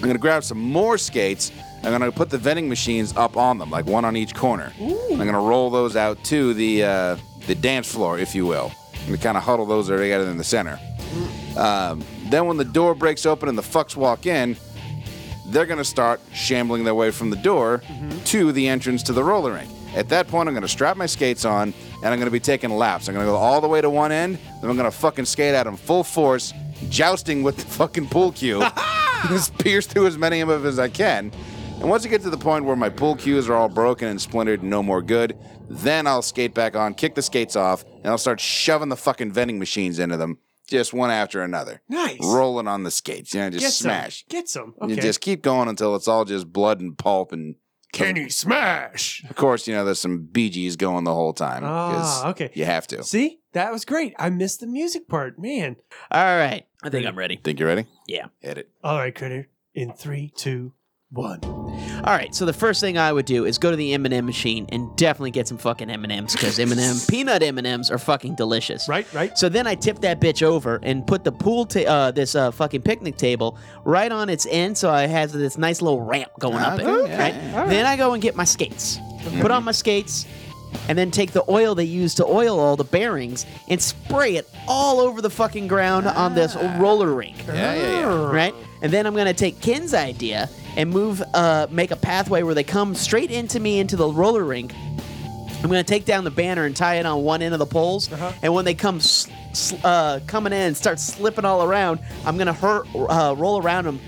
Speaker 4: I'm gonna grab some more skates. I'm gonna put the vending machines up on them, like one on each corner. I'm gonna roll those out to the uh, the dance floor, if you will. I'm gonna kind of huddle those together in the center. Um, then when the door breaks open and the fucks walk in, they're going to start shambling their way from the door to the entrance to the roller rink. At that point, I'm going to strap my skates on and I'm going to be taking laps. I'm going to go all the way to one end, then I'm going to fucking skate at him full force, jousting with the fucking pool cue. Just pierce through as many of them as I can. And once I get to the point where my pool cues are all broken and splintered and no more good, then I'll skate back on, kick the skates off, and I'll start shoving the fucking vending machines into them, just one after another.
Speaker 2: Nice.
Speaker 4: Rolling on the skates, you know, just
Speaker 2: Get
Speaker 4: smash.
Speaker 2: some. Get some. Okay.
Speaker 4: You just keep going until it's all just blood and pulp. And
Speaker 2: Kenny Smash.
Speaker 4: of course, you know, there's some BGs going the whole time. 'cause
Speaker 2: Ah, okay.
Speaker 4: You have to.
Speaker 2: See, that was great. I missed the music part, man.
Speaker 5: All right.
Speaker 6: I think I'm ready.
Speaker 4: Think you ready?
Speaker 6: Yeah.
Speaker 4: Hit it.
Speaker 2: All right, critter. In three, two, one.
Speaker 5: All right, so the first thing I would do is go to the M&M machine and definitely get some fucking M&Ms because M&M peanut M&Ms are fucking delicious.
Speaker 2: Right, right.
Speaker 5: So then I tip that bitch over and put the pool ta- uh, this uh, fucking picnic table right on its end, so I has this nice little ramp going up it.
Speaker 4: Okay,
Speaker 5: Right.
Speaker 4: yeah.
Speaker 5: Then I go and get my skates, put on my skates, and then take the oil they use to oil all the bearings and spray it all over the fucking ground on this roller rink
Speaker 4: Ah. Yeah, yeah, yeah.
Speaker 5: right? And then I'm gonna take Ken's idea and move, uh, make a pathway where they come straight into me into the roller rink. I'm gonna take down the banner and tie it on one end of the poles, and when they come sl- sl- uh, coming in and start slipping all around, I'm gonna hurt, uh, roll around them,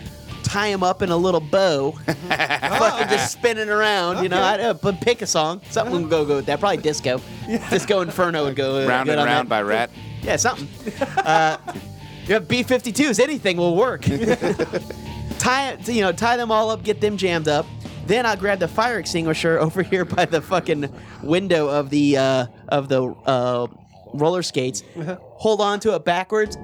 Speaker 5: tie them up in a little bow, fucking just spinning around. You know, I'd, uh, but pick a song, something would go good with that. Probably disco, disco inferno would go uh,
Speaker 4: Round
Speaker 5: good
Speaker 4: and
Speaker 5: on
Speaker 4: round
Speaker 5: that.
Speaker 4: by rat.
Speaker 5: Yeah, something. Uh, you have B-52s. Anything will work. tie it- you know, tie them all up, get them jammed up. Then I'll grab the fire extinguisher over here by the fucking window of the uh, of the uh, roller skates.
Speaker 2: Uh-huh.
Speaker 5: Hold on to it backwards,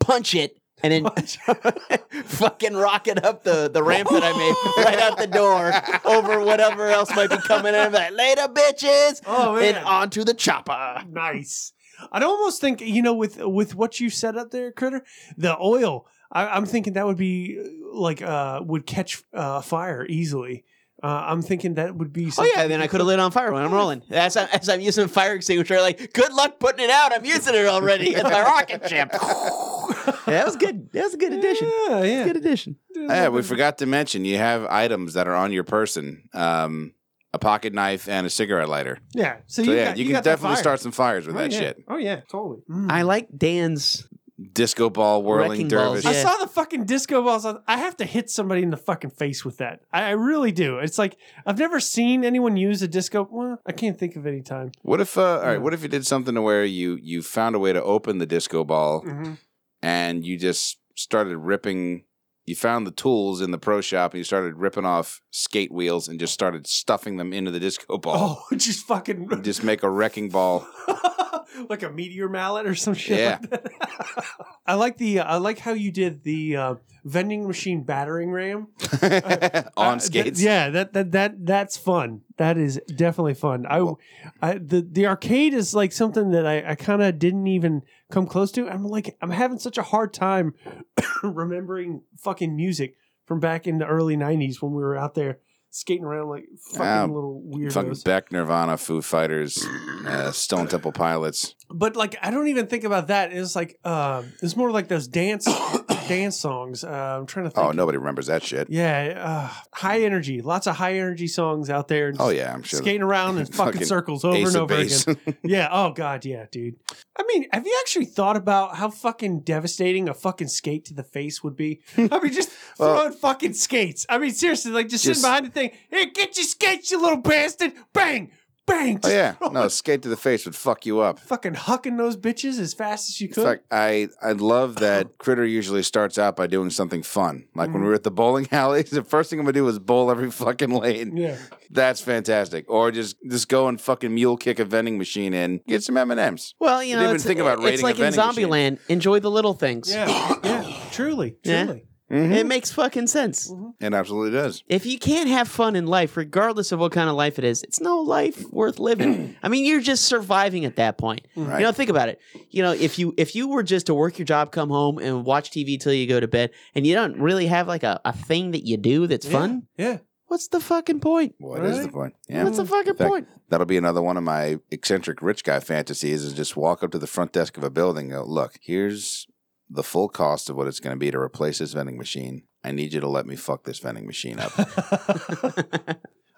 Speaker 5: punch it, and then fucking rock it up the, the ramp that I made right out the door over whatever else might be coming in. I'm like, later, bitches,
Speaker 2: Oh,
Speaker 5: and
Speaker 2: man.
Speaker 5: onto the chopper.
Speaker 2: Nice. I'd almost think you know with with what you set up there, critter, the oil. I, I'm thinking that would be uh, like uh would catch uh, fire easily. Uh, I'm thinking that would be.
Speaker 5: Oh
Speaker 2: Something
Speaker 5: yeah, then I could have lit it on fire when I'm rolling. As, I, as I'm using a fire extinguisher, like, good luck putting it out. I'm using it already. It's my rocket ship. that was good. That was a good addition.
Speaker 2: Yeah, yeah.
Speaker 5: Good addition.
Speaker 4: Yeah, we forgot to mention you have items that are on your person um, a pocket knife and a cigarette lighter.
Speaker 2: Yeah. So,
Speaker 4: So,
Speaker 2: you
Speaker 4: yeah,
Speaker 2: got,
Speaker 4: you,
Speaker 2: got
Speaker 4: can
Speaker 2: that
Speaker 4: definitely
Speaker 2: fire.
Speaker 4: start some fires with
Speaker 2: oh,
Speaker 4: that
Speaker 2: yeah.
Speaker 4: shit.
Speaker 2: Oh yeah, totally. Mm.
Speaker 5: I like Dan's.
Speaker 4: Disco ball, whirling
Speaker 5: Wrecking balls,
Speaker 4: dervish.
Speaker 2: I
Speaker 5: yeah.
Speaker 2: saw the fucking disco balls. on- I have to hit somebody in the fucking face with that. I, I really do. It's like I've never seen anyone use a disco. Well, I can't think of any time.
Speaker 4: What if, uh, all right, what if you did something to where you, you found a way to open the disco ball
Speaker 2: Mm.
Speaker 4: and you just started ripping you found the tools in the pro shop and you started ripping off skate wheels and just started stuffing them into the disco ball
Speaker 2: Oh, just fucking
Speaker 4: just make a wrecking ball
Speaker 2: like a meteor mallet or some shit.
Speaker 4: Yeah.
Speaker 2: Like that. I like the. Uh, I like how you did the uh, vending machine battering ram Uh,
Speaker 4: on
Speaker 2: th-
Speaker 4: skates
Speaker 2: yeah, that that that that's fun. That is definitely fun. I, I the the arcade is like something that I, I kind of didn't even come close to. I'm like I'm having such a hard time remembering fucking music from back in the early '90s when we were out there skating around like fucking
Speaker 4: Yeah,
Speaker 2: little weirdos.
Speaker 4: Ah, fucking Beck, Nirvana, Foo Fighters, uh, Stone Temple Pilots.
Speaker 2: but like I don't even think about that. It's like uh, it's more like those dance dance songs. Uh, I'm trying to think.
Speaker 4: Oh, nobody remembers that shit.
Speaker 2: Yeah, uh, high energy. Lots of high energy songs out there. and
Speaker 4: Oh
Speaker 2: just
Speaker 4: yeah, I'm sure.
Speaker 2: skating around in fucking,
Speaker 4: Fucking
Speaker 2: circles over
Speaker 4: Ace
Speaker 2: and
Speaker 4: of
Speaker 2: over
Speaker 4: Base.
Speaker 2: again. yeah. Oh god. Yeah, dude. I mean, have you actually thought about how fucking devastating a fucking skate to the face would be? I mean, just throwing fucking skates. I mean, seriously, like just,
Speaker 4: Just-
Speaker 2: sitting behind the thing. Here, get your skates, you little bastard! Bang, bang.
Speaker 4: oh
Speaker 2: Just
Speaker 4: yeah, no, skate to the face would fuck you up.
Speaker 2: Fucking hucking those bitches as fast as you
Speaker 4: In
Speaker 2: could.
Speaker 4: fact, I, I love that Critter usually starts out by doing something fun. Like when we were at the bowling alley, the first thing I'm gonna do is bowl every fucking lane.
Speaker 2: Yeah.
Speaker 4: That's fantastic. Or just just go and fucking mule kick a vending machine in, get some M and M's.
Speaker 5: Well, you
Speaker 4: Didn't
Speaker 5: know,
Speaker 4: even
Speaker 5: it's,
Speaker 4: think about raiding
Speaker 5: it's
Speaker 4: a
Speaker 5: like in
Speaker 4: vending machine.
Speaker 5: Zombieland. Enjoy the little things.
Speaker 2: Yeah, yeah, truly,
Speaker 5: Yeah.
Speaker 2: truly.
Speaker 5: It makes fucking sense.
Speaker 4: It absolutely does.
Speaker 5: If you can't have fun in life, regardless of what kind of life it is, it's no life worth living. I mean, you're just surviving at that point. You know, think about it. You know, if you if you were just to work your job, come home and watch TV till you go to bed, and you don't really have like a, a thing that you do that's fun,
Speaker 2: Yeah.
Speaker 5: what's the fucking point?
Speaker 4: What is the point? Yeah.
Speaker 5: What's the fucking
Speaker 4: In fact,
Speaker 5: point?
Speaker 4: That'll be another one of my eccentric rich guy fantasies is just walk up to the front desk of a building and go, look, here's the full cost of what it's going to be to replace this vending machine. I need you to let me fuck this vending machine up.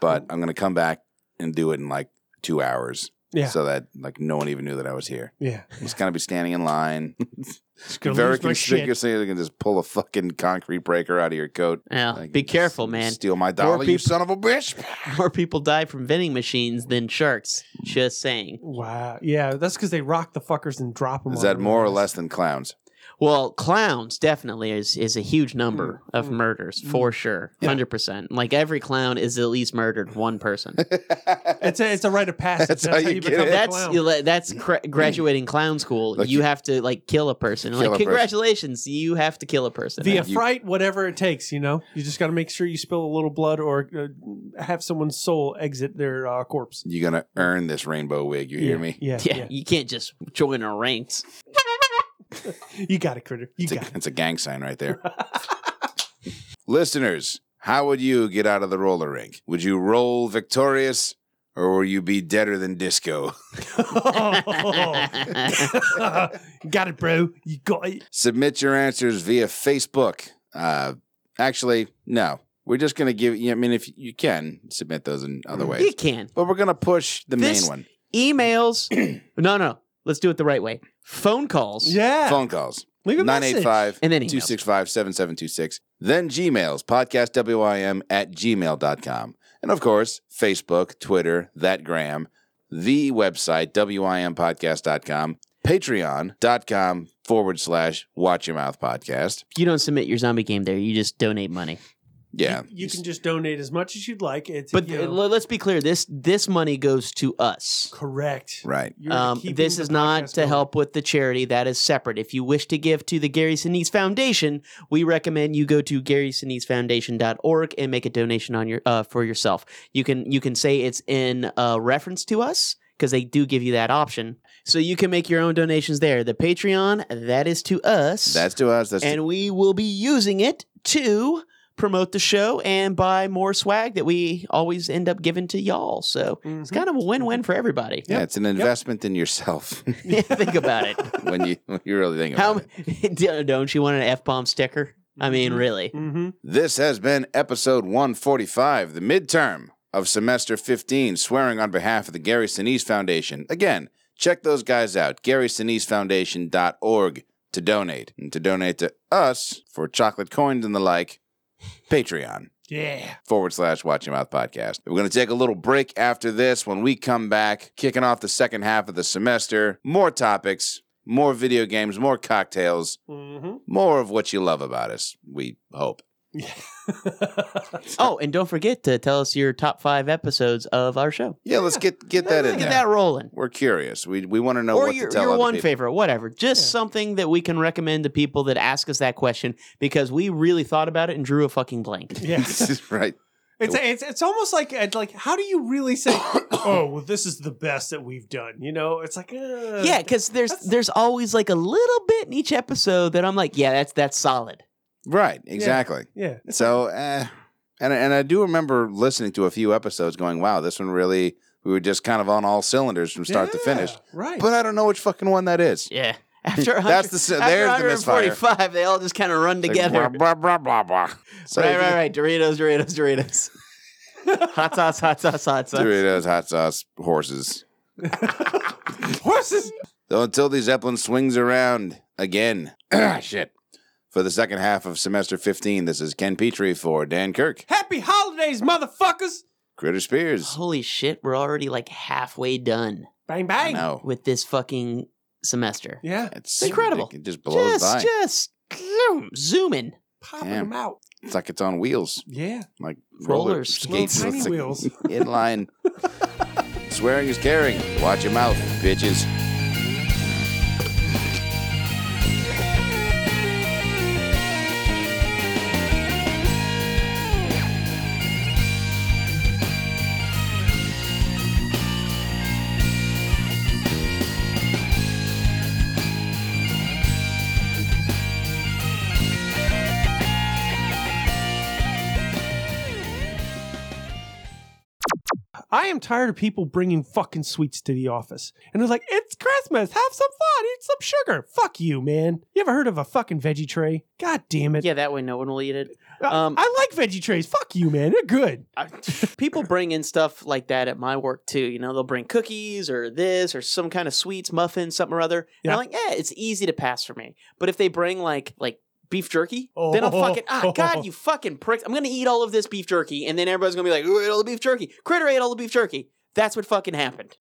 Speaker 4: but I'm going to come back and do it in like two hours.
Speaker 2: Yeah.
Speaker 4: So that like no one even knew that I was here.
Speaker 2: Yeah.
Speaker 4: I'm just going to be standing in line.
Speaker 2: Just gonna
Speaker 4: Very
Speaker 2: lose my shit.
Speaker 4: conspicuously, they can just pull a fucking concrete breaker out of your coat.
Speaker 5: Yeah,
Speaker 4: Like,
Speaker 5: Uh, be careful, man.
Speaker 4: Steal my dollar, you
Speaker 5: people-
Speaker 4: son of a bitch.
Speaker 5: More people die from vending machines than sharks. Just saying.
Speaker 2: Wow. Yeah, that's because they rock the fuckers and drop them.
Speaker 4: Is that more or less than clowns?
Speaker 5: Well, clowns definitely is is a huge number
Speaker 4: Mm,
Speaker 5: of murders for sure, hundred percent. Like every clown is at least murdered one person.
Speaker 2: It's a it's a rite of passage.
Speaker 4: That's
Speaker 2: That's,
Speaker 4: how
Speaker 2: how
Speaker 4: you
Speaker 2: you
Speaker 4: get
Speaker 2: become
Speaker 4: it.
Speaker 2: a
Speaker 5: that's
Speaker 2: clown.
Speaker 5: you le- that's cra- graduating clown school.
Speaker 4: Like
Speaker 5: you,
Speaker 4: you-
Speaker 5: have to like kill a person.
Speaker 4: Kill a
Speaker 5: like
Speaker 4: person.
Speaker 5: congratulations, you have to kill a person.
Speaker 2: the
Speaker 5: Yeah.
Speaker 2: affright, whatever it takes, you know. You just got to make sure you spill a little blood or uh, have someone's soul exit their uh, corpse.
Speaker 4: You're gonna earn this rainbow wig. You hear
Speaker 2: yeah,
Speaker 4: me?
Speaker 2: Yeah,
Speaker 5: yeah, you can't just join our ranks.
Speaker 2: yeah. You got it, critter. You
Speaker 4: It's
Speaker 2: got
Speaker 4: a,
Speaker 2: it.
Speaker 4: it's a gang sign right there. Listeners, how would you get out of the roller rink? Would you roll victorious, or will you be deader than disco? Oh.
Speaker 2: got it, bro. You got it.
Speaker 4: Submit your answers via Facebook. Uh, actually, no. We're just gonna give. I mean, if you can submit those in other
Speaker 5: you
Speaker 2: Mm-hmm.
Speaker 4: ways,
Speaker 5: can
Speaker 4: but we're gonna push the main
Speaker 5: This-
Speaker 4: one:
Speaker 5: emails. no, no, let's do it the right way. Phone calls.
Speaker 2: Yeah.
Speaker 4: phone calls.
Speaker 2: Leave a message.
Speaker 4: 985
Speaker 5: And then email.
Speaker 4: 265 7726. Then Gmails, podcastwim at gmail.com. And of course, Facebook, Twitter, that Gram, the website, wimpodcast.com, patreon.com forward slash watch your mouth podcast.
Speaker 5: You don't submit your zombie game there. You just donate money.
Speaker 4: Yeah.
Speaker 2: You can just donate as much as you'd like. It's
Speaker 5: But
Speaker 2: you know,
Speaker 5: le- let's be clear. This this money goes to us.
Speaker 2: correct.
Speaker 4: Right.
Speaker 2: You're
Speaker 5: Um,
Speaker 2: keeping
Speaker 5: this
Speaker 2: the
Speaker 5: is not
Speaker 2: podcast
Speaker 5: to
Speaker 2: going.
Speaker 5: help with the charity. That is separate. If you wish to give to the Gary Sinise Foundation, we recommend you go to GarySiniseFoundation.org and make a donation on your uh, for yourself. You can you can say it's in uh, reference to us because they do give you that option. So you can make your own donations there. The Patreon that is to us,
Speaker 4: That's to us. That's to,
Speaker 5: and we will be using it to promote the show and buy more swag that we always end up giving to y'all. So it's
Speaker 2: Mm-hmm.
Speaker 5: kind of a win-win for everybody.
Speaker 4: yeah, it's an investment in yourself
Speaker 5: Think about it.
Speaker 4: when you when you really think about
Speaker 5: How
Speaker 4: it.
Speaker 5: do- don't you want an F bomb sticker? I
Speaker 4: Mm-hmm.
Speaker 5: mean, really?
Speaker 2: Mm-hmm.
Speaker 4: This has been episode 145, the midterm of semester 15, swearing on behalf of the Gary Sinise Foundation. Again, check those guys out, GarySiniseFoundation.org to donate. And to donate to us for chocolate coins and the like, Patreon
Speaker 2: Yeah.
Speaker 4: forward slash Watch Your Mouth podcast. We're going to take a little break after this. When we come back, kicking off the second half of the semester, more topics, more video games, more cocktails,
Speaker 2: Mm-hmm.
Speaker 4: more of what you love about us, we hope.
Speaker 5: Oh, and don't forget to tell us your top five episodes of our show.
Speaker 4: Yeah, let's get get that in
Speaker 5: Get
Speaker 4: there.
Speaker 5: that rolling.
Speaker 4: We're curious. We we want to know
Speaker 5: or
Speaker 4: what
Speaker 5: your,
Speaker 4: to tell
Speaker 5: your
Speaker 4: other
Speaker 5: one
Speaker 4: people.
Speaker 5: favorite, whatever. Just something that we can recommend to people that ask us that question because we really thought about it and drew a fucking blank.
Speaker 2: Yes.
Speaker 4: right.
Speaker 2: It's, it's it's almost like it's like how do you really say oh well this is the best that we've done you know it's like uh,
Speaker 5: Yeah, because there's there's always like a little bit in each episode that I'm like, yeah, that's that's solid.
Speaker 4: Right. Exactly.
Speaker 2: yeah
Speaker 4: So, eh, and and I do remember listening to a few episodes, going, "Wow, this one really." We were just kind of on all cylinders from start to
Speaker 2: Yeah,
Speaker 4: finish.
Speaker 2: right
Speaker 4: But I don't know which fucking one that is.
Speaker 5: Yeah. After
Speaker 4: That's
Speaker 5: 100
Speaker 4: the si-
Speaker 5: after
Speaker 4: there's the misfire.
Speaker 5: 145, they all just kind of run
Speaker 4: Like,
Speaker 5: together.
Speaker 4: blah, blah, blah, blah, blah. So
Speaker 5: right, right, right. Doritos, Doritos, Doritos. hot sauce, hot sauce, hot sauce.
Speaker 4: Doritos, hot sauce, horses.
Speaker 2: horses
Speaker 4: So until the Zeppelin swings around again, Ah, shit. For the second half of semester 15, this is Ken Petrie for Dan Kirk,
Speaker 2: happy holidays motherfuckers
Speaker 4: Critter Spears.
Speaker 5: Holy shit, we're already like halfway done
Speaker 2: bang bang
Speaker 4: No,
Speaker 5: with this fucking semester.
Speaker 2: yeah
Speaker 4: It's
Speaker 5: Incredible.
Speaker 4: It just blows
Speaker 5: just,
Speaker 4: by.
Speaker 5: just zoom, zoom in.
Speaker 2: popping
Speaker 4: Damn.
Speaker 2: them out
Speaker 4: It's like it's on wheels,
Speaker 2: yeah
Speaker 4: like
Speaker 5: Roller
Speaker 4: roller
Speaker 5: skates.
Speaker 4: skates.
Speaker 2: Little
Speaker 4: It's
Speaker 2: tiny
Speaker 4: like
Speaker 2: wheels.
Speaker 4: In line. Swearing is caring. Watch your mouth, bitches.
Speaker 2: I am tired of people bringing fucking sweets to the office. And they're like, it's Christmas. Have some fun. Eat some sugar. Fuck you, man. You ever heard of a fucking veggie tray? God damn it.
Speaker 5: Yeah, that way no one will eat it.
Speaker 2: I-
Speaker 5: um,
Speaker 2: I like veggie trays. Fuck you, man. They're good.
Speaker 5: I- people bring in stuff like that at my work too. You know, they'll bring cookies or this or some kind of sweets, muffins, something or other. And I'm
Speaker 2: Yeah.
Speaker 5: like, yeah, it's easy to pass for me. But if they bring like like beef jerky, then I'm fucking ah
Speaker 2: Oh.
Speaker 5: god, you fucking pricks! I'm gonna eat all of this beef jerky, and then everybody's gonna be like, Ooh, ate all the beef jerky, critter ate all the beef jerky. That's what fucking happened.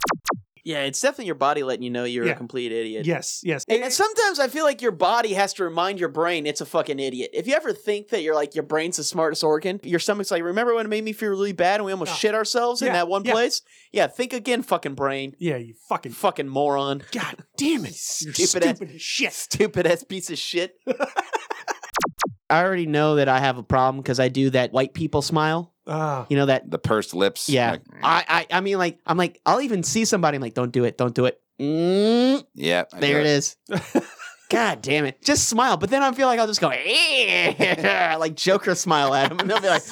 Speaker 5: Yeah, it's definitely your body letting you know you're a
Speaker 2: Yeah.
Speaker 5: complete idiot.
Speaker 2: Yes, yes.
Speaker 5: And and sometimes I feel like your body has to remind your brain it's a fucking idiot. If you ever think that you're like your brain's the smartest organ, your stomach's like, remember when it made me feel really bad and we almost
Speaker 2: Yeah.
Speaker 5: shit ourselves in
Speaker 2: Oh. Yeah,
Speaker 5: that one
Speaker 2: yeah.
Speaker 5: place? Yeah, think again, fucking brain.
Speaker 2: Yeah, you fucking.
Speaker 5: Fucking moron.
Speaker 2: God damn it. You're
Speaker 5: Stupid ass-
Speaker 2: stupid as shit.
Speaker 5: Stupid ass piece of shit. I already know that I have a problem because I do that white people smile.
Speaker 2: Ah.
Speaker 5: You know that
Speaker 4: The pursed lips.
Speaker 5: yeah.
Speaker 4: Like,
Speaker 5: I, I I mean like I'm like I'll even see somebody I'm like, don't do it, don't do it. Mm,
Speaker 4: yeah. I
Speaker 5: There
Speaker 4: do
Speaker 5: it is. God damn it. Just smile. But then I feel like I'll just go, "Eh," like Joker smile at him. And they'll be like,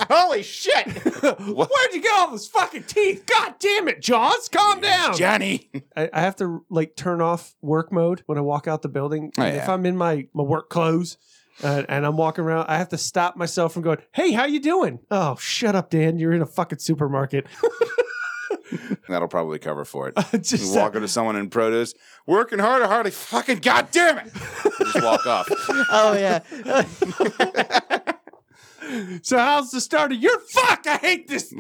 Speaker 5: holy shit.
Speaker 2: Where'd you get all those fucking teeth? God damn it, Jaws. Calm down.
Speaker 4: Johnny.
Speaker 2: I, I have to like turn off work mode when I walk out the building.
Speaker 4: Oh,
Speaker 2: And
Speaker 4: yeah.
Speaker 2: If I'm in my, my work clothes uh, and I'm walking around, I have to stop myself from going, "Hey, how you doing?" Oh, shut up, Dan. You're in a fucking supermarket.
Speaker 4: That'll probably cover for it.
Speaker 2: Just
Speaker 4: You walk up to someone in produce, working harder, harder, fucking goddamn it. Just walk off.
Speaker 5: Oh, yeah.
Speaker 2: so how's the start of your fuck? I hate this.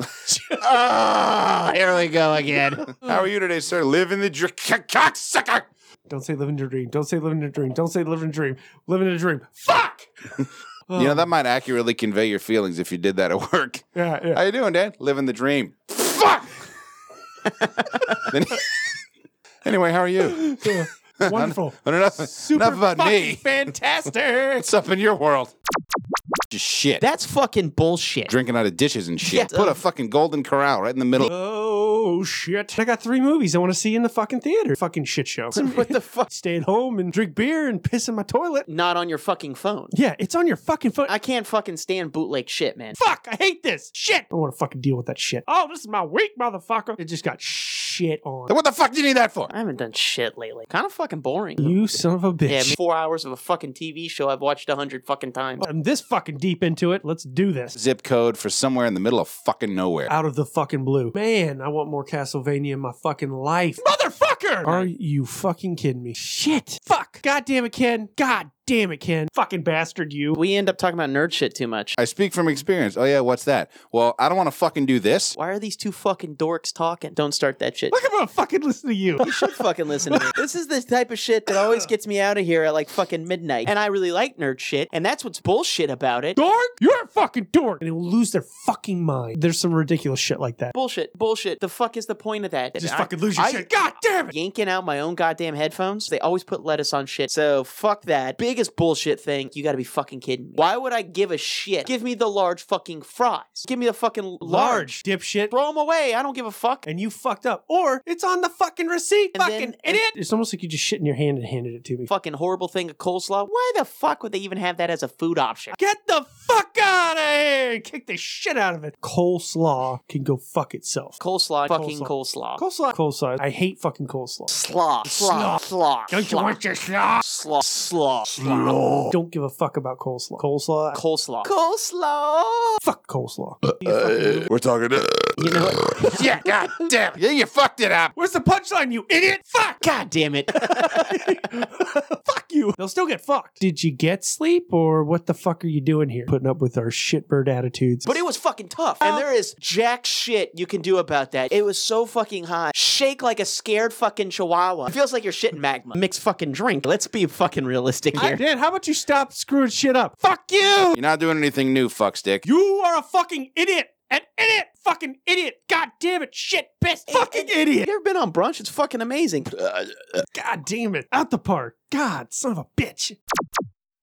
Speaker 5: oh, here we go again.
Speaker 4: How are you today, sir? Living the dr- c- cocksucker.
Speaker 2: Don't say living your dream. Don't say living your dream. Don't say living your dream. Living your dream. Fuck.
Speaker 4: You
Speaker 5: Oh.
Speaker 4: know, that might accurately convey your feelings if you did that at work.
Speaker 2: Yeah, yeah.
Speaker 4: How you doing, Dan? Living the dream. Fuck. Then- anyway, how are you?
Speaker 2: Wonderful.
Speaker 4: Enough,
Speaker 2: Super
Speaker 4: enough about
Speaker 2: fucking
Speaker 4: me.
Speaker 2: fantastic.
Speaker 4: What's up in your world? Just shit.
Speaker 5: That's fucking bullshit.
Speaker 4: Drinking out of dishes and shit.
Speaker 5: Yeah.
Speaker 4: Put a fucking golden corral right in the middle.
Speaker 2: Oh shit! I got three movies I want to see in the fucking theater. Fucking shit show.
Speaker 5: What the fuck?
Speaker 2: Stay at home and drink beer and piss in my toilet.
Speaker 5: Not on your fucking phone.
Speaker 2: Yeah, it's on your fucking phone. I-
Speaker 5: I can't fucking stand bootleg shit, man.
Speaker 2: fuck! I hate this shit. I don't want to fucking deal with that shit. Oh, this is my week, motherfucker. It just got shit on.
Speaker 4: Then What the fuck do you need that for?
Speaker 5: I haven't done shit lately. Kind of fucking boring.
Speaker 2: You son of a bitch.
Speaker 5: yeah, I mean, four hours of a fucking TV show I've watched a hundred fucking times.
Speaker 2: I'm this fucking deep into it. Let's do this.
Speaker 4: Zip code for somewhere in the middle of fucking nowhere.
Speaker 2: Out of the fucking blue. Man, I want more Castlevania in my fucking life. Motherfucker! Are you fucking kidding me? Shit. Fuck. God damn it, Ken. God damn it, Ken. Fucking bastard, you.
Speaker 5: We end up talking about nerd shit too much.
Speaker 4: I speak from experience. Oh yeah, what's that? Well, I don't want to fucking do this.
Speaker 5: Why are these two fucking dorks talking? Don't start that shit.
Speaker 2: Look, I'm gonna fucking listen to you.
Speaker 5: You should fucking listen to me. This is the type of shit that always gets me out of here at like fucking midnight. And I really like nerd shit, and that's what's bullshit about it.
Speaker 2: dork? You're a fucking dork. And they will lose their fucking mind. There's some ridiculous shit like that.
Speaker 5: Bullshit, bullshit. The fuck is the point of that?
Speaker 2: Just
Speaker 5: I-
Speaker 2: fucking lose your
Speaker 5: I-
Speaker 2: shit. God damn it.
Speaker 5: Yanking out my own goddamn headphones. They always put lettuce on shit. So fuck that. Biggest bullshit thing. You gotta be fucking kidding me. Why would I give a shit? Give me the large fucking fries. Give me the fucking large.
Speaker 2: dipshit.
Speaker 5: Throw them away. I don't give a fuck.
Speaker 2: And you fucked up. Or it's on the fucking receipt,
Speaker 5: And
Speaker 2: fucking
Speaker 5: then-
Speaker 2: idiot. It's almost like you just shit in your hand and handed it to me.
Speaker 5: Fucking horrible thing of coleslaw. Why the fuck would they even have that as a food option?
Speaker 2: Get the fuck out of here and kick the shit out of it. Coleslaw can go fuck itself.
Speaker 5: Coleslaw, fucking coleslaw.
Speaker 2: Coleslaw. Coleslaw. I hate fucking coleslaw.
Speaker 5: Slaw. Slaw. Slaw. Don't you want your slaw? Slaw. Slaw.
Speaker 2: Don't give a fuck about coleslaw. Coleslaw.
Speaker 5: Coleslaw. Coleslaw.
Speaker 2: fuck coleslaw.
Speaker 4: We're talking.
Speaker 5: You know what?
Speaker 4: yeah, goddamn. Yeah, you fucked it up.
Speaker 2: Where's the punchline, you idiot? Fuck!
Speaker 5: God damn it.
Speaker 2: fuck you. They'll still get fucked. Did you get sleep or what the fuck are you doing here? Putting up with our shitbird attitudes.
Speaker 5: But it was fucking tough. And there is jack shit you can do about that. It was so fucking hot. Shake like a scared fucking chihuahua. It feels like you're shitting magma. Mixed fucking drink. Let's be fucking realistic
Speaker 2: I-
Speaker 5: here.
Speaker 2: Dan, how about you stop screwing shit up? Fuck you!
Speaker 4: You're not doing anything new, fuckstick.
Speaker 2: You are a fucking idiot! An idiot! Fucking idiot! God damn it! Shit! Piss! Fucking
Speaker 5: Have
Speaker 2: idiot!
Speaker 5: you ever been on brunch? It's fucking amazing.
Speaker 2: God damn it! Out the park! God, son of a bitch!